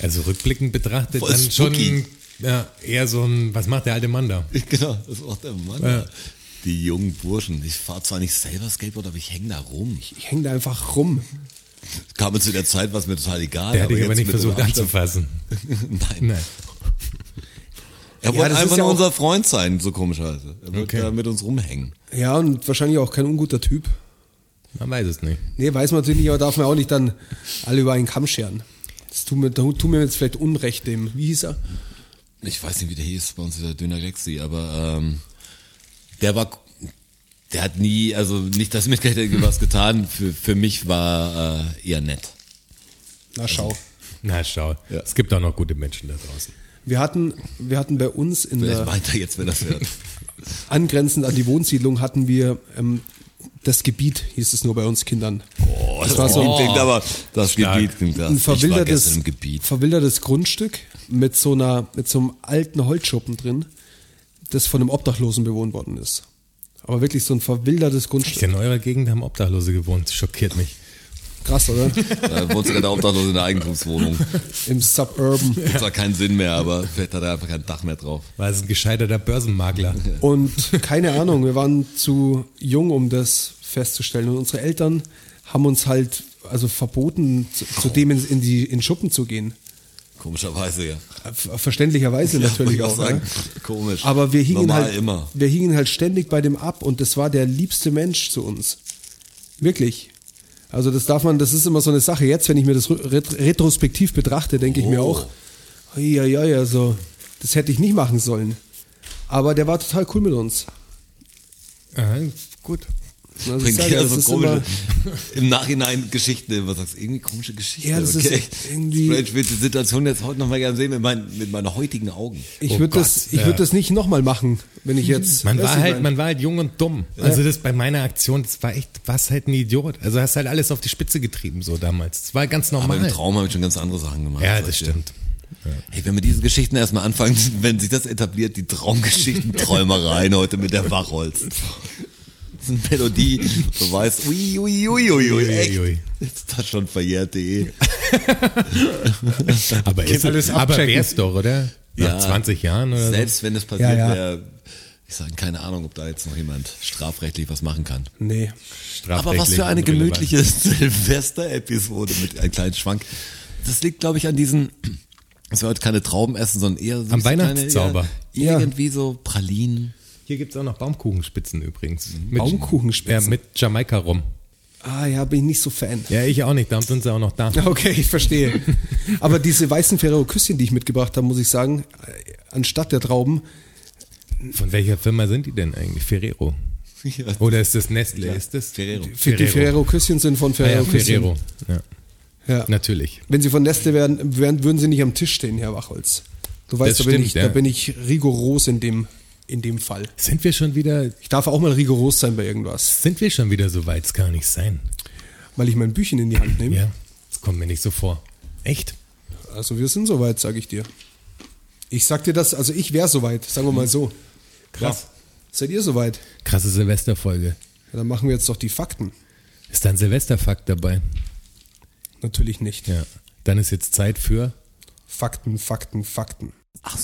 Speaker 4: Also rückblickend betrachtet
Speaker 5: Voll
Speaker 4: dann schon
Speaker 5: spooky.
Speaker 4: ja, eher so ein, was macht der alte Mann da?
Speaker 5: genau, das war der Mann.
Speaker 4: Ja.
Speaker 5: Die jungen Burschen. Ich fahre zwar nicht selber Skateboard, aber ich hänge da rum. Ich
Speaker 3: Ich hänge da einfach rum.
Speaker 5: kam mir zu der Zeit, was mir total egal.
Speaker 4: Der hätte ich aber
Speaker 5: jetzt
Speaker 4: nicht
Speaker 5: mit dem
Speaker 4: versucht
Speaker 5: Abstand-
Speaker 4: anzufassen.
Speaker 5: Nein.
Speaker 4: Nein.
Speaker 5: Er wollte
Speaker 3: das ist
Speaker 5: einfach
Speaker 3: ja
Speaker 5: nur
Speaker 3: auch-
Speaker 5: unser Freund sein, so komischerweise. Er wollte
Speaker 4: Okay.
Speaker 5: da mit uns rumhängen.
Speaker 3: Ja, und wahrscheinlich auch kein unguter Typ.
Speaker 4: Man weiß es nicht.
Speaker 3: Nee, weiß man natürlich nicht, aber darf man auch nicht dann alle über einen Kamm scheren. Das tut mir, tut mir jetzt vielleicht Unrecht dem, wie hieß er?
Speaker 5: ich weiß nicht, wie der hieß bei uns, dieser Döner Galaxy, aber ähm, der war, der hat nie, also nicht, dass mitgekriegt hat, irgendwie was getan, für, für mich war äh, eher nett.
Speaker 3: Na schau.
Speaker 4: Na, schau.
Speaker 5: Ja.
Speaker 4: Es gibt auch noch gute Menschen da draußen.
Speaker 3: Wir hatten, wir hatten bei uns in
Speaker 5: Vielleicht
Speaker 3: der
Speaker 5: weiter jetzt, wenn das hört.
Speaker 3: angrenzend an die Wohnsiedlung hatten wir ähm, das Gebiet, hieß es nur bei uns Kindern.
Speaker 5: Boah, das,
Speaker 3: war so-
Speaker 5: Gebiet klingt aber, das
Speaker 4: Stark.
Speaker 5: Gebiet klingt das.
Speaker 3: Ein
Speaker 5: Ich war
Speaker 3: verwildertes,
Speaker 5: gestern im Gebiet.
Speaker 3: verwildertes Grundstück mit so einer, mit so einem alten Holzschuppen drin, das von einem Obdachlosen bewohnt worden ist. Aber wirklich so ein verwildertes
Speaker 4: Ich
Speaker 3: Grundstück.
Speaker 4: in eurer Gegend haben Obdachlose gewohnt. Schockiert mich.
Speaker 3: Krass, oder?
Speaker 5: Da wohnt sogar der Obdachlose in der Eigentumswohnung.
Speaker 3: Im Suburban.
Speaker 5: Das hat zwar keinen Sinn mehr, aber vielleicht hat er einfach kein Dach mehr drauf.
Speaker 4: War es ein gescheiterter Börsenmakler.
Speaker 3: Und keine Ahnung, wir waren zu jung, um das festzustellen. Und unsere Eltern haben uns halt also verboten, zu, zu dem in, in die in Schuppen zu gehen.
Speaker 5: Komischerweise, ja.
Speaker 3: Ver- Verständlicherweise natürlich
Speaker 5: Muss
Speaker 3: auch.
Speaker 5: ich auch sagen.
Speaker 3: ne?
Speaker 5: Komisch.
Speaker 3: Aber wir hingen,
Speaker 5: Normal
Speaker 3: halt,
Speaker 5: immer.
Speaker 3: wir hingen halt ständig bei dem ab und das war der liebste Mensch zu uns. Wirklich. Also das darf man, das ist immer so eine Sache. Jetzt, wenn ich mir das ret retrospektiv betrachte, denke ich mir
Speaker 5: Oh.
Speaker 3: auch, ja, ja, ja, so, das hätte ich nicht machen sollen. Aber der war total cool mit uns.
Speaker 4: Ah, gut.
Speaker 3: Also ich
Speaker 5: Bringt
Speaker 3: sage,
Speaker 5: dir
Speaker 3: das
Speaker 5: also
Speaker 3: ist
Speaker 5: komische,
Speaker 3: immer-
Speaker 5: im Nachhinein Geschichten, was sagst du, irgendwie komische Geschichten.
Speaker 3: Ja, das ist irgendwie-
Speaker 5: Ich würde die Situation jetzt heute nochmal gerne sehen mit, meinen- mit meinen heutigen Augen.
Speaker 3: Ich
Speaker 4: Oh
Speaker 3: würde
Speaker 4: Gott,
Speaker 3: das, ich
Speaker 4: ja.
Speaker 3: würd das nicht nochmal machen, wenn ich jetzt.
Speaker 4: Man
Speaker 3: Weißt
Speaker 4: war,
Speaker 3: du,
Speaker 4: halt,
Speaker 3: mein-
Speaker 4: man war halt jung und dumm. Also das bei meiner Aktion, das war echt, warst halt ein Idiot. Also hast halt alles auf die Spitze getrieben so damals. Das war ganz
Speaker 5: Aber halt
Speaker 4: normal.
Speaker 5: im Traum habe ich schon ganz andere Sachen gemacht.
Speaker 4: ja,
Speaker 5: Sag
Speaker 4: das
Speaker 5: ich dir.
Speaker 4: stimmt.
Speaker 5: Hey, wenn wir diese Geschichten erstmal anfangen, wenn sich das etabliert, die Traumgeschichten, Träumereien heute mit der Wachholz. Das ist eine Melodie, du weißt, ui, ui, ui, ui, ui,
Speaker 4: Ui, ui,
Speaker 5: echt.
Speaker 4: ui.
Speaker 5: Ist das schon verjährt.de?
Speaker 4: Aber, ist,
Speaker 3: alles
Speaker 4: aber
Speaker 3: abchecken.
Speaker 4: wär's doch, oder? Nach
Speaker 5: Ja.
Speaker 4: 20 Jahren oder so.
Speaker 5: Selbst wenn es passiert
Speaker 3: Ja, ja.
Speaker 5: wäre, ich sage keine Ahnung, ob da jetzt noch jemand strafrechtlich was machen kann.
Speaker 3: Nee.
Speaker 5: Aber was für eine
Speaker 4: strafrechtlich irrelevant.
Speaker 5: gemütliche Silvester-Episode mit einem kleinen Schwank. Das liegt, glaube ich, an diesen, dass wir heute keine Trauben essen, sondern eher so
Speaker 4: Am
Speaker 5: so kleine-
Speaker 4: Weihnachtszauber.
Speaker 5: Ja,
Speaker 3: Ja.
Speaker 5: irgendwie so Pralinen.
Speaker 4: Hier gibt's auch noch Baumkuchenspitzen übrigens.
Speaker 5: Mhm.
Speaker 4: Mit,
Speaker 3: Baumkuchenspitzen?
Speaker 4: Ja, mit Jamaika rum.
Speaker 3: Ah ja, bin ich nicht so Fan.
Speaker 4: Ja, ich auch nicht. Darum sind sie auch noch da.
Speaker 3: Okay, ich verstehe. Aber diese weißen Ferrero-Küsschen, die ich mitgebracht habe, muss ich sagen, äh, anstatt der Trauben,
Speaker 4: Von welcher Firma sind die denn eigentlich? Ferrero. Oder ist das Nestle? Ist das
Speaker 5: Ferrero.
Speaker 3: für die Ferrero-Küsschen sind von
Speaker 4: Ah, ja,
Speaker 3: Ferrero-Küsschen.
Speaker 4: Ferrero. Ja,
Speaker 3: Ja.
Speaker 4: natürlich.
Speaker 3: Wenn sie von Nestle wären, wären, würden sie nicht am Tisch stehen, Herr Wachholz. Du weißt,
Speaker 4: Das
Speaker 3: da, bin
Speaker 4: stimmt,
Speaker 3: ich,
Speaker 4: ja.
Speaker 3: da bin ich rigoros in dem, in dem Fall.
Speaker 4: Sind wir schon wieder,
Speaker 3: Ich darf auch mal rigoros sein bei irgendwas,
Speaker 4: sind wir schon wieder so weit? Es kann nicht sein.
Speaker 3: weil ich mein Büchchen in die Hand nehme.
Speaker 4: Ja, das kommt mir nicht so vor. Echt?
Speaker 3: Also wir sind soweit, sage ich dir. Ich sag dir das, also ich wäre soweit, sagen wir mal so.
Speaker 4: Krass.
Speaker 3: Seid ihr soweit?
Speaker 4: Krasse Silvesterfolge.
Speaker 3: Ja, dann machen wir jetzt doch die Fakten.
Speaker 4: Ist da ein Silvesterfakt dabei?
Speaker 3: Natürlich nicht.
Speaker 4: Ja. Dann ist jetzt Zeit für.
Speaker 3: Fakten, Fakten, Fakten.
Speaker 6: Ach,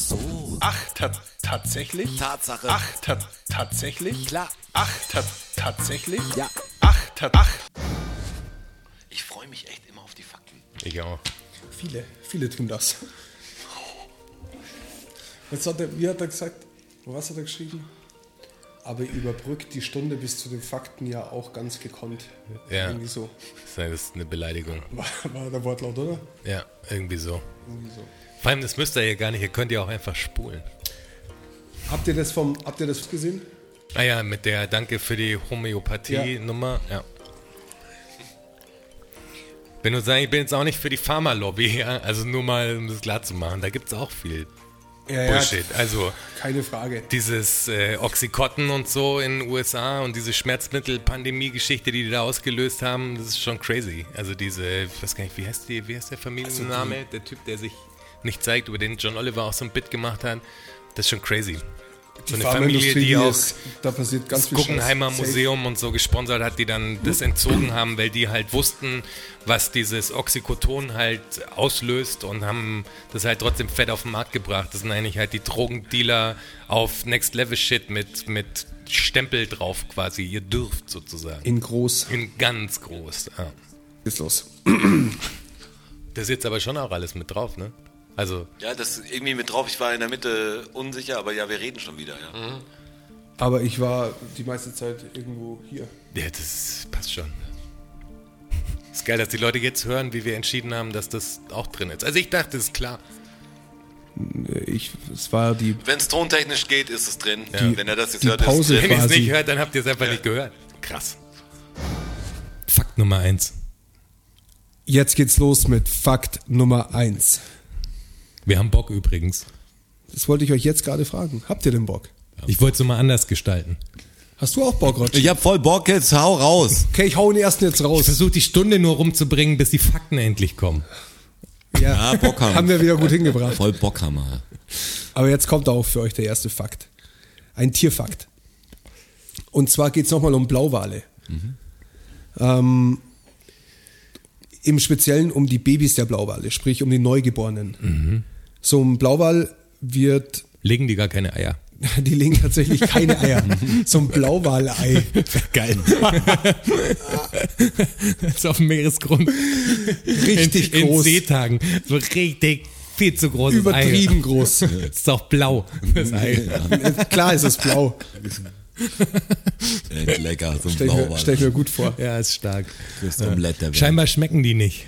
Speaker 6: ta tatsächlich?
Speaker 1: Tatsache.
Speaker 6: Ach, ta tatsächlich?
Speaker 1: Klar.
Speaker 6: Ach, ta tatsächlich?
Speaker 1: Ja.
Speaker 6: Ach, ta ach.
Speaker 5: Ich freue mich echt immer auf die Fakten.
Speaker 4: Ich auch.
Speaker 3: Viele, viele tun das. Jetzt hat er, wie hat er gesagt, was hat er geschrieben? Aber überbrückt die Stunde bis zu den Fakten ja auch ganz gekonnt.
Speaker 4: Ja.
Speaker 3: Irgendwie so.
Speaker 4: Das ist eine Beleidigung.
Speaker 3: War, war der Wortlaut, oder?
Speaker 4: Ja, irgendwie so. Vor allem, das müsst ihr ja gar nicht. Ihr könnt ja auch einfach spulen.
Speaker 3: Habt ihr das vom, habt ihr das gesehen?
Speaker 4: Naja, Ah mit der Danke für die Homöopathie-Nummer. Ja. Wenn du sagst, ich bin jetzt auch nicht für die Pharma-Lobby, ja? also nur mal, um das klar zu machen, da gibt es auch viel
Speaker 3: Ja, ja,
Speaker 4: Bullshit. Also
Speaker 3: keine Frage.
Speaker 4: dieses äh, Oxycontin und so in den USA und diese Schmerzmittel-Pandemie-Geschichte, die die da ausgelöst haben, das ist schon crazy. Also diese, ich weiß gar nicht, wie heißt, die, wie heißt der Familienname? der Typ, der sich nicht zeigt, über den John Oliver auch so ein Bit gemacht hat, das ist schon crazy. So eine Familie,
Speaker 3: Pharmaindustrie,
Speaker 4: die auch
Speaker 3: ist- da passiert ganz
Speaker 4: das
Speaker 3: viel Scheiß.
Speaker 4: Guggenheimer
Speaker 3: Safe.
Speaker 4: Museum und so gesponsert hat, die dann das entzogen haben, weil die halt wussten, was dieses Oxycoton halt auslöst und haben das halt trotzdem fett auf den Markt gebracht. Das sind eigentlich halt die Drogendealer auf Next Level Shit mit, mit Stempel drauf quasi. Ihr dürft sozusagen.
Speaker 3: In groß.
Speaker 4: In ganz groß. Ja.
Speaker 3: Geht's los.
Speaker 4: Das ist jetzt aber schon auch alles mit drauf, ne? Also,
Speaker 5: Ja, das ist irgendwie mit drauf. Ich war in der Mitte unsicher, aber ja, wir reden schon wieder. Ja.
Speaker 3: Aber ich war die meiste Zeit irgendwo hier.
Speaker 4: ja, das passt schon. Ist geil, dass die Leute jetzt hören, wie wir entschieden haben, dass das auch drin ist. Also ich dachte, ist klar.
Speaker 3: Ich, es war die,
Speaker 5: Wenn es tontechnisch geht, ist es drin.
Speaker 3: Die-
Speaker 5: Wenn er das jetzt
Speaker 3: die
Speaker 5: hört, ist es
Speaker 3: Pause
Speaker 5: drin.
Speaker 4: Wenn ihr es
Speaker 3: quasi-
Speaker 4: nicht hört, dann habt ihr es einfach nicht gehört. Krass. Fakt Nummer eins.
Speaker 3: jetzt geht's los mit Fakt Nummer 1.
Speaker 4: Wir haben Bock übrigens.
Speaker 3: Das wollte ich euch jetzt gerade fragen. Habt ihr den Bock?
Speaker 4: Ich wollte es nur mal anders gestalten.
Speaker 3: Hast du auch Bock, Roger?
Speaker 5: Ich hab voll Bock jetzt, hau raus.
Speaker 3: Okay, ich hau den ersten jetzt
Speaker 4: Ich
Speaker 3: raus.
Speaker 4: versuche die Stunde nur rumzubringen, bis die Fakten endlich kommen.
Speaker 3: Ja,
Speaker 5: Ja, Bock haben.
Speaker 3: haben wir wieder gut hingebracht.
Speaker 5: Voll Bockhammer.
Speaker 3: Aber jetzt kommt auch für euch der erste Fakt. Ein Tierfakt. Und zwar geht es nochmal um Blauwale. Ähm, Im Speziellen um die Babys der Blauwale, sprich um die Neugeborenen. So ein Blauwal wird,
Speaker 4: Legen die gar keine Eier.
Speaker 3: die legen tatsächlich keine Eier. so ein Blauwalei.
Speaker 4: Geil. das ist auf dem Meeresgrund.
Speaker 3: Richtig
Speaker 4: in,
Speaker 3: groß.
Speaker 4: In Seetagen. So richtig viel zu groß.
Speaker 3: Übertrieben
Speaker 4: Ei.
Speaker 3: groß.
Speaker 4: Das ist doch blau. Das Ei.
Speaker 3: Klar ist es blau.
Speaker 5: Ey, lecker, so ein
Speaker 3: Stell ich, mir,
Speaker 5: Blauwal.
Speaker 3: stell ich mir gut vor.
Speaker 4: Ja, ist stark.
Speaker 5: Das Omelette der Welt.
Speaker 4: Scheinbar schmecken die nicht.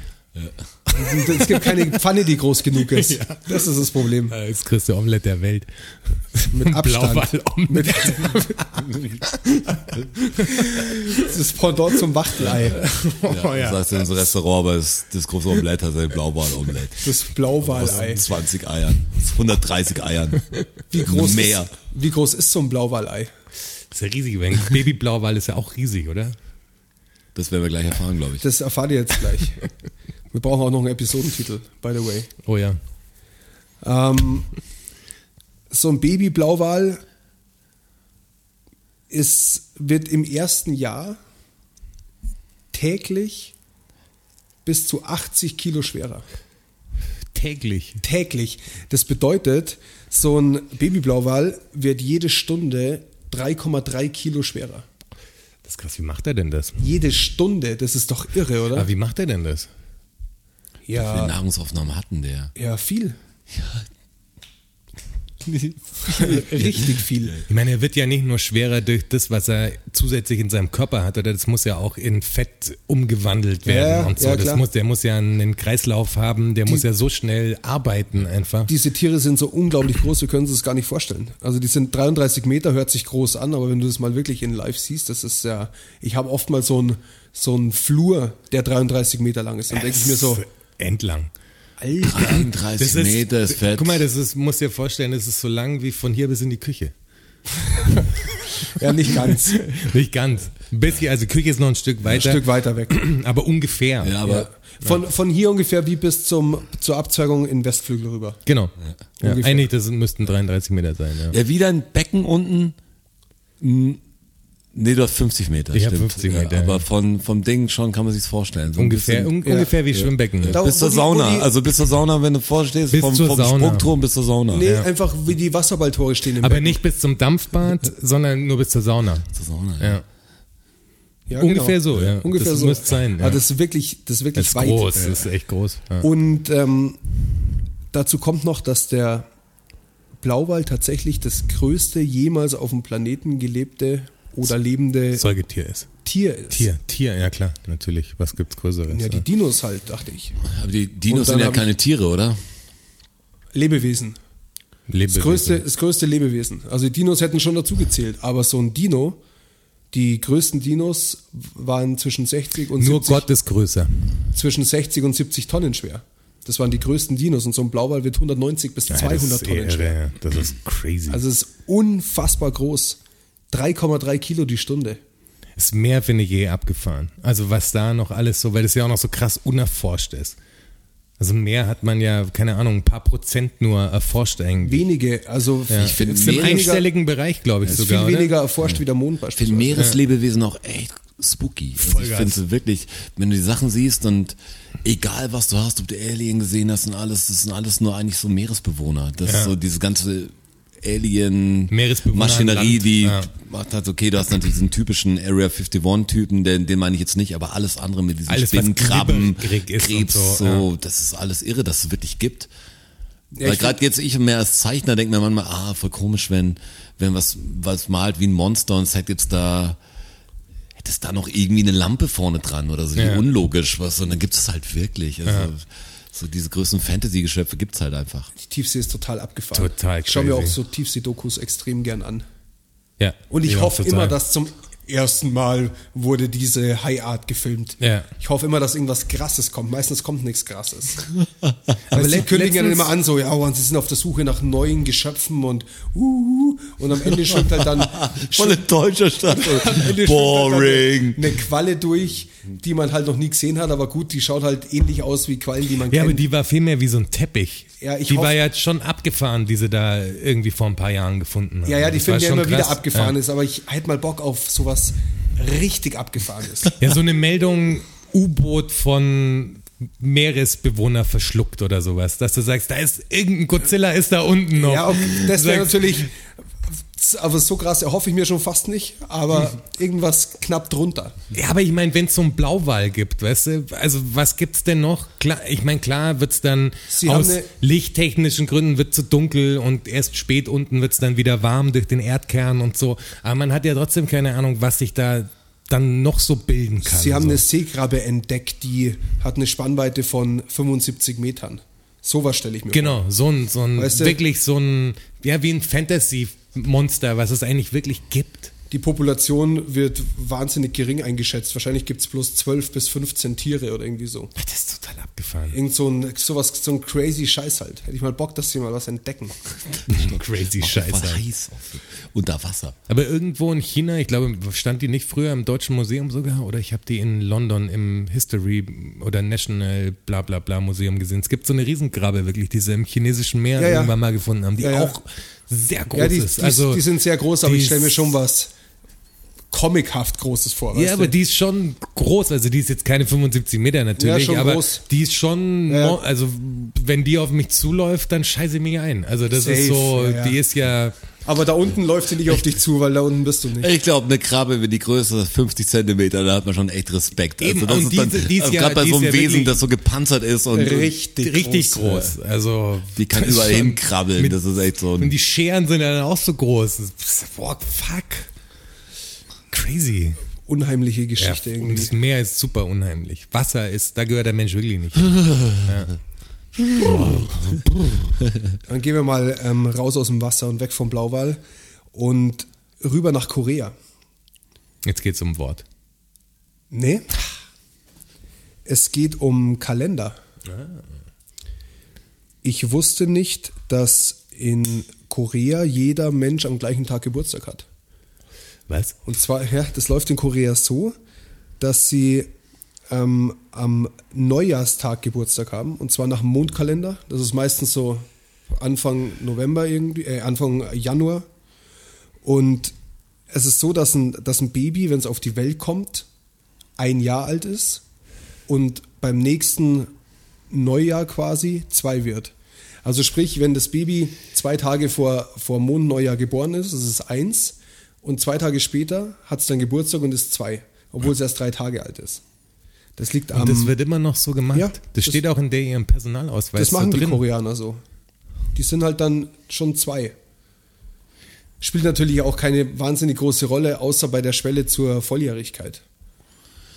Speaker 3: Es gibt keine Pfanne, die groß genug ist. Das ist das Problem.
Speaker 4: Das ist das größte Omelette der Welt.
Speaker 3: Mit Abstand.
Speaker 4: Blauwal-Omelette.
Speaker 3: Das ist Pendant zum Wachtelei.
Speaker 4: Oh, ja.
Speaker 5: Das heißt, in so einem Restaurant, aber das, das große Omelette hat ein Blauwal-Omelette.
Speaker 3: Das
Speaker 5: Aus
Speaker 3: Blauwalei.
Speaker 5: 20 Eiern. Aus 130 Eiern.
Speaker 3: Wie groß,
Speaker 5: Mehr.
Speaker 3: Ist, wie groß ist so ein Blauwalei?
Speaker 4: Das ist ja riesig. Wenn Babyblauwal ist ja auch riesig, oder?
Speaker 5: Das werden wir gleich erfahren, glaube ich.
Speaker 3: Das erfahrt ihr jetzt gleich. Wir brauchen auch noch einen Episodentitel, by the way.
Speaker 4: Oh ja.
Speaker 3: Ähm, so ein Baby-Blauwal ist, wird im ersten Jahr täglich bis zu 80 Kilo schwerer.
Speaker 4: Täglich.
Speaker 3: Täglich. Das bedeutet, so ein Baby-Blauwal wird jede Stunde 3,3 Kilo schwerer.
Speaker 4: Das ist krass. Wie macht er denn das?
Speaker 3: Jede Stunde, das ist doch irre, oder?
Speaker 4: Aber wie macht er denn das?
Speaker 5: Wie viele
Speaker 3: Ja,
Speaker 5: Nahrungsaufnahmen hatten der?
Speaker 3: ja viel. Richtig viel.
Speaker 4: Ich meine, er wird ja nicht nur schwerer durch das, was er zusätzlich in seinem Körper hat, oder das muss ja auch in Fett umgewandelt werden
Speaker 3: Ja,
Speaker 4: und so.
Speaker 3: ja,
Speaker 4: das
Speaker 3: klar.
Speaker 4: muss, der muss ja einen Kreislauf haben, der muss ja so schnell arbeiten einfach.
Speaker 3: Diese Tiere sind so unglaublich groß, wir können uns das gar nicht vorstellen. Also die sind 33 Meter, hört sich groß an, aber wenn du das mal wirklich in live siehst, das ist ja, ich habe oft mal so einen so einen Flur, der 33 Meter lang ist. Dann denke ich mir so,
Speaker 4: Entlang.
Speaker 3: Alter,
Speaker 5: 31 Meter ist fett.
Speaker 4: Guck mal, das ist, muss dir vorstellen, das ist so lang wie von hier bis in die Küche.
Speaker 3: ja nicht ganz,
Speaker 4: Nicht ganz. Ein bisschen, also Küche ist noch ein Stück
Speaker 3: ein
Speaker 4: weiter,
Speaker 3: Stück weiter weg.
Speaker 4: aber ungefähr.
Speaker 5: ja, aber
Speaker 3: Aber von, von hier ungefähr wie bis zum, zur Abzweigung in Westflügel rüber.
Speaker 4: Genau. Ja.
Speaker 3: Ungefähr.
Speaker 4: Eigentlich, das sind- müssten 33 Meter sein. Ja.
Speaker 5: Ja, wieder ein Becken unten. Hm, Nee, du hast 50 Meter.
Speaker 4: Ich hab
Speaker 5: stimmt.
Speaker 4: 50 Meter,
Speaker 5: Ja,
Speaker 4: ja.
Speaker 5: aber von, vom Ding schon kann man sich's vorstellen. So ein
Speaker 4: Ungefähr,
Speaker 5: bisschen-
Speaker 4: un, ungefähr wie Schwimmbecken.
Speaker 3: Da-
Speaker 5: bis zur
Speaker 3: wo die-
Speaker 5: Sauna.
Speaker 3: wo die-
Speaker 5: also bis zur Sauna, wenn du vorstehst,
Speaker 4: Bis
Speaker 5: vom,
Speaker 4: zur
Speaker 5: vom
Speaker 4: Sauna.
Speaker 5: Sprungturm bis zur Sauna.
Speaker 3: Nee, einfach wie die Wasserballtore stehen im
Speaker 4: Aber
Speaker 3: Becken.
Speaker 4: nicht bis zum Dampfbad, sondern nur bis zur Sauna.
Speaker 5: Zur Sauna. ja.
Speaker 4: Ja.
Speaker 3: Ja, genau.
Speaker 4: Ungefähr so, ja.
Speaker 3: Ungefähr
Speaker 4: Das
Speaker 3: so.
Speaker 4: müsste sein, ja.
Speaker 3: Aber das ist wirklich, das ist wirklich
Speaker 4: Das ist
Speaker 3: weit. äh,
Speaker 4: groß, das ist echt groß. Ja.
Speaker 3: Und ähm, dazu kommt noch, dass der Blauwal tatsächlich das größte jemals auf dem Planeten gelebte oder lebende
Speaker 4: Säugetier ist.
Speaker 3: äh, Tier ist.
Speaker 4: Tier, Tier, ja klar, natürlich. Was gibt's Größeres?
Speaker 3: Ja, die Dinos halt, dachte ich.
Speaker 5: Aber die
Speaker 3: Und
Speaker 5: Dinos
Speaker 3: dann
Speaker 5: sind ja
Speaker 3: hab ich-
Speaker 5: keine Tiere, oder?
Speaker 3: Lebewesen.
Speaker 4: Lebewesen.
Speaker 3: Das größte, das größte Lebewesen. Also die Dinos hätten schon dazu gezählt, aber so ein Dino, die größten Dinos waren zwischen 60 und
Speaker 4: Nur
Speaker 3: 70
Speaker 4: Gott ist größer.
Speaker 3: zwischen 60 und 70 Tonnen schwer. Das waren die größten Dinos und so ein Blauwal wird 190 bis
Speaker 4: Ja, das
Speaker 3: 200
Speaker 4: ist eh
Speaker 3: Tonnen
Speaker 4: irre,
Speaker 3: schwer.
Speaker 4: ja. Das ist crazy.
Speaker 3: Also es ist unfassbar groß. 3,3 Kilo die Stunde.
Speaker 4: das Meer finde ich eh abgefahren. Also was da noch alles so, weil das ja auch noch so krass unerforscht ist. Also Meer hat man ja, keine Ahnung, ein paar Prozent nur erforscht eigentlich.
Speaker 3: Wenige, also
Speaker 4: Ja.
Speaker 3: ich
Speaker 5: find
Speaker 4: Das ist im
Speaker 5: weniger-
Speaker 4: einstelligen Bereich, glaube ich,
Speaker 3: ist
Speaker 4: sogar.
Speaker 3: viel
Speaker 4: oder?
Speaker 3: weniger erforscht wie der Mond
Speaker 5: Ich finde
Speaker 3: beispielsweise.
Speaker 5: Meereslebewesen auch echt spooky. Also ich
Speaker 4: Vollgas.
Speaker 5: finde es wirklich, wenn du die Sachen siehst und egal was du hast, ob du Alien gesehen hast und alles, das sind alles nur eigentlich so Meeresbewohner. Das ist so diese ganze
Speaker 4: Meeresbewohner an
Speaker 5: Alien-Maschinerie,
Speaker 4: Land,
Speaker 5: die
Speaker 4: ja.
Speaker 5: macht halt, okay, du hast natürlich diesen typischen Area 51-Typen, den, den meine ich jetzt nicht, aber alles andere mit diesen
Speaker 4: Alles, was
Speaker 5: Spinnenkrabben,
Speaker 4: glibberig ist und
Speaker 5: Krebs,
Speaker 4: so,
Speaker 5: so,
Speaker 4: ja.
Speaker 5: das ist alles irre, dass es wirklich gibt.
Speaker 3: Ja,
Speaker 5: Weil
Speaker 3: ich
Speaker 5: gerade jetzt ich mehr als Zeichner denke mir manchmal, ah, voll komisch, wenn, wenn was, was malt wie ein Monster und es hätte jetzt da, hätte es da noch irgendwie eine Lampe vorne dran oder so, wie
Speaker 4: Ja.
Speaker 5: unlogisch was, und dann gibt es halt wirklich. Also, So diese größten Fantasy-Geschöpfe gibt's halt einfach.
Speaker 3: Die Tiefsee ist total abgefahren.
Speaker 4: Total
Speaker 3: Ich schaue mir
Speaker 4: crazy.
Speaker 3: auch so Tiefsee-Dokus extrem gern an.
Speaker 4: Ja.
Speaker 3: Und ich
Speaker 4: Ja,
Speaker 3: hoffe
Speaker 4: total.
Speaker 3: immer, dass zum ersten Mal wurde diese High Art gefilmt.
Speaker 4: Ja.
Speaker 3: Ich hoffe immer, dass irgendwas Krasses kommt. Meistens kommt nichts Krasses. Aber
Speaker 4: le-
Speaker 3: die kündigen ja dann
Speaker 4: letztens-
Speaker 3: immer an, so, ja, und sie sind auf der Suche nach neuen Geschöpfen und uh, uh, und am Ende schwimmt halt dann
Speaker 5: Voll in deutscher Stadt.
Speaker 3: am Ende schwimmt halt dann
Speaker 5: Boring.
Speaker 3: Eine, eine Qualle durch, die man halt noch nie gesehen hat, aber gut, die schaut halt ähnlich aus wie Quallen, die man
Speaker 4: Ja, aber
Speaker 3: kennt.
Speaker 4: die war viel mehr wie so ein Teppich.
Speaker 3: Äh, Ja, ich
Speaker 4: die
Speaker 3: hoffe-
Speaker 4: war ja jetzt schon abgefahren, die sie da irgendwie vor ein paar Jahren gefunden haben.
Speaker 3: ja, ja, die
Speaker 4: Das war
Speaker 3: Filme ja
Speaker 4: schon
Speaker 3: immer wieder
Speaker 4: krass.
Speaker 3: abgefahren
Speaker 4: ja.
Speaker 3: ist, aber ich hätte mal Bock auf sowas richtig abgefahrenes.
Speaker 4: Ja, so eine Meldung, U-Boot von Meeresbewohner verschluckt oder sowas, dass du sagst, da ist irgendein Godzilla ist da unten noch.
Speaker 3: Ja, okay, das wäre
Speaker 4: Sagst,
Speaker 3: natürlich. Aber so krass erhoffe ich mir schon fast nicht, aber
Speaker 4: Mhm.
Speaker 3: irgendwas knapp drunter.
Speaker 4: Ja, aber ich meine, wenn es so einen Blauwal gibt, weißt du, also was gibt's denn noch? Klar, ich meine, klar wird's dann
Speaker 3: Sie haben
Speaker 4: aus
Speaker 3: eine-
Speaker 4: lichttechnischen Gründen wird zu dunkel und erst spät unten wird's dann wieder warm durch den Erdkern und so. Aber man hat ja trotzdem keine Ahnung, was sich da dann noch so bilden kann.
Speaker 3: Sie haben
Speaker 4: so.
Speaker 3: eine Seekrabbe entdeckt, die hat eine Spannweite von 75 Metern. Sowas stelle ich mir
Speaker 4: genau so ein so ein
Speaker 3: Weißt du-
Speaker 4: wirklich so ein ja wie ein Fantasy Monster, was es eigentlich wirklich gibt.
Speaker 3: vor. Die Population wird wahnsinnig gering eingeschätzt. Wahrscheinlich gibt es bloß 12 bis 15 Tiere oder irgendwie so.
Speaker 4: Das ist total abgefahren.
Speaker 3: Irgend so ein, sowas, so ein crazy Scheiß halt. Hätte ich mal Bock, dass sie mal was entdecken.
Speaker 4: Crazy
Speaker 5: Voll
Speaker 4: Scheiße.
Speaker 5: heiß. auch. Unter Wasser.
Speaker 4: Aber irgendwo in China, ich glaube, stand die nicht früher im Deutschen Museum sogar oder ich habe die in London im History oder National bla bla bla Museum gesehen. Es gibt so eine Riesengrabe wirklich, die sie im chinesischen Meer
Speaker 3: Ja, ja.
Speaker 4: irgendwann mal gefunden haben, die
Speaker 3: Ja, ja.
Speaker 4: auch sehr groß
Speaker 3: Ja, die,
Speaker 4: ist.
Speaker 3: die,
Speaker 4: Also,
Speaker 3: die sind sehr groß, aber
Speaker 4: die
Speaker 3: ich stelle mir
Speaker 4: ist-
Speaker 3: schon was comichaft Großes vor. weißt
Speaker 4: Ja, aber
Speaker 3: du?
Speaker 4: die ist schon groß, also die ist jetzt keine 75 Meter
Speaker 3: Ja,
Speaker 4: natürlich,
Speaker 3: schon
Speaker 4: aber
Speaker 3: groß.
Speaker 4: die ist schon,
Speaker 3: Ja.
Speaker 4: mo- also wenn die auf mich zuläuft, dann scheiße mich ein. Also das
Speaker 3: Safe,
Speaker 4: ist so,
Speaker 3: ja, ja.
Speaker 4: die ist ja,
Speaker 3: Aber da unten läuft sie nicht auf dich zu, weil da unten bist du nicht.
Speaker 5: Ich glaube, eine Krabbe, wenn die Größe 50 Zentimeter, da hat man schon echt Respekt.
Speaker 4: Eben,
Speaker 5: also das
Speaker 4: und
Speaker 5: ist
Speaker 4: die
Speaker 5: dann,
Speaker 4: sind- die ist
Speaker 5: also
Speaker 4: ja-
Speaker 5: gerade bei
Speaker 4: die
Speaker 5: so
Speaker 4: ist
Speaker 5: einem
Speaker 4: ja
Speaker 5: Wesen,
Speaker 4: wirklich
Speaker 5: das so gepanzert ist und
Speaker 3: Richtig,
Speaker 4: richtig
Speaker 3: groß.
Speaker 4: groß. Also
Speaker 5: die kann
Speaker 4: das ist
Speaker 5: überall
Speaker 4: schon-
Speaker 5: hinkrabbeln.
Speaker 4: mit-
Speaker 5: das ist echt so
Speaker 4: Und
Speaker 5: ein
Speaker 4: die Scheren sind ja dann auch so groß. Boah, fuck. Crazy.
Speaker 3: Unheimliche
Speaker 4: Ja,
Speaker 3: Geschichte
Speaker 4: und das
Speaker 3: irgendwie.
Speaker 4: Meer ist super unheimlich. Wasser ist, da gehört der Mensch wirklich nicht.
Speaker 3: Dann gehen wir mal ähm, raus aus dem Wasser und weg vom Blauwal und rüber nach Korea.
Speaker 4: Jetzt geht's um Wort.
Speaker 3: Nee. Es geht um Kalender. Ich wusste nicht, dass in Korea jeder Mensch am gleichen Tag Geburtstag hat.
Speaker 4: Was?
Speaker 3: Und zwar, ja, das läuft in Korea so, dass sie ähm, am Neujahrstag Geburtstag haben, und zwar nach dem Mondkalender. Das ist meistens so Anfang November irgendwie, äh, Anfang Januar. Und es ist so, dass ein, dass ein Baby, wenn es auf die Welt kommt, ein Jahr alt ist und beim nächsten Neujahr quasi zwei wird. Also sprich, wenn das Baby zwei Tage vor, vor Mondneujahr geboren ist, ist es eins und zwei Tage später hat es dann Geburtstag und ist zwei, obwohl es erst drei Tage alt ist. Das liegt am...
Speaker 4: Und das wird immer noch so gemacht.
Speaker 3: Ähm, ja,
Speaker 4: das,
Speaker 3: das-
Speaker 4: steht auch in der ihrem Personalausweis
Speaker 3: Das machen
Speaker 4: so
Speaker 3: die
Speaker 4: drin.
Speaker 3: Koreaner so. Die sind halt dann schon zwei. Spielt natürlich auch keine wahnsinnig große Rolle, außer bei der Schwelle zur Volljährigkeit.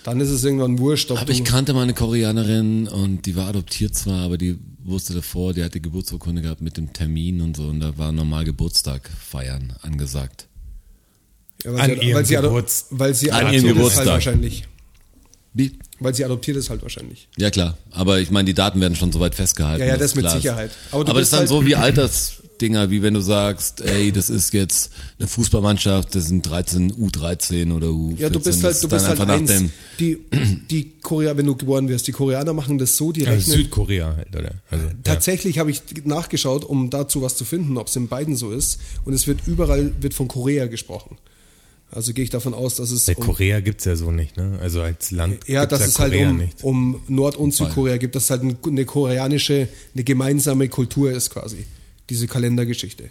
Speaker 3: Dann ist es irgendwann wurscht, ob
Speaker 5: Aber
Speaker 3: du,
Speaker 5: ich kannte mal eine Koreanerin und die war adoptiert zwar, aber die wusste davor, die hatte Geburtsurkunde gehabt mit dem Termin und so und da war normal Geburtstag feiern angesagt.
Speaker 3: ja,
Speaker 4: an
Speaker 3: weil, sie,
Speaker 4: ihrem
Speaker 3: weil, sie,
Speaker 4: Geburts-
Speaker 3: weil sie
Speaker 5: An
Speaker 3: adoptiert ist
Speaker 5: ihrem
Speaker 3: halt
Speaker 5: Geburtstag.
Speaker 3: wahrscheinlich.
Speaker 5: Wie?
Speaker 3: Weil sie adoptiert ist halt wahrscheinlich.
Speaker 5: Ja klar, aber ich meine, die Daten werden schon soweit festgehalten.
Speaker 3: Ja, ja,
Speaker 5: dass
Speaker 3: das mit
Speaker 5: klar ist.
Speaker 3: Sicherheit. Aber du
Speaker 5: Aber, das
Speaker 3: bist
Speaker 5: ist dann
Speaker 3: halt-
Speaker 5: so wie Altersdinger, wie wenn du sagst, ey, das ist jetzt eine Fußballmannschaft, das sind 13, U13 oder U14.
Speaker 3: Ja, du bist
Speaker 5: das
Speaker 3: halt,
Speaker 5: ist
Speaker 3: du bist
Speaker 5: dann
Speaker 3: halt
Speaker 5: einfach
Speaker 3: eins.
Speaker 5: nach dem.
Speaker 3: Die, die Korea, wenn du geboren wirst, die Koreaner machen das so, die
Speaker 4: Ja,
Speaker 3: rechnen.
Speaker 4: Südkorea halt, oder? Also, ja.
Speaker 3: ne? Tatsächlich habe ich nachgeschaut, um dazu was zu finden, ob es in beiden so ist. Und es wird überall wird von Korea gesprochen. Also gehe ich davon aus, dass es
Speaker 4: Bei
Speaker 3: um-
Speaker 4: Korea gibt's ja so nicht, ne? Also als Land
Speaker 3: Ja,
Speaker 4: gibt's
Speaker 3: dass
Speaker 4: ja
Speaker 3: es halt
Speaker 4: Korea
Speaker 3: um,
Speaker 4: nicht.
Speaker 3: um Nord- und Südkorea gibt, dass es halt ein- eine koreanische, eine gemeinsame Kultur ist quasi, diese Kalendergeschichte.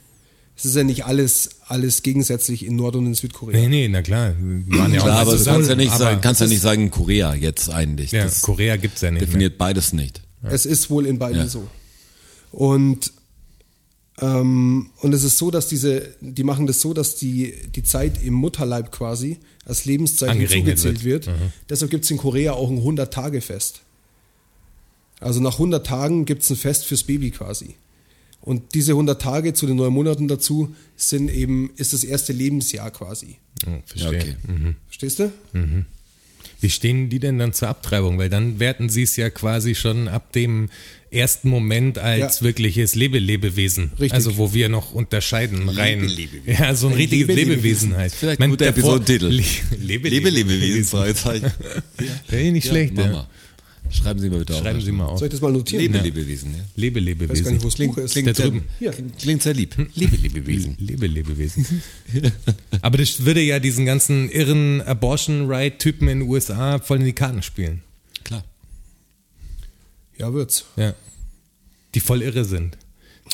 Speaker 3: Es ist ja nicht alles, alles gegensätzlich in Nord- und in Südkorea.
Speaker 4: Nee, nee, na klar. wir Waren ja auch
Speaker 5: Klar, aber du kannst ja nicht
Speaker 4: aber
Speaker 5: sagen, kannst ja nicht sagen Korea jetzt eigentlich.
Speaker 4: ja,
Speaker 5: das
Speaker 4: Korea gibt's ja nicht.
Speaker 5: definiert beides nicht.
Speaker 3: Es ist wohl in beiden
Speaker 5: Ja.
Speaker 3: so. Und, ähm, und es ist so, dass diese, die machen das so, dass die, die Zeit im Mutterleib quasi als Lebenszeit
Speaker 4: Angerechnet
Speaker 5: Mhm.
Speaker 3: hinzugezählt wird. Deshalb gibt es in Korea auch ein 100-Tage-Fest. Also nach 100 Tagen gibt es ein Fest fürs Baby quasi. Und diese 100 Tage zu den neun Monaten dazu sind eben, ist das erste Lebensjahr quasi.
Speaker 4: Oh,
Speaker 5: Ja,
Speaker 4: verstehe.
Speaker 5: okay.
Speaker 3: Verstehst du?
Speaker 4: Wie stehen die denn dann zur Abtreibung? Weil dann werten sie es ja quasi schon ab dem ersten Moment als
Speaker 3: Ja.
Speaker 4: wirkliches Lebe-Lebewesen.
Speaker 3: Richtig.
Speaker 4: Also wo wir noch unterscheiden rein. Ja, so ein richtiges
Speaker 3: Lebe-Lebewesen.
Speaker 4: Lebewesen halt.
Speaker 5: Vielleicht
Speaker 4: Man-
Speaker 5: ein guter
Speaker 4: der Pro-
Speaker 5: Episodentitel.
Speaker 4: Le-
Speaker 5: Lebe,
Speaker 4: Lebe-Lebewesen.
Speaker 5: lebe, wie Fragezeichen.
Speaker 4: Hey, nicht schlecht.
Speaker 5: Mach
Speaker 4: Ja.
Speaker 5: mal. Schreiben Sie mal bitte auf.
Speaker 4: Schreiben Sie mal auf.
Speaker 3: Soll ich das mal notieren?
Speaker 5: Lebe,
Speaker 4: Ja.
Speaker 5: Lebewesen,
Speaker 3: Ich
Speaker 5: ja.
Speaker 3: weiß gar nicht, wo
Speaker 4: Lebe-Lebewesen.
Speaker 3: das Buch ist.
Speaker 4: Da drüben.
Speaker 3: Hier.
Speaker 5: Klingt sehr lieb. Lebe, Lebewesen.
Speaker 4: Lebe, Lebewesen. Aber das würde ja diesen ganzen irren Abortion-Right-Typen in den USA voll in die Karten spielen.
Speaker 5: Klar.
Speaker 3: Ja, wird's.
Speaker 4: Ja. Die voll irre sind.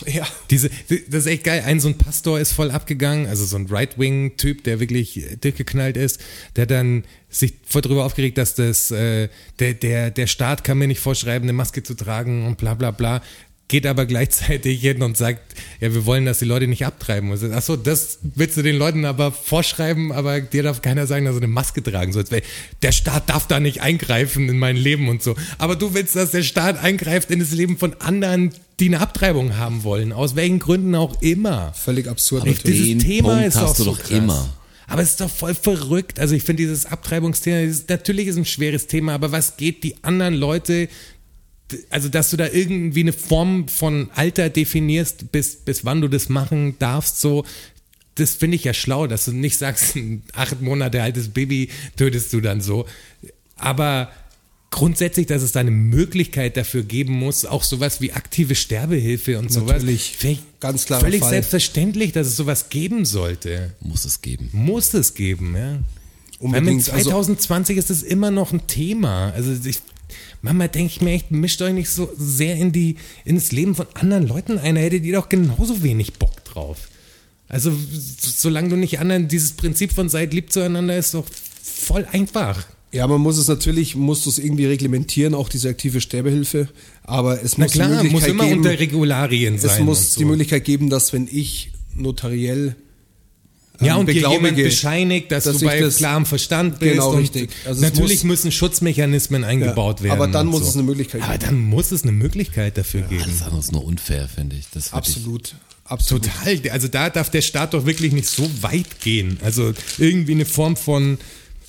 Speaker 3: Ja.
Speaker 4: Diese, das ist echt geil. Ein so ein Pastor ist voll abgegangen, also so ein Right-Wing-Typ, der wirklich durchgeknallt ist, der dann sich voll drüber aufgeregt, dass das, äh, der, der, der Staat kann mir nicht vorschreiben, eine Maske zu tragen und bla bla bla. Geht aber gleichzeitig hin und sagt, ja, wir wollen, dass die Leute nicht abtreiben. Und so, Ach so, das willst du den Leuten aber vorschreiben, aber dir darf keiner sagen, dass du eine Maske tragen sollst. Weil der Staat darf da nicht eingreifen in mein Leben und so. Aber du willst, dass der Staat eingreift in das Leben von anderen, die eine Abtreibung haben wollen. Aus welchen Gründen auch immer.
Speaker 3: Völlig absurd.
Speaker 5: Aber
Speaker 3: natürlich.
Speaker 5: die- Den Punkt hast du doch immer.
Speaker 4: Aber es ist doch voll verrückt. Also ich finde dieses Abtreibungsthema, das ist, natürlich ist ein schweres Thema, aber was geht die anderen Leute, d- also dass du da irgendwie eine Form von Alter definierst, bis, bis wann du das machen darfst, so, das finde ich ja schlau, dass du nicht sagst, ein acht Monate altes Baby tötest du dann so. Aber grundsätzlich, dass es da eine Möglichkeit dafür geben muss, auch sowas wie aktive Sterbehilfe und sowas.
Speaker 3: Natürlich.
Speaker 4: Finde ich
Speaker 3: Ganz klarer
Speaker 4: Völlig
Speaker 3: Fall.
Speaker 4: selbstverständlich, dass es sowas geben sollte.
Speaker 5: Muss es geben.
Speaker 4: Muss es geben, ja. Weil mit
Speaker 3: Unbedingt. Also,
Speaker 4: 2020 ist es immer noch ein Thema. Also ich, manchmal denke ich mir echt, mischt euch nicht so sehr in die, ins Leben von anderen Leuten ein. Da hättet ihr doch genauso wenig Bock drauf. Also so- solange du nicht anderen, dieses Prinzip von seid lieb zueinander ist doch voll einfach.
Speaker 3: ja, man muss es natürlich, musst du es irgendwie reglementieren, auch diese aktive Sterbehilfe. Aber es
Speaker 4: Na
Speaker 3: muss die
Speaker 4: klar,
Speaker 3: Möglichkeit
Speaker 4: muss immer
Speaker 3: geben,
Speaker 4: unter Regularien sein.
Speaker 3: es muss
Speaker 4: und
Speaker 3: die
Speaker 4: so.
Speaker 3: Möglichkeit geben, dass wenn ich notariell ähm,
Speaker 4: Ja, und dir
Speaker 3: beglaubige,
Speaker 4: jemand bescheinigt, dass,
Speaker 3: dass
Speaker 4: du
Speaker 3: ich
Speaker 4: bei
Speaker 3: das-
Speaker 4: klarem Verstand bist.
Speaker 3: Genau,
Speaker 4: und
Speaker 3: richtig. Also es
Speaker 4: natürlich
Speaker 3: muss-
Speaker 4: müssen Schutzmechanismen eingebaut
Speaker 3: Ja,
Speaker 4: werden.
Speaker 3: aber dann
Speaker 4: und
Speaker 3: muss
Speaker 4: so.
Speaker 3: es eine Möglichkeit
Speaker 4: Aber
Speaker 3: geben.
Speaker 4: dann muss es eine Möglichkeit dafür geben.
Speaker 5: Alles andere ist nur unfair, finde ich. Das würde ich-
Speaker 3: Absolut, absolut.
Speaker 4: Total. Also da darf der Staat doch wirklich nicht so weit gehen. Also irgendwie eine Form von,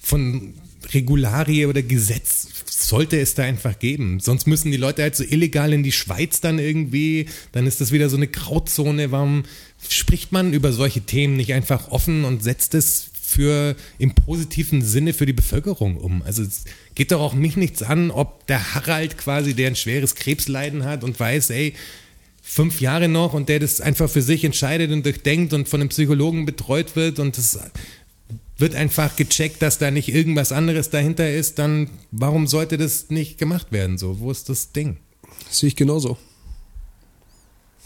Speaker 4: von Regularie oder Gesetz sollte es da einfach geben. Sonst müssen die Leute halt so illegal in die Schweiz dann irgendwie, dann ist das wieder so eine Grauzone. Warum spricht man über solche Themen nicht einfach offen und setzt es für im positiven Sinne für die Bevölkerung um. Also es geht doch auch mich nichts an, ob der Harald quasi, der ein schweres Krebsleiden hat und weiß, ey, fünf Jahre noch und der das einfach für sich entscheidet und durchdenkt und von einem Psychologen betreut wird und das wird einfach gecheckt, dass da nicht irgendwas anderes dahinter ist, dann warum sollte das nicht gemacht werden? So, wo ist das Ding?
Speaker 3: Sehe ich genauso.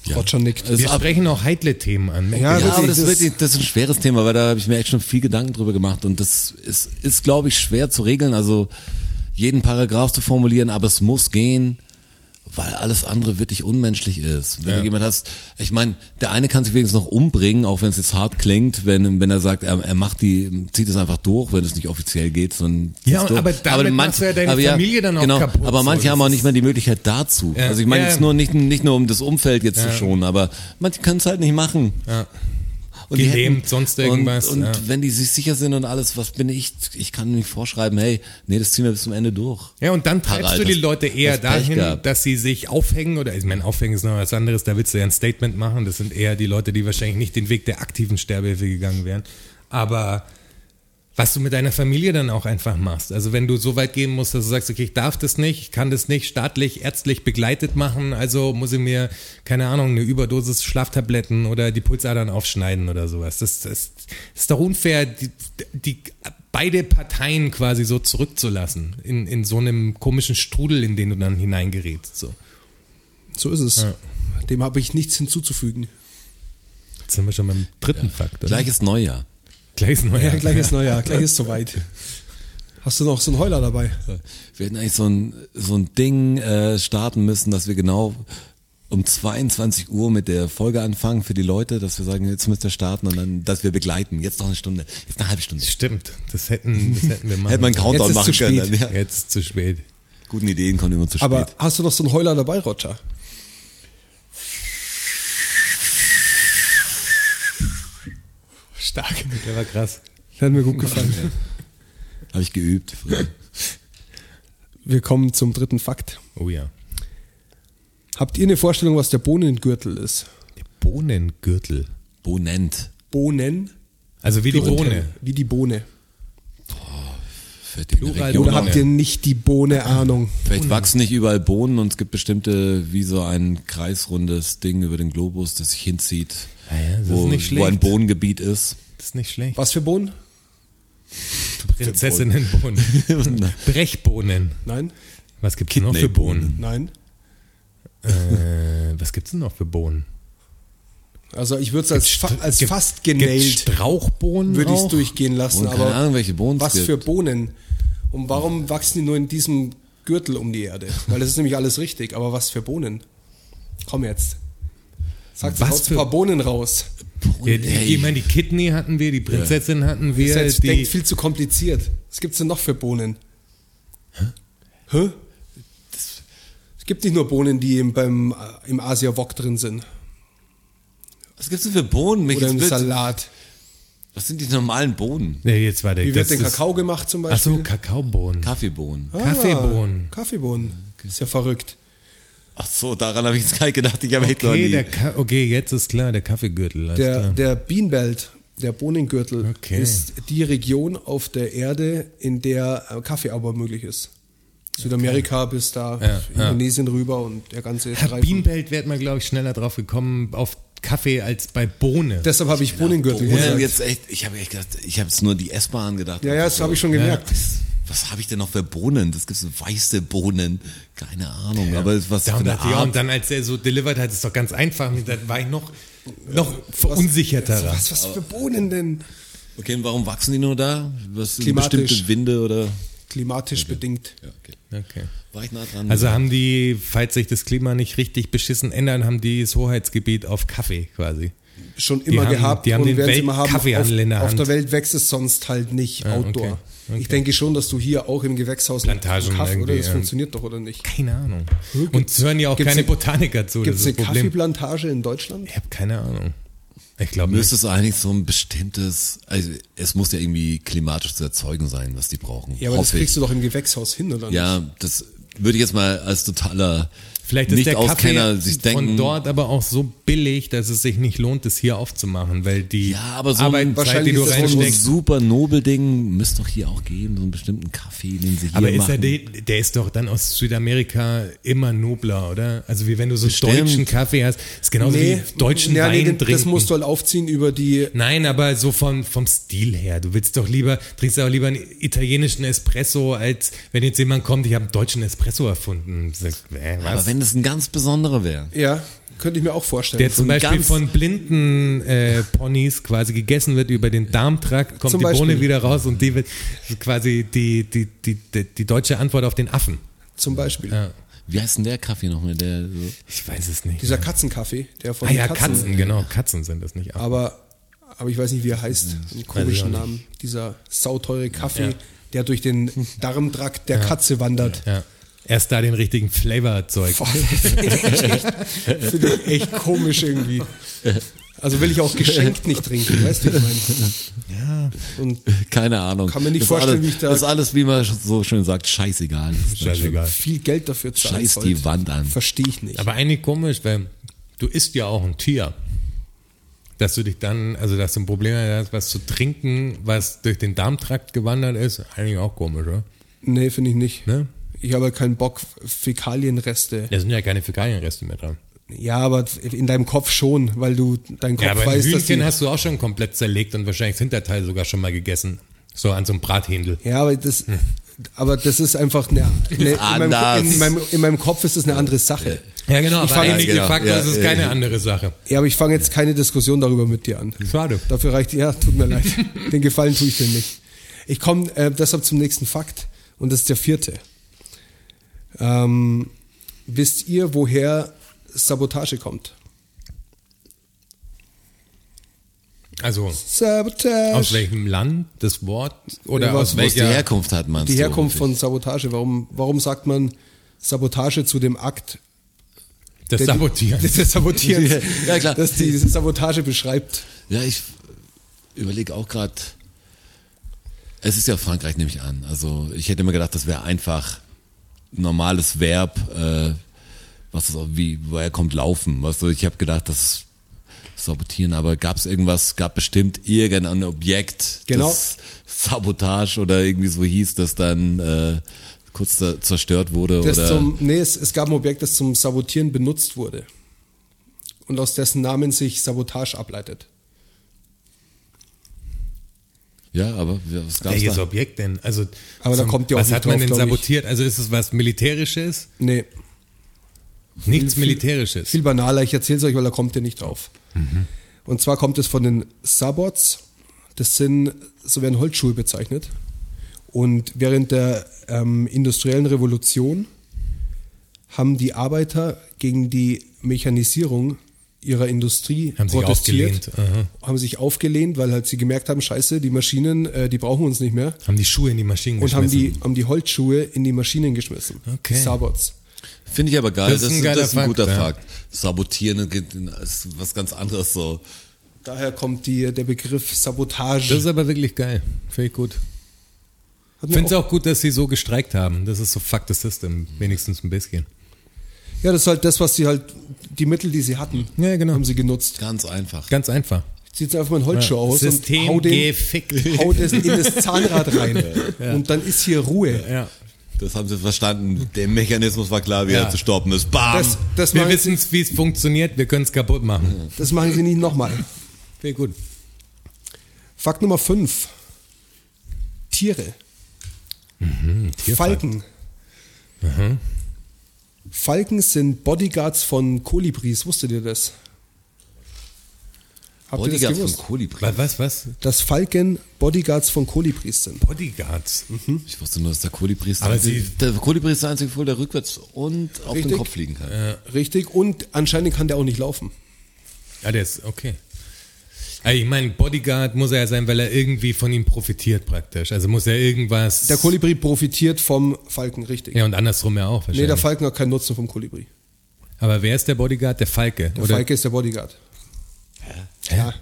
Speaker 5: Ja.
Speaker 3: Roger nickt.
Speaker 5: Es
Speaker 4: Wir
Speaker 5: ab-
Speaker 4: sprechen auch heikle Themen an.
Speaker 3: Ja,
Speaker 5: Ja, aber
Speaker 3: wirklich,
Speaker 5: das
Speaker 3: das-
Speaker 5: ist wirklich das ist ein schweres Thema, weil da habe ich mir echt schon viel Gedanken drüber gemacht und das ist, ist glaube ich, schwer zu regeln, also jeden Paragraph zu formulieren, aber es muss gehen, weil alles andere wirklich unmenschlich ist. Wenn
Speaker 4: Ja.
Speaker 5: du jemand hast, ich meine, der eine kann sich wenigstens noch umbringen, auch wenn es jetzt hart klingt, wenn, wenn er sagt, er, er macht die, zieht es einfach durch, wenn es nicht offiziell geht, sondern
Speaker 4: Ja,
Speaker 5: zieht's
Speaker 4: und
Speaker 5: durch.
Speaker 4: aber damit machst du ja deine Familie dann auch
Speaker 5: genau,
Speaker 4: kaputt,
Speaker 5: Aber
Speaker 4: so,
Speaker 5: manche
Speaker 4: das
Speaker 5: haben auch
Speaker 4: ist-
Speaker 5: nicht mehr die Möglichkeit dazu.
Speaker 4: Ja.
Speaker 5: Also ich meine
Speaker 4: Ja,
Speaker 5: jetzt
Speaker 4: ja.
Speaker 5: nur nicht, nicht nur um das Umfeld jetzt zu schonen, aber manche können es halt nicht machen. Und die
Speaker 4: Gelähmt,
Speaker 5: hätten-
Speaker 4: sonst irgendwas,
Speaker 5: Und, und
Speaker 4: ja.
Speaker 5: wenn die sich sicher sind und alles, was bin ich? Ich kann nicht vorschreiben, hey, nee, das ziehen wir bis zum Ende durch.
Speaker 4: Ja, und dann treibst
Speaker 5: Harald,
Speaker 4: du die
Speaker 5: das-
Speaker 4: Leute eher
Speaker 5: das Pech
Speaker 4: dahin,
Speaker 5: gehabt.
Speaker 4: dass sie sich aufhängen oder ich meine, aufhängen ist noch was anderes, da willst du ja ein Statement machen. Das sind eher die Leute, die wahrscheinlich nicht den Weg der aktiven Sterbehilfe gegangen wären. Aber was du mit deiner Familie dann auch einfach machst. Also wenn du so weit gehen musst, dass du sagst, okay, ich darf das nicht, ich kann das nicht staatlich, ärztlich begleitet machen, also muss ich mir, keine Ahnung, eine Überdosis Schlaftabletten oder die Pulsadern aufschneiden oder sowas. Das, das, das ist doch unfair, die, die beide Parteien quasi so zurückzulassen in, in so einem komischen Strudel, in den du dann hineingerätst. So.
Speaker 3: So ist es. Dem habe ich nichts hinzuzufügen.
Speaker 4: Jetzt sind wir schon beim dritten Faktor.
Speaker 5: Gleiches Neujahr.
Speaker 4: gleich ist
Speaker 3: Ja,
Speaker 4: neuer.
Speaker 3: gleich ist Neujahr, gleich ist soweit. Hast du noch so einen Heuler dabei?
Speaker 5: Wir hätten eigentlich so ein, so ein Ding äh, starten müssen, dass wir genau um 22 Uhr mit der Folge anfangen für die Leute, dass wir sagen, jetzt müsst ihr starten und dann, dass wir begleiten. Jetzt noch eine Stunde, jetzt eine halbe Stunde.
Speaker 4: Stimmt, das hätten, das hätten wir machen.
Speaker 5: Hätte man einen
Speaker 4: sollen.
Speaker 5: Countdown
Speaker 3: Jetzt ist
Speaker 5: machen
Speaker 3: zu
Speaker 5: können.
Speaker 3: spät.
Speaker 5: Dann, ja.
Speaker 4: Jetzt zu spät.
Speaker 5: Guten Ideen kommen immer zu spät.
Speaker 3: Aber hast du noch so einen Heuler dabei, Roger?
Speaker 4: Stark. Der war krass.
Speaker 3: Das hat mir gut gefallen.
Speaker 5: Habe ich geübt. früher.
Speaker 3: Wir kommen zum dritten Fakt.
Speaker 4: Oh ja.
Speaker 3: Habt ihr eine Vorstellung, was der Bohnengürtel ist?
Speaker 4: Der Bohnengürtel.
Speaker 5: Bonent.
Speaker 3: Bohnen?
Speaker 4: Also wie die Bohne.
Speaker 3: Wie die Bohne.
Speaker 5: Für die
Speaker 4: Plural
Speaker 5: Region.
Speaker 3: Oder habt ihr nicht die Bohne-Ahnung?
Speaker 5: Vielleicht wachsen nicht überall Bohnen und es gibt bestimmte, wie so ein kreisrundes Ding über den Globus, das sich hinzieht,
Speaker 4: Ah ja, das ist
Speaker 5: wo,
Speaker 4: nicht
Speaker 5: wo ein
Speaker 4: schlecht.
Speaker 5: Bohnengebiet ist.
Speaker 4: Das ist nicht schlecht.
Speaker 3: Was für Bohnen?
Speaker 4: Prinzessinnenbohnen. Brechbohnen.
Speaker 3: Nein?
Speaker 4: Was gibt's denn noch für Bohnen?
Speaker 3: Nein?
Speaker 4: Äh, was gibt's denn noch für Bohnen?
Speaker 3: Also ich würde es als, fa als
Speaker 4: Gibt-
Speaker 3: fast
Speaker 4: Gibt's
Speaker 3: genäht,
Speaker 4: Strauchbohnen
Speaker 3: würde ich es
Speaker 4: auch?
Speaker 3: durchgehen lassen.
Speaker 5: Und keine
Speaker 3: Aber
Speaker 5: Ahnung, welche Bohnen es
Speaker 3: was
Speaker 5: gibt.
Speaker 3: für Bohnen? Und warum wachsen die nur in diesem Gürtel um die Erde? Weil das ist nämlich alles richtig. Aber was für Bohnen? Komm jetzt. Sagt
Speaker 4: Was
Speaker 3: was ein
Speaker 4: für-
Speaker 3: paar Bohnen raus.
Speaker 4: Ja, die,
Speaker 5: Ey.
Speaker 4: ich meine, die Kidney hatten wir, die Prinzessin hatten wir,
Speaker 3: Ihr selbst
Speaker 4: die,
Speaker 3: denkt viel zu kompliziert. Was gibt's denn noch für Bohnen? Hä? Es gibt nicht nur Bohnen, die im, beim, äh, im Asia-Wok drin sind.
Speaker 5: Was gibt's denn für Bohnen? Mich
Speaker 3: Oder im
Speaker 5: jetzt wird's-
Speaker 3: Salat.
Speaker 5: Was sind die normalen Bohnen?
Speaker 4: Ja, jetzt war der.
Speaker 3: Wie
Speaker 4: das
Speaker 3: wird denn
Speaker 4: ist-
Speaker 3: Kakao gemacht zum
Speaker 4: Ach so,
Speaker 3: Beispiel? Ah,
Speaker 4: Kakaobohnen.
Speaker 5: Kaffeebohnen.
Speaker 4: Kaffeebohnen.
Speaker 3: Kaffeebohnen. Ist ja verrückt.
Speaker 5: Ach so, daran habe ich jetzt gar nicht gedacht. Ich habe echt noch
Speaker 4: Okay,
Speaker 5: nie.
Speaker 4: der Ka okay, jetzt ist klar, der Kaffeegürtel. alles
Speaker 3: Der,
Speaker 4: klar.
Speaker 3: der Beanbelt, der Bohnengürtel,
Speaker 4: Okay.
Speaker 3: ist die Region auf der Erde, in der äh, Kaffeeanbau möglich ist. Südamerika bis da,
Speaker 4: Ja, ja.
Speaker 3: Indonesien rüber und der ganze
Speaker 4: Herr Bienenfeld wäre man, glaube ich, schneller drauf gekommen auf Kaffee als bei Bohne.
Speaker 3: Deshalb habe ich Bohnengürtel
Speaker 5: Bohnen
Speaker 3: gesagt.
Speaker 5: jetzt echt, ich habe echt gedacht, ich habe jetzt nur die S-Bahn gedacht.
Speaker 3: Ja, ja, das habe ich schon gemerkt.
Speaker 5: Was, was habe ich denn noch für Bohnen? Das gibt's weiße Bohnen. Keine Ahnung, aber was für
Speaker 4: Darum
Speaker 5: eine
Speaker 4: dachte ich auch,
Speaker 5: Art.
Speaker 4: und dann, als er so delivered hat, ist doch ganz einfach. Und dann war ich noch, noch verunsicherter.
Speaker 3: Was, was für Bohnen denn?
Speaker 5: Okay, und warum wachsen die nur da? Was sind
Speaker 3: Klimatisch.
Speaker 5: bestimmte Winde oder?
Speaker 3: Klimatisch bedingt.
Speaker 5: Ja, okay.
Speaker 4: Okay.
Speaker 5: War ich nah dran?
Speaker 4: Also haben die, falls sich das Klima nicht richtig beschissen ändern, haben die das Hoheitsgebiet auf Kaffee quasi.
Speaker 3: Schon
Speaker 4: Die
Speaker 3: immer
Speaker 4: haben-
Speaker 3: gehabt
Speaker 4: die haben den
Speaker 3: und werden sie
Speaker 4: Welt-
Speaker 3: immer haben.
Speaker 4: Kaffee an
Speaker 3: Auf,
Speaker 4: Länderhand.
Speaker 3: auf der Welt wächst es sonst halt nicht
Speaker 4: Ah, okay.
Speaker 3: outdoor.
Speaker 4: Okay.
Speaker 3: Ich denke schon, dass du hier auch im Gewächshaus
Speaker 4: Plantagen
Speaker 3: Kaffee oder
Speaker 4: irgendwie,
Speaker 3: das
Speaker 4: ja.
Speaker 3: funktioniert doch oder nicht?
Speaker 4: Keine Ahnung.
Speaker 3: Gibt's-
Speaker 4: Und es hören ja auch
Speaker 3: gibt's
Speaker 4: keine
Speaker 3: ne-
Speaker 4: Botaniker zu.
Speaker 3: Gibt es
Speaker 4: das
Speaker 3: eine
Speaker 4: ist das Problem.
Speaker 3: Kaffeeplantage in Deutschland?
Speaker 4: Ich habe keine Ahnung. Ich glaube nicht.
Speaker 5: Müsste es eigentlich so ein bestimmtes, also es muss ja irgendwie klimatisch zu erzeugen sein, was die brauchen.
Speaker 3: Ja, aber das
Speaker 5: Hoffe ich.
Speaker 3: kriegst du doch im Gewächshaus hin, oder? nicht?
Speaker 5: Ja, das würde ich jetzt mal als totaler
Speaker 4: Vielleicht ist der
Speaker 5: Nicht-Auskenner
Speaker 4: Kaffee
Speaker 5: sich
Speaker 4: von
Speaker 5: denken.
Speaker 4: dort aber auch so billig, dass es sich nicht lohnt, es hier aufzumachen, weil die
Speaker 5: Ja, aber so ein-
Speaker 4: Arbeitszeit, die
Speaker 3: wahrscheinlich
Speaker 4: du
Speaker 3: ist das
Speaker 5: so ein
Speaker 4: reinsteckst,
Speaker 5: super Nobel-Ding müsste doch hier auch geben, so einen bestimmten Kaffee, den sie hier
Speaker 4: Aber ist
Speaker 5: machen.
Speaker 4: er der, der ist doch dann aus Südamerika immer nobler, oder? Also wie wenn du so
Speaker 5: Bestimmt.
Speaker 4: deutschen Kaffee hast, ist genauso wie deutschen
Speaker 3: ja,
Speaker 4: Wein
Speaker 3: den-
Speaker 4: trinken.
Speaker 3: Das musst du halt aufziehen über die.
Speaker 4: Nein, aber so vom, vom Stil her. Du willst doch lieber, trinkst auch lieber einen italienischen Espresso, als wenn jetzt jemand kommt, ich habe einen deutschen Espresso erfunden. Sagst, äh,
Speaker 5: aber
Speaker 4: was?
Speaker 5: wenn das ein ganz besonderer wäre.
Speaker 3: Ja, könnte ich mir auch vorstellen.
Speaker 4: der zum
Speaker 5: so ein
Speaker 4: Beispiel
Speaker 5: ganz-
Speaker 4: von blinden äh, Ponys quasi gegessen wird über den Darmtrakt, kommt
Speaker 3: Zum
Speaker 4: die Bohne
Speaker 3: Beispiel.
Speaker 4: wieder raus und die wird quasi die, die, die, die, die deutsche Antwort auf den Affen.
Speaker 3: zum Beispiel.
Speaker 5: Wie heißt denn der Kaffee nochmal? Der so,
Speaker 4: Ich weiß es nicht.
Speaker 3: Dieser Katzenkaffee, der von
Speaker 4: Ah ja,
Speaker 3: den
Speaker 4: Katzen, genau. Katzen sind das nicht. Aber
Speaker 3: Aber, aber ich weiß nicht, wie er heißt. Einen
Speaker 4: ich auch
Speaker 3: komischen
Speaker 4: nicht.
Speaker 3: Namen. Dieser sauteure Kaffee,
Speaker 4: Ja.
Speaker 3: der durch den Darmtrakt der Katze wandert.
Speaker 4: ja. Erst da den richtigen Flavor erzeugt.
Speaker 3: Boah, Finde ich, echt- finde ich echt komisch irgendwie. Also will ich auch geschenkt nicht trinken, weißt du, wie ich meine. Ja. Und
Speaker 5: keine Ahnung.
Speaker 3: Kann mir nicht
Speaker 5: Das
Speaker 3: vorstellen,
Speaker 5: ist alles,
Speaker 3: wie ich da-
Speaker 5: Das ist alles, wie man so schön sagt, scheißegal. Das ist
Speaker 4: Scheißegal.
Speaker 3: viel Geld dafür zahlen
Speaker 5: Scheiß
Speaker 3: sollt.
Speaker 5: die Wand an.
Speaker 3: Verstehe ich nicht.
Speaker 4: Aber eigentlich komisch, weil du isst ja auch ein Tier. Dass du dich dann, also dass du ein Problem hast, was zu trinken, was durch den Darmtrakt gewandert ist, eigentlich auch komisch, oder?
Speaker 3: nee, finde ich nicht.
Speaker 4: Ne?
Speaker 3: Ich habe keinen Bock, Fäkalienreste.
Speaker 4: Da sind ja keine Fäkalienreste mehr dran.
Speaker 3: Ja, aber in deinem Kopf schon, weil du dein Kopf
Speaker 4: Ja, aber ein
Speaker 3: weiß, dass
Speaker 4: Hühnchen
Speaker 3: die,
Speaker 4: hast du auch schon komplett zerlegt und wahrscheinlich das Hinterteil sogar schon mal gegessen. So an so einem Brathändel.
Speaker 3: Ja, aber das, aber das ist einfach eine, eine in,
Speaker 5: Anders.
Speaker 3: meinem, in, meinem, in meinem Kopf ist das eine andere Sache.
Speaker 4: Ja, genau,
Speaker 3: Ich
Speaker 4: aber
Speaker 3: fand-
Speaker 4: eigentlich
Speaker 5: Ja,
Speaker 4: de
Speaker 5: genau.
Speaker 4: facto
Speaker 5: Ja,
Speaker 4: ist es
Speaker 5: ja,
Speaker 4: keine
Speaker 5: ja.
Speaker 4: andere Sache.
Speaker 3: Ja, aber ich fange jetzt keine Diskussion darüber mit dir an.
Speaker 4: Schade.
Speaker 3: Dafür reicht, ja, tut mir leid. Den Gefallen tue ich dir nicht. Ich komme äh, deshalb zum nächsten Fakt und das ist der vierte. Ähm, wisst ihr, woher Sabotage kommt?
Speaker 4: Also
Speaker 3: Sabotage.
Speaker 4: aus welchem Land das Wort oder
Speaker 3: Ja,
Speaker 4: aus
Speaker 3: was-
Speaker 5: Welche
Speaker 4: welcher
Speaker 5: Herkunft hat man?
Speaker 3: Die Herkunft von Sabotage. Warum, warum sagt man Sabotage zu dem Akt
Speaker 4: das Sabotieren.
Speaker 3: des Sabotierens,
Speaker 5: Ja, klar.
Speaker 3: das die Sabotage beschreibt?
Speaker 5: Ja, ich überlege auch gerade. Es ist ja Frankreich, nehme ich an. Also ich hätte immer gedacht, das wäre einfach ein normales Verb, äh, was ist auch, wie, woher kommt laufen? Weißt du, ich habe gedacht, das ist sabotieren, aber gab es irgendwas, gab bestimmt irgendein Objekt,
Speaker 3: Genau.
Speaker 5: das Sabotage oder irgendwie so hieß, das dann äh, kurz da, zerstört wurde
Speaker 3: Das
Speaker 5: oder
Speaker 3: zum, nee, es, es gab ein Objekt, das zum Sabotieren benutzt wurde. Und aus dessen Namen sich Sabotage ableitet.
Speaker 5: ja, aber was gab's
Speaker 4: Welches
Speaker 5: da?
Speaker 4: Objekt denn? Also,
Speaker 3: Aber da
Speaker 4: zum-
Speaker 3: kommt ihr auch
Speaker 4: was
Speaker 3: nicht
Speaker 4: hat man denn
Speaker 3: drauf, glaub ich.
Speaker 4: sabotiert? Also ist es was Militärisches?
Speaker 3: Nee,
Speaker 4: Nichts
Speaker 3: viel-
Speaker 4: Militärisches.
Speaker 3: viel banaler. Ich erzähle es euch, weil da kommt ihr nicht drauf.
Speaker 4: Mhm.
Speaker 3: Und zwar kommt es von den Sabots. Das sind, so werden Holzschuhe bezeichnet. Und während der ähm, industriellen Revolution haben die Arbeiter gegen die Mechanisierung ihrer Industrie
Speaker 4: Haben sich
Speaker 3: protestiert,
Speaker 4: aufgelehnt,
Speaker 3: haben sich aufgelehnt, weil halt sie gemerkt haben, scheiße, die Maschinen, äh, die brauchen uns nicht mehr.
Speaker 4: haben die Schuhe in die Maschinen
Speaker 3: Und haben
Speaker 4: geschmissen.
Speaker 3: die, haben die Holzschuhe in die Maschinen geschmissen.
Speaker 4: Okay.
Speaker 3: Sabots.
Speaker 5: Finde ich aber geil. Das ist ein,
Speaker 4: geiler
Speaker 5: das ist ein guter
Speaker 4: Fakt, ja.
Speaker 5: Fakt. Sabotieren geht in- ist was ganz anderes so.
Speaker 3: Daher kommt die, der Begriff Sabotage.
Speaker 4: das ist aber wirklich geil. Finde ich gut.
Speaker 3: Hat
Speaker 4: Ich
Speaker 3: mir
Speaker 4: finde es
Speaker 3: auch-
Speaker 4: auch gut, dass sie so gestreikt haben. Das ist so fuck the system, wenigstens ein bisschen.
Speaker 3: Ja, das ist halt das, was sie halt, die Mittel, die sie hatten,
Speaker 4: Ja, genau.
Speaker 3: haben sie genutzt.
Speaker 5: Ganz einfach.
Speaker 4: Ganz einfach.
Speaker 3: Zieht einfach mal ein Holzschuh aus
Speaker 4: System
Speaker 3: und hau den,
Speaker 4: gefickt.
Speaker 3: hau das in das Zahnrad rein. Und dann ist hier Ruhe.
Speaker 4: Ja.
Speaker 5: Das haben sie verstanden. Der Mechanismus war klar, wie
Speaker 4: Ja.
Speaker 5: er zu stoppen ist. Bam!
Speaker 3: Das, das,
Speaker 4: Wir
Speaker 3: machen,
Speaker 4: wissen es, wie es funktioniert. Wir können es kaputt machen.
Speaker 3: sie- das machen sie nicht nochmal.
Speaker 4: Finde ich gut.
Speaker 3: Fakt Nummer 5. Tiere.
Speaker 4: Mhm,
Speaker 3: Falken. Falken sind Bodyguards von Kolibris. Wusstet ihr das? Habt ihr das
Speaker 5: Bodyguard von
Speaker 3: gewusst?
Speaker 5: Kolibri.
Speaker 4: Was, was, was?
Speaker 3: Dass Falken Bodyguards von Kolibris sind.
Speaker 4: Bodyguards.
Speaker 5: Ich wusste nur, dass der Kolibri ist.
Speaker 4: Aber
Speaker 5: der-
Speaker 4: sie-
Speaker 5: der Kolibri ist der einzige Vogel, der rückwärts und auf
Speaker 3: Richtig.
Speaker 5: den Kopf fliegen kann.
Speaker 3: Richtig. Und anscheinend kann der auch nicht laufen.
Speaker 4: Ja, der ist okay. Also ich meine, Bodyguard muss er ja sein, weil er irgendwie von ihm profitiert praktisch. Also muss er irgendwas.
Speaker 3: Der Kolibri profitiert vom Falken, richtig.
Speaker 4: Ja, und andersrum ja auch
Speaker 3: nee,
Speaker 4: wahrscheinlich.
Speaker 3: der Falken hat keinen Nutzen vom Kolibri.
Speaker 4: Aber wer ist der Bodyguard? Der Falke.
Speaker 3: Der
Speaker 4: oder?
Speaker 3: Falke ist der Bodyguard. Ja.
Speaker 5: Aber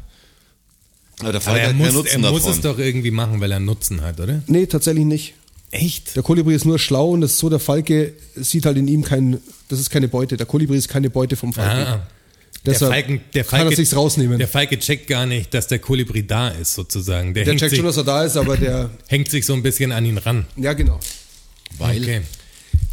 Speaker 5: der
Speaker 4: Aber
Speaker 5: Falke
Speaker 4: er
Speaker 5: hat
Speaker 4: muss,
Speaker 5: keinen
Speaker 4: er
Speaker 5: Nutzen
Speaker 4: muss es
Speaker 5: davon.
Speaker 4: doch irgendwie machen, weil er einen Nutzen hat, oder?
Speaker 3: Nee, tatsächlich nicht.
Speaker 4: Echt?
Speaker 3: Der Kolibri ist nur schlau und das ist so, der Falke sieht halt in ihm keinen, das ist keine Beute. Der Kolibri ist keine Beute vom Falken.
Speaker 4: Ah, der
Speaker 3: Deshalb
Speaker 4: Falken, der Falke,
Speaker 3: kann er sich's rausnehmen.
Speaker 4: Der
Speaker 3: Der,
Speaker 4: Falke checkt gar nicht, dass der Kolibri da ist, sozusagen. Der, hängt,
Speaker 3: checkt
Speaker 4: sich,
Speaker 3: schon, dass er da ist, aber der,
Speaker 4: hängt sich so ein bisschen an ihn ran.
Speaker 3: ja genau.
Speaker 5: Weil
Speaker 4: Okay.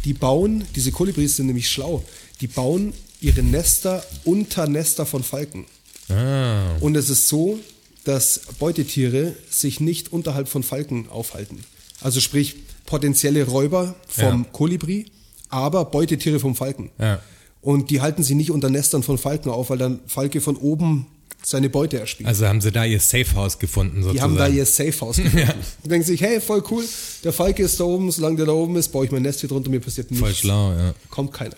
Speaker 3: Die bauen, diese Kolibris sind nämlich schlau, die bauen ihre Nester unter Nester von Falken.
Speaker 4: Ah,
Speaker 3: Und es ist so, dass Beutetiere sich nicht unterhalb von Falken aufhalten. Also sprich potenzielle Räuber vom
Speaker 4: Ja.
Speaker 3: Kolibri, aber Beutetiere vom Falken.
Speaker 4: Ja.
Speaker 3: Und die halten sie nicht unter Nestern von Falken auf, weil dann Falke von oben seine Beute erspielt.
Speaker 4: also haben sie da ihr Safe House gefunden, sozusagen.
Speaker 3: die haben da ihr Safe House gefunden.
Speaker 4: Ja.
Speaker 3: Die denken sich, hey, voll cool, der Falke ist da oben, solange der da oben ist, baue ich mein Nest hier drunter, mir passiert nichts.
Speaker 4: Voll schlau, ja.
Speaker 3: Kommt keiner.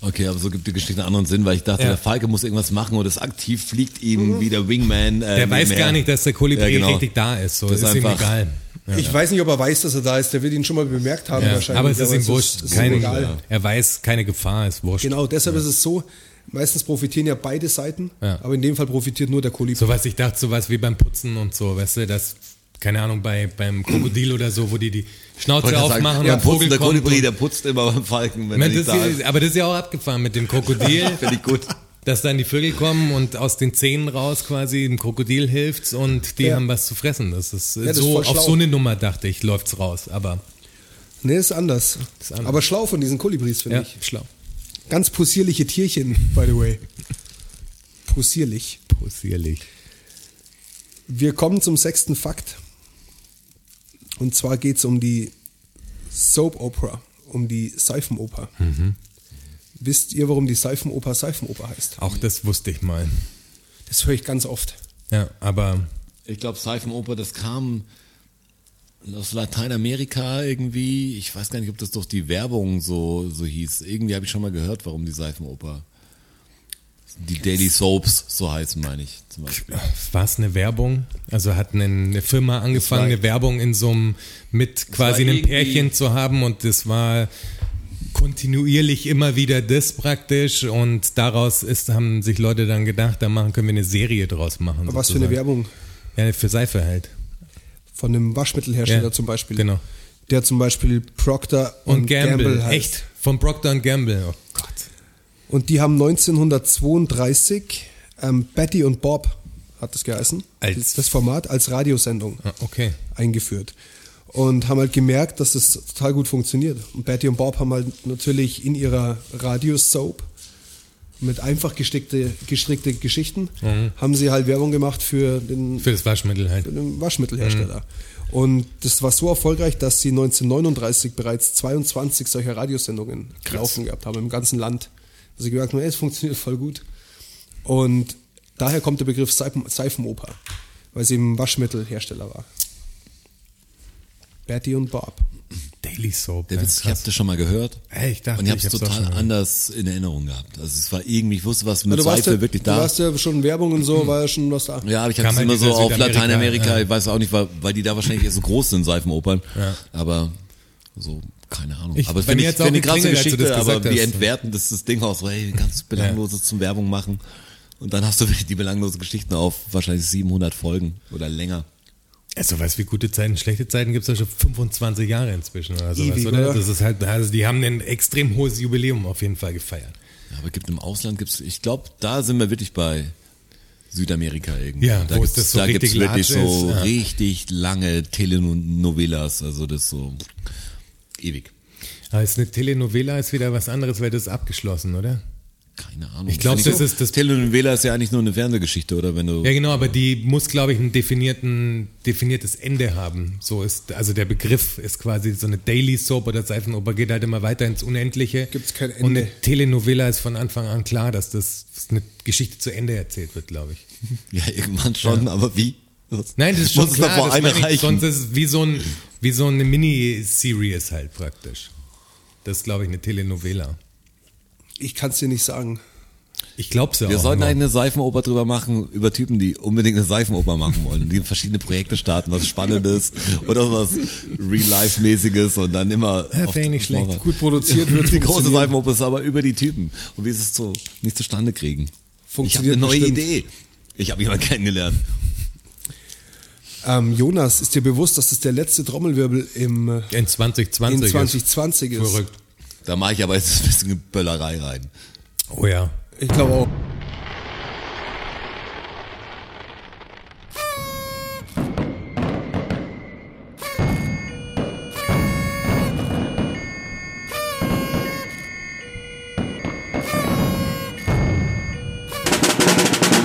Speaker 5: Okay, aber so gibt die Geschichte einen anderen Sinn, weil ich dachte,
Speaker 4: Ja. Mhm.
Speaker 5: der Falke muss irgendwas machen und ist aktiv, fliegt ihm wie der Wingman. Äh,
Speaker 4: Der weiß
Speaker 5: nebenher.
Speaker 4: gar nicht, dass der Kolibri
Speaker 5: Ja, genau.
Speaker 4: richtig da ist. So.
Speaker 5: Das
Speaker 4: ist
Speaker 5: ist
Speaker 4: ihm
Speaker 5: einfach-
Speaker 4: egal. Ja.
Speaker 3: Ich weiß nicht, ob er weiß, dass er da ist. Der wird ihn schon mal bemerkt haben
Speaker 4: Ja.
Speaker 3: wahrscheinlich.
Speaker 4: Aber es ist ihm
Speaker 3: es
Speaker 4: wurscht.
Speaker 3: ist ihm
Speaker 4: Keine,
Speaker 3: egal.
Speaker 4: er weiß, keine Gefahr ist wurscht.
Speaker 3: Genau, deshalb ist es so, meistens profitieren ja beide Seiten,
Speaker 4: Ja.
Speaker 3: aber in dem Fall profitiert nur der Kolibri.
Speaker 4: So was, ich dachte, so was wie beim Putzen und so, weißt du, das, keine Ahnung, bei, beim Krokodil oder so, wo die die Schnauze
Speaker 5: Wollte gerade
Speaker 4: aufmachen
Speaker 5: sagen,
Speaker 4: und
Speaker 5: beim
Speaker 4: der Vogel
Speaker 5: Putzen der
Speaker 4: kommt.
Speaker 5: Kolibri,
Speaker 4: und,
Speaker 5: der putzt immer beim Falken, wenn
Speaker 4: Ich
Speaker 5: er
Speaker 4: meine,
Speaker 5: nicht da
Speaker 4: das
Speaker 5: ist.
Speaker 4: ist, aber das ist ja auch abgefahren mit dem Krokodil,
Speaker 5: Finde ich gut.
Speaker 4: dass dann die Vögel kommen und aus den Zähnen raus quasi dem Krokodil hilft und die
Speaker 3: Ja.
Speaker 4: haben was zu fressen. Das ist
Speaker 3: das ist
Speaker 4: so,
Speaker 3: voll
Speaker 4: auf
Speaker 3: schlau.
Speaker 4: so eine Nummer dachte ich, läuft's raus, aber
Speaker 3: Nee, ist anders.
Speaker 4: Ist anders.
Speaker 3: Aber schlau von diesen Kolibris, finde
Speaker 4: ja,
Speaker 3: ich.
Speaker 4: schlau.
Speaker 3: Ganz possierliche Tierchen, by the way. Possierlich.
Speaker 4: Possierlich.
Speaker 3: Wir kommen zum sechsten Fakt. Und zwar geht es um die Soap Opera, um die Seifenoper.
Speaker 4: Mhm.
Speaker 3: Wisst ihr, warum die Seifenoper Seifenoper heißt?
Speaker 4: Auch das wusste ich mal.
Speaker 3: Das höre ich ganz oft.
Speaker 4: Ja, aber
Speaker 5: Ich glaube, Seifenoper, das kam aus Lateinamerika irgendwie. Ich weiß gar nicht, ob das durch die Werbung so, so hieß. Irgendwie habe ich schon mal gehört, warum die Seifenoper Die Daily Soaps, so heißen meine ich zum Beispiel.
Speaker 4: War es eine Werbung? Also hat eine, eine Firma angefangen,
Speaker 5: war-
Speaker 4: eine Werbung in so einem mit quasi
Speaker 5: war
Speaker 4: einem
Speaker 5: irgendwie-
Speaker 4: Pärchen zu haben und das war kontinuierlich immer wieder das praktisch und daraus ist, haben sich Leute dann gedacht, da machen können wir eine Serie draus machen.
Speaker 3: Was für eine
Speaker 4: sozusagen.
Speaker 3: Werbung
Speaker 4: Ja, für Seife halt.
Speaker 3: von einem Waschmittelhersteller
Speaker 4: Ja,
Speaker 3: zum Beispiel.
Speaker 4: Genau.
Speaker 3: Der zum Beispiel Procter
Speaker 4: Und, Gamble, halt.
Speaker 3: heißt.
Speaker 4: echt. Von Procter und Gamble. Oh Gott.
Speaker 3: Und die haben 1932 ähm, Betty und Bob, hat das geheißen,
Speaker 4: Als-
Speaker 3: das Format als Radiosendung
Speaker 4: Ah, Okay.
Speaker 3: eingeführt. Und haben halt gemerkt, dass das total gut funktioniert. Und Betty und Bob haben halt natürlich in ihrer Radiosoap mit einfach gestickte, gestrickte Geschichten,
Speaker 4: Mhm.
Speaker 3: haben sie halt Werbung gemacht für den
Speaker 4: Für das Waschmittel halt.
Speaker 3: einem Waschmittelhersteller. Und das war so erfolgreich, dass sie 1939 bereits 22 solcher Radiosendungen laufen gehabt haben im ganzen Land. Also gemerkt haben, ey, es funktioniert voll gut. Und daher kommt der Begriff Seifen Seifenoper, weil sie eben Waschmittelhersteller war. Betty und Bob.
Speaker 4: Daily Soap. halt.
Speaker 5: Der
Speaker 4: ja,
Speaker 5: Witz, ich
Speaker 4: krass.
Speaker 5: habe das schon mal gehört.
Speaker 4: Ey, ich dachte,
Speaker 5: und ich habe
Speaker 4: ich
Speaker 5: es
Speaker 4: hab's auch schon mal
Speaker 5: total
Speaker 4: gehört.
Speaker 5: anders in Erinnerung gehabt. Also es war irgendwie, ich wusste, was mit
Speaker 3: Also du, warst
Speaker 5: Seife
Speaker 3: ja,
Speaker 5: wirklich
Speaker 3: du
Speaker 5: da.
Speaker 3: warst ja schon in Werbung und so, war ja schon was da.
Speaker 5: Ja, aber ich habe
Speaker 4: Kam
Speaker 5: es
Speaker 4: halt
Speaker 5: immer so
Speaker 4: dieser
Speaker 5: auf
Speaker 4: Südamerika,
Speaker 5: Lateinamerika,
Speaker 4: ja.
Speaker 5: ich weiß auch nicht, weil, weil die da wahrscheinlich eher so groß sind, Seifenopern.
Speaker 4: Ja.
Speaker 5: Aber so, keine Ahnung.
Speaker 4: Ich-
Speaker 5: aber
Speaker 4: bei
Speaker 5: finde
Speaker 4: mir
Speaker 5: ich
Speaker 4: hat's auch
Speaker 5: find eine krasse
Speaker 4: geklingelt, als du das
Speaker 5: Geschichte, aber
Speaker 4: gesagt
Speaker 5: wie
Speaker 4: hast.
Speaker 5: entwertend ist das Ding auch so, hey, ganz belanglose zum Werbung machen. Und dann hast du wirklich die belanglosen Geschichten auf wahrscheinlich 700 Folgen oder länger.
Speaker 4: Also weißt wie gute Zeiten, schlechte Zeiten gibt es ja schon 25 Jahre inzwischen oder sowas,
Speaker 3: Ewig,
Speaker 4: oder?
Speaker 3: oder?
Speaker 4: Das ist halt, also die haben ein extrem hohes Jubiläum auf jeden Fall gefeiert.
Speaker 5: Ja, aber gibt im Ausland gibt's, ich glaube, da sind wir wirklich bei Südamerika irgendwie.
Speaker 4: Ja,
Speaker 5: da
Speaker 4: wo
Speaker 5: gibt's,
Speaker 4: das so
Speaker 5: da gibt's
Speaker 4: richtig
Speaker 5: wirklich
Speaker 4: large
Speaker 5: so
Speaker 4: ist, ja.
Speaker 5: richtig lange Telenovelas, also das so ewig.
Speaker 4: Aber ist eine Telenovela ist wieder was anderes, weil das ist abgeschlossen, oder?
Speaker 5: Keine Ahnung.
Speaker 4: Ich glaub,
Speaker 5: Finde
Speaker 4: das
Speaker 5: so.
Speaker 4: ist das-
Speaker 5: Telenovela ist ja eigentlich nur eine Fernsehgeschichte, oder wenn du
Speaker 4: Ja, genau, aber die muss, glaube ich, ein definierten, definiertes Ende haben. So ist, also der Begriff ist quasi so eine Daily Soap oder Seifenoper geht halt immer weiter ins Unendliche.
Speaker 3: Gibt's kein
Speaker 4: Und eine
Speaker 3: Ende.
Speaker 4: Telenovela ist von Anfang an klar, dass das dass eine Geschichte zu Ende erzählt wird, glaube ich.
Speaker 5: ja irgendwann schon, aber wie?
Speaker 4: Nein, das ist schon
Speaker 5: Muss
Speaker 4: klar,
Speaker 5: es davor
Speaker 4: das meine ich,
Speaker 5: einreichen.
Speaker 4: Sonst ist es wie so, ein, wie so eine Miniseries halt praktisch. Das ist, glaube ich, eine Telenovela.
Speaker 3: Ich kann es dir nicht sagen.
Speaker 4: Ich glaube es ja
Speaker 5: Wir
Speaker 4: auch.
Speaker 5: sollten
Speaker 4: nur.
Speaker 5: eigentlich eine Seifenoper drüber machen, über Typen, die unbedingt eine Seifenoper machen wollen, die verschiedene Projekte starten, was Spannendes oder was Real-Life-mäßiges und dann immer.
Speaker 4: Ja,
Speaker 5: auf-
Speaker 4: fänd ich nicht schlecht.
Speaker 5: auf-
Speaker 3: Gut produziert wird
Speaker 5: Die große
Speaker 3: funktionieren.
Speaker 5: Seifenoper ist aber über die Typen. Und wie sie es so nicht zustande kriegen. Ich habe
Speaker 3: Funktioniert
Speaker 5: eine neue
Speaker 3: bestimmt.
Speaker 5: Idee. Ich habe jemanden kennengelernt.
Speaker 3: Ähm, Jonas, ist dir bewusst, dass das der letzte Trommelwirbel im, äh,
Speaker 4: in 2020.
Speaker 3: in
Speaker 4: ist
Speaker 3: 2020 ist?
Speaker 4: Verrückt.
Speaker 5: Da mache ich aber jetzt ein bisschen Böllerei rein.
Speaker 4: Oh ja.
Speaker 3: Ich glaube auch.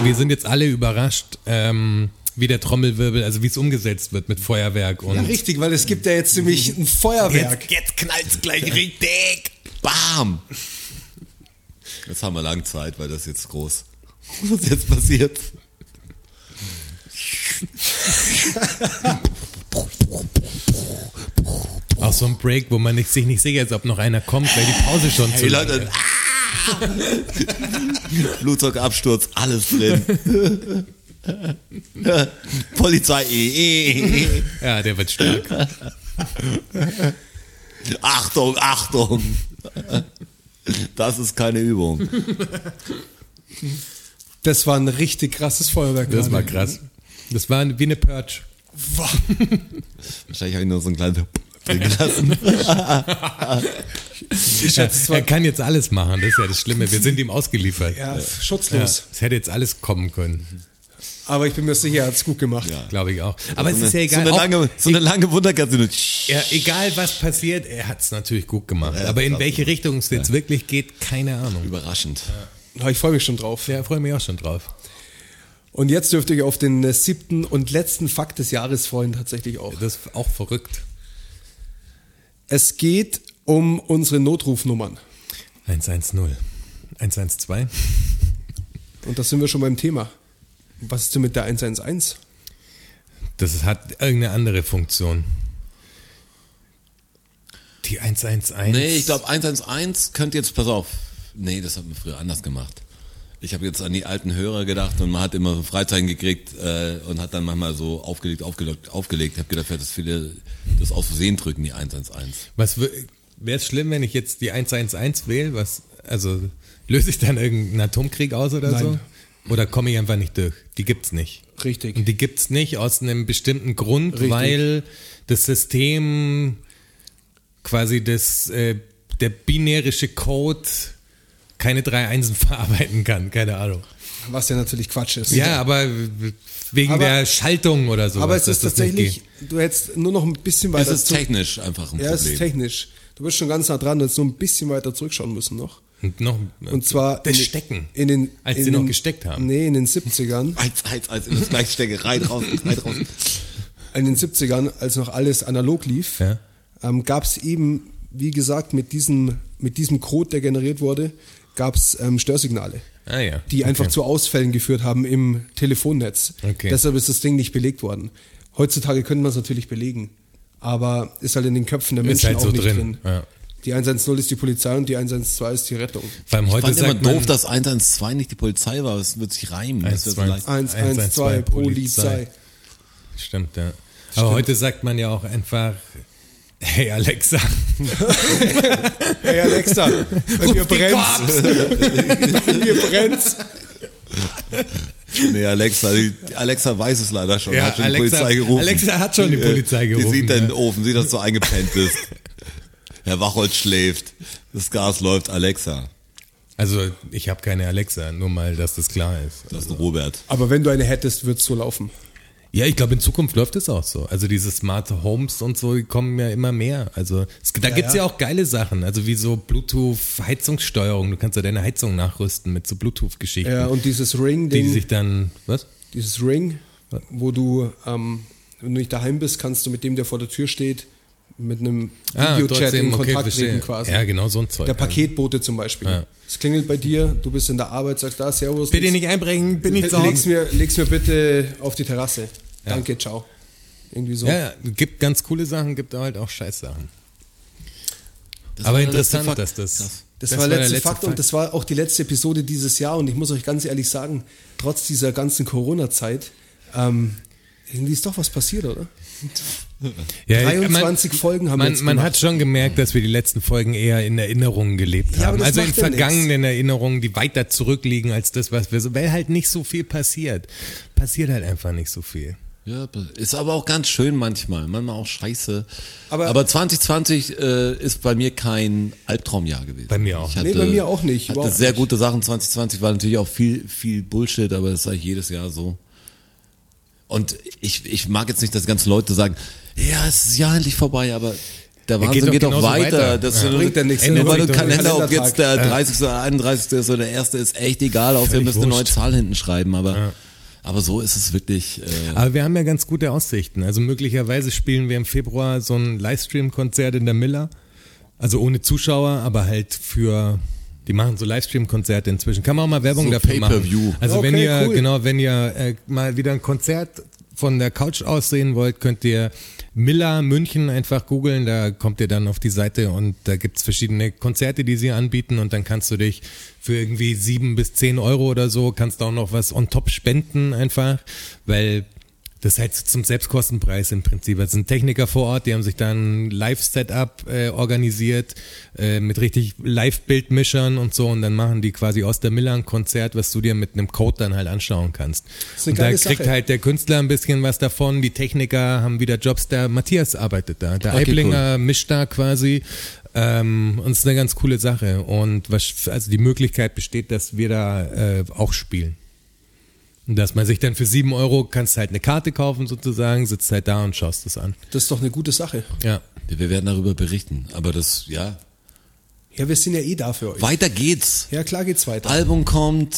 Speaker 4: Wir sind jetzt alle überrascht, ähm, wie der Trommelwirbel, also wie es umgesetzt wird mit Feuerwerk und.
Speaker 3: Ja, richtig, weil es gibt ja jetzt nämlich ein Feuerwerk.
Speaker 5: Jetzt, jetzt knallt's gleich richtig. Bam. Jetzt haben wir lang Zeit, weil das jetzt groß. Was ist jetzt passiert?
Speaker 4: Auch so ein Break, wo man nicht, sich nicht sicher ist, ob noch einer kommt, weil die Pause schon zu
Speaker 5: Hey
Speaker 4: lang
Speaker 5: Leute. Ah! Flugzeugabsturz, alles drin. Polizei. eh, eh, eh.
Speaker 4: ist. Ja, der wird stark.
Speaker 5: Achtung, Achtung. Das ist keine Übung.
Speaker 3: Das war ein richtig krasses Feuerwerk.
Speaker 4: Das
Speaker 3: gerade.
Speaker 4: war krass. Das war wie eine Purge.
Speaker 5: Wahrscheinlich habe ich nur so einen kleinen drin gelassen.
Speaker 4: er kann jetzt alles machen, das ist ja das Schlimme. Wir sind ihm ausgeliefert.
Speaker 3: Ja, f-
Speaker 4: Ja,
Speaker 3: schutzlos.
Speaker 4: es hätte jetzt alles kommen können,
Speaker 3: Aber ich bin mir sicher, er hat's gut gemacht.
Speaker 4: glaube ich auch. Aber es ist ja
Speaker 5: So
Speaker 4: egal.
Speaker 5: eine
Speaker 4: auch-
Speaker 5: lange, so eine lange Wunderkatze.
Speaker 4: ja, egal was passiert, er hat es natürlich gut gemacht. Aber in welche Richtung es jetzt wirklich geht, keine Ahnung.
Speaker 5: Überraschend.
Speaker 3: Ja, Ah, Ich freue mich schon drauf.
Speaker 4: Ja, freue mich auch schon drauf.
Speaker 3: Und jetzt dürft ihr auf den äh, siebten und letzten Fakt des Jahres freuen, tatsächlich auch.
Speaker 4: Das ist auch verrückt.
Speaker 3: Es geht um unsere Notrufnummern.
Speaker 4: 110. 112.
Speaker 3: Und da sind wir schon beim Thema. Was ist denn mit der 111?
Speaker 4: Das ist- hat irgendeine andere Funktion. Die 111.
Speaker 5: Nee, ich glaube 111 könnte jetzt, pass auf. Nee, das haben wir früher anders gemacht. Ich habe jetzt an die alten Hörer gedacht und man hat immer so Freizeichen gekriegt äh, und hat dann manchmal so aufgelegt, aufgelegt, aufgelegt. Ich habe gedacht, vielleicht, dass viele das aus Versehen drücken, die 111.
Speaker 4: Was wäre es schlimm, wenn ich jetzt die 111 wähle? Was, also löse ich dann irgendeinen Atomkrieg aus oder
Speaker 3: Nein.
Speaker 4: so? Oder komme ich einfach nicht durch? Die gibt's nicht.
Speaker 3: Richtig.
Speaker 4: Und die gibt's nicht aus einem bestimmten Grund,
Speaker 3: Richtig.
Speaker 4: weil das System quasi das, äh, der binärische Code keine drei Einsen verarbeiten kann, keine Ahnung.
Speaker 3: Was ja natürlich Quatsch ist.
Speaker 4: Ja, aber wegen
Speaker 3: Aber-
Speaker 4: der Schaltung oder so.
Speaker 3: aber es ist tatsächlich, du hättest nur noch ein bisschen
Speaker 5: Es
Speaker 3: weiter
Speaker 5: ist technisch einfach ein
Speaker 3: Ja, es ist
Speaker 5: Problem.
Speaker 3: technisch. Du bist schon ganz nah dran, du hättest nur ein bisschen weiter zurückschauen müssen noch.
Speaker 4: Und, noch,
Speaker 3: Und zwar
Speaker 4: das
Speaker 3: in,
Speaker 4: Stecken.
Speaker 3: In den,
Speaker 4: als
Speaker 3: in
Speaker 4: sie
Speaker 3: den,
Speaker 4: noch gesteckt haben.
Speaker 3: Nee, in den 70ern.
Speaker 5: Eins, eins, eins, in das gleiche Stecke, rein, raus, rein, raus.
Speaker 3: in den 70ern, als noch alles analog lief,
Speaker 4: Ja.
Speaker 3: ähm, gab es eben, wie gesagt, mit diesem, mit diesem Code, der generiert wurde, gab es ähm, Störsignale,
Speaker 4: Ah ja.
Speaker 3: die einfach
Speaker 4: Okay.
Speaker 3: zu Ausfällen geführt haben im Telefonnetz.
Speaker 4: Okay.
Speaker 3: Deshalb ist das Ding nicht belegt worden. Heutzutage könnte man es natürlich belegen, aber ist halt in den Köpfen der
Speaker 4: Ist
Speaker 3: Menschen
Speaker 4: halt
Speaker 3: auch
Speaker 4: so
Speaker 3: nicht
Speaker 4: drin,
Speaker 3: drin.
Speaker 4: ja.
Speaker 3: Die 110 ist die Polizei und die 112 ist die Rettung.
Speaker 4: Vor allem
Speaker 5: Ich
Speaker 4: heute
Speaker 5: fand immer
Speaker 4: sagt man,
Speaker 5: doof, dass 112 nicht die Polizei war, aber es wird sich reimen. Das wird
Speaker 4: 112.
Speaker 5: vielleicht-
Speaker 3: 112 Polizei.
Speaker 4: Stimmt, ja. Aber heute sagt man ja auch einfach, hey Alexa,
Speaker 3: Hey Alexa, bei mir brennt's. bei mir brennt's.
Speaker 5: Nee, Alexa, die- Alexa weiß es leider schon.
Speaker 4: Ja,
Speaker 5: hat schon die
Speaker 4: Alexa-
Speaker 5: Polizei gerufen.
Speaker 4: Alexa hat schon die
Speaker 5: Äh,
Speaker 4: Polizei gerufen,
Speaker 5: Die sieht
Speaker 4: ja.
Speaker 5: deinen Ofen, sieht, dass du eingepennt bist. Herr Wachholz schläft. Das Gas läuft, Alexa.
Speaker 4: also ich habe keine Alexa, nur mal, dass das klar ist.
Speaker 5: Das ist Robert.
Speaker 3: Aber wenn du eine hättest, wird's so laufen.
Speaker 4: Ja, ich glaube, in Zukunft läuft es auch so. Also diese Smart Homes und so die kommen ja immer mehr. Also es, da gibt's ja.
Speaker 3: ja.
Speaker 4: auch geile Sachen, also wie so Bluetooth-Heizungssteuerung. Du kannst ja deine Heizung nachrüsten mit so Bluetooth-Geschichten,
Speaker 3: Ja, und dieses Ring,
Speaker 4: die
Speaker 3: den,
Speaker 4: sich dann, was?
Speaker 3: dieses Ring, wo du, ähm, wenn du nicht daheim bist, kannst du mit dem, der vor der Tür steht, mit einem Videochat in Kontakt
Speaker 4: Ah, verstehe.
Speaker 3: treten quasi.
Speaker 4: Ja, genau so ein Zeug.
Speaker 3: Der Paketbote zum Beispiel.
Speaker 4: Ja.
Speaker 3: Es klingelt bei dir, du bist in der Arbeit, sagst da, Servus.
Speaker 4: Bitte
Speaker 3: legst-
Speaker 4: nicht einbrechen, bin ich zu
Speaker 3: Leg's
Speaker 4: Hause.
Speaker 3: mir, leg's mir bitte auf die Terrasse. Danke, ciao. Irgendwie so.
Speaker 4: Ja, ja, gibt ganz coole Sachen, gibt aber halt auch Scheißsachen.
Speaker 5: Das
Speaker 4: aber
Speaker 5: war der letzte
Speaker 4: interessant,
Speaker 5: Fakt.
Speaker 4: dass das.
Speaker 3: Das, war der letzte, Fakt und das war auch die letzte Episode dieses Jahr und ich muss euch ganz ehrlich sagen, trotz dieser ganzen Corona-Zeit, ähm, irgendwie ist doch was passiert, oder?
Speaker 4: ja,
Speaker 3: 23 Folgen haben wir
Speaker 4: man,
Speaker 3: jetzt
Speaker 4: Man
Speaker 3: gemacht.
Speaker 4: hat schon gemerkt, dass wir die letzten Folgen eher in Erinnerungen gelebt
Speaker 3: Ja,
Speaker 4: haben.
Speaker 3: aber das
Speaker 4: Also in
Speaker 3: macht ja
Speaker 4: vergangenen Erinnerungen, die weiter zurückliegen als das, was wir so, weil halt nicht so viel passiert. Passiert halt einfach nicht so viel.
Speaker 5: Ja, ist aber auch ganz schön manchmal. Manchmal auch scheiße. Aber,
Speaker 3: Aber-
Speaker 5: 2020 äh, ist bei mir kein Albtraumjahr gewesen.
Speaker 4: Bei mir auch.
Speaker 5: Ich hatte,
Speaker 3: Nee, bei mir auch nicht,
Speaker 5: Hatte
Speaker 3: überhaupt
Speaker 5: sehr
Speaker 3: nicht.
Speaker 5: gute Sachen. 2020 war natürlich auch viel, viel Bullshit, aber das sage ich jedes Jahr so. Und ich, ich mag jetzt nicht, dass die ganzen Leute sagen, ja, es ist ja endlich vorbei, aber der Wahnsinn
Speaker 4: doch
Speaker 5: geht, doch
Speaker 4: genauso
Speaker 5: weiter.
Speaker 4: weiter.
Speaker 5: Das
Speaker 4: Ja.
Speaker 3: Bringt ja nichts.
Speaker 5: Nur
Speaker 4: Ändert
Speaker 5: weil
Speaker 4: sich
Speaker 5: du
Speaker 4: doch
Speaker 5: keinen
Speaker 4: der
Speaker 5: Händler, ob jetzt der
Speaker 3: Kalendertag.
Speaker 5: 30. oder 31. ist oder der 1. ist echt egal, außer wir
Speaker 4: Völlig
Speaker 5: müssen eine neue
Speaker 4: wurscht.
Speaker 5: Zahl hinten schreiben, aber, aber so ist es wirklich. Äh,
Speaker 4: Aber wir haben ja ganz gute Aussichten. Also möglicherweise spielen wir im Februar so ein Livestream-Konzert in der Miller. Also ohne Zuschauer, aber halt für. Die machen so Livestream-Konzerte inzwischen. Kann man auch mal Werbung
Speaker 5: So
Speaker 4: dafür
Speaker 5: Pay-per-view.
Speaker 4: machen. Also wenn
Speaker 3: Okay,
Speaker 4: ihr,
Speaker 3: cool.
Speaker 4: genau, wenn ihr äh, mal wieder ein Konzert von der Couch aus sehen wollt, könnt ihr Miller München einfach googeln. Da kommt ihr dann auf die Seite und da gibt's verschiedene Konzerte, die sie anbieten und dann kannst du dich für irgendwie sieben bis zehn Euro oder so, kannst du auch noch was on top spenden einfach, weil das heißt zum Selbstkostenpreis im Prinzip. Es sind Techniker vor Ort, die haben sich dann ein Live-Setup äh, organisiert äh, mit richtig Live-Bildmischern und so und dann machen die quasi aus der Miller ein Konzert, was du dir mit einem Code dann halt anschauen kannst.
Speaker 3: ist eine
Speaker 4: Und da
Speaker 3: geile
Speaker 4: kriegt
Speaker 3: Sache.
Speaker 4: halt der Künstler ein bisschen was davon, die Techniker haben wieder Jobs, der Matthias arbeitet da, der
Speaker 5: Okay,
Speaker 4: Eiblinger mischt da quasi. Ähm, und es ist eine ganz coole Sache und was, also die Möglichkeit besteht, dass wir da äh, auch spielen. Und Dass man sich dann für sieben Euro kannst halt eine Karte kaufen sozusagen, sitzt halt da und schaust es an.
Speaker 3: Das ist doch eine gute Sache.
Speaker 4: Ja.
Speaker 5: Wir werden darüber berichten, aber das, ja.
Speaker 3: Ja, wir sind ja eh da für euch.
Speaker 5: Weiter geht's.
Speaker 3: Ja, klar geht's weiter.
Speaker 5: Album kommt.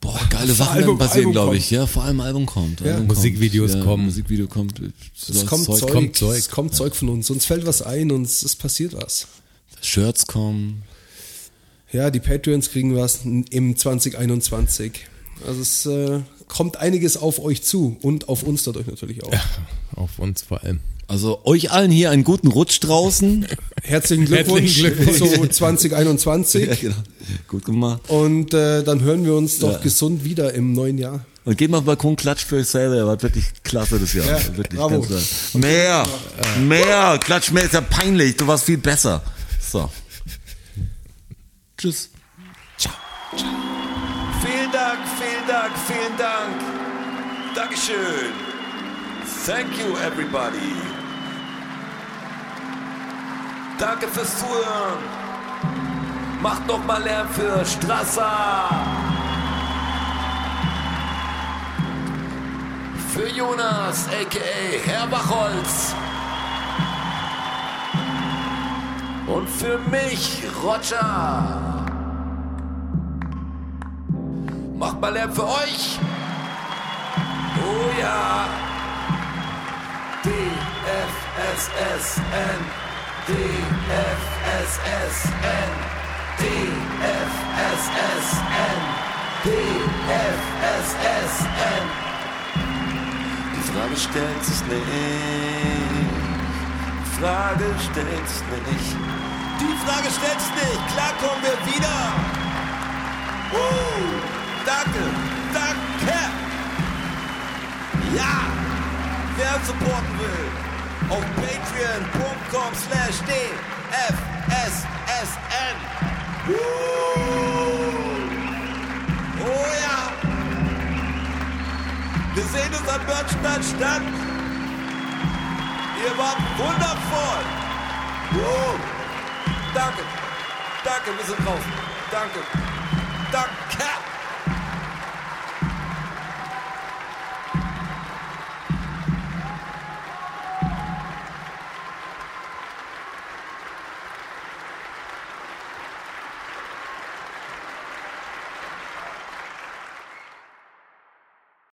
Speaker 5: Boah, geile Sachen
Speaker 3: Album-
Speaker 5: werden passieren,
Speaker 3: Album
Speaker 5: glaube ich.
Speaker 3: kommt.
Speaker 5: Ja, vor allem Album kommt.
Speaker 3: Ja.
Speaker 5: Album
Speaker 4: Musikvideos
Speaker 5: kommt.
Speaker 4: kommen.
Speaker 5: Musikvideo kommt.
Speaker 3: es kommt Zeug,
Speaker 4: kommt Zeug.
Speaker 3: Es kommt Zeug von uns. Uns fällt was ein und es passiert was.
Speaker 5: Shirts kommen.
Speaker 3: Ja, die Patreons kriegen was im 2021. Also es äh, kommt einiges auf euch zu und auf uns dadurch natürlich auch.
Speaker 4: Auf uns vor allem.
Speaker 5: Also euch allen hier einen guten Rutsch draußen.
Speaker 3: Herzlichen Glückwunsch,
Speaker 4: Herzlichen Glückwunsch.
Speaker 3: zu 2021.
Speaker 5: Ja, genau. Gut gemacht.
Speaker 3: Und äh, dann hören wir uns doch
Speaker 5: Ja.
Speaker 3: gesund wieder im neuen Jahr.
Speaker 5: Und geht mal auf den Balkon, klatscht für euch selber. War wirklich klasse das Jahr.
Speaker 3: Ja,
Speaker 5: wirklich
Speaker 3: bravo.
Speaker 5: ganz toll. Mehr, mehr, klatsch mehr, ist ja peinlich. Du warst viel besser. So. Tschüss.
Speaker 7: Vielen Dank, vielen Dank, vielen Dank. Dankeschön. Thank you, everybody. Danke fürs Zuhören. Macht noch mal Lärm für Strasser. Für Jonas, a.k.a. Herr Bachholz. Und für mich, Roger. Macht mal Lärm für euch. Oh ja. DFSSN. DFSSN. DFSSN. DFSSN. Die Frage stellt sich nicht. Die Frage stellt sich nicht. Die Frage stellt sich nicht. Klar kommen wir wieder. Uh, danke, danke. Ja, wer uns supporten will, auf patreon.com slash dfssn. Uh, oh ja. Wir sehen uns am Börnstein statt. Ihr wart wundervoll. Uh, danke, danke, wir sind draußen. Danke. Danke.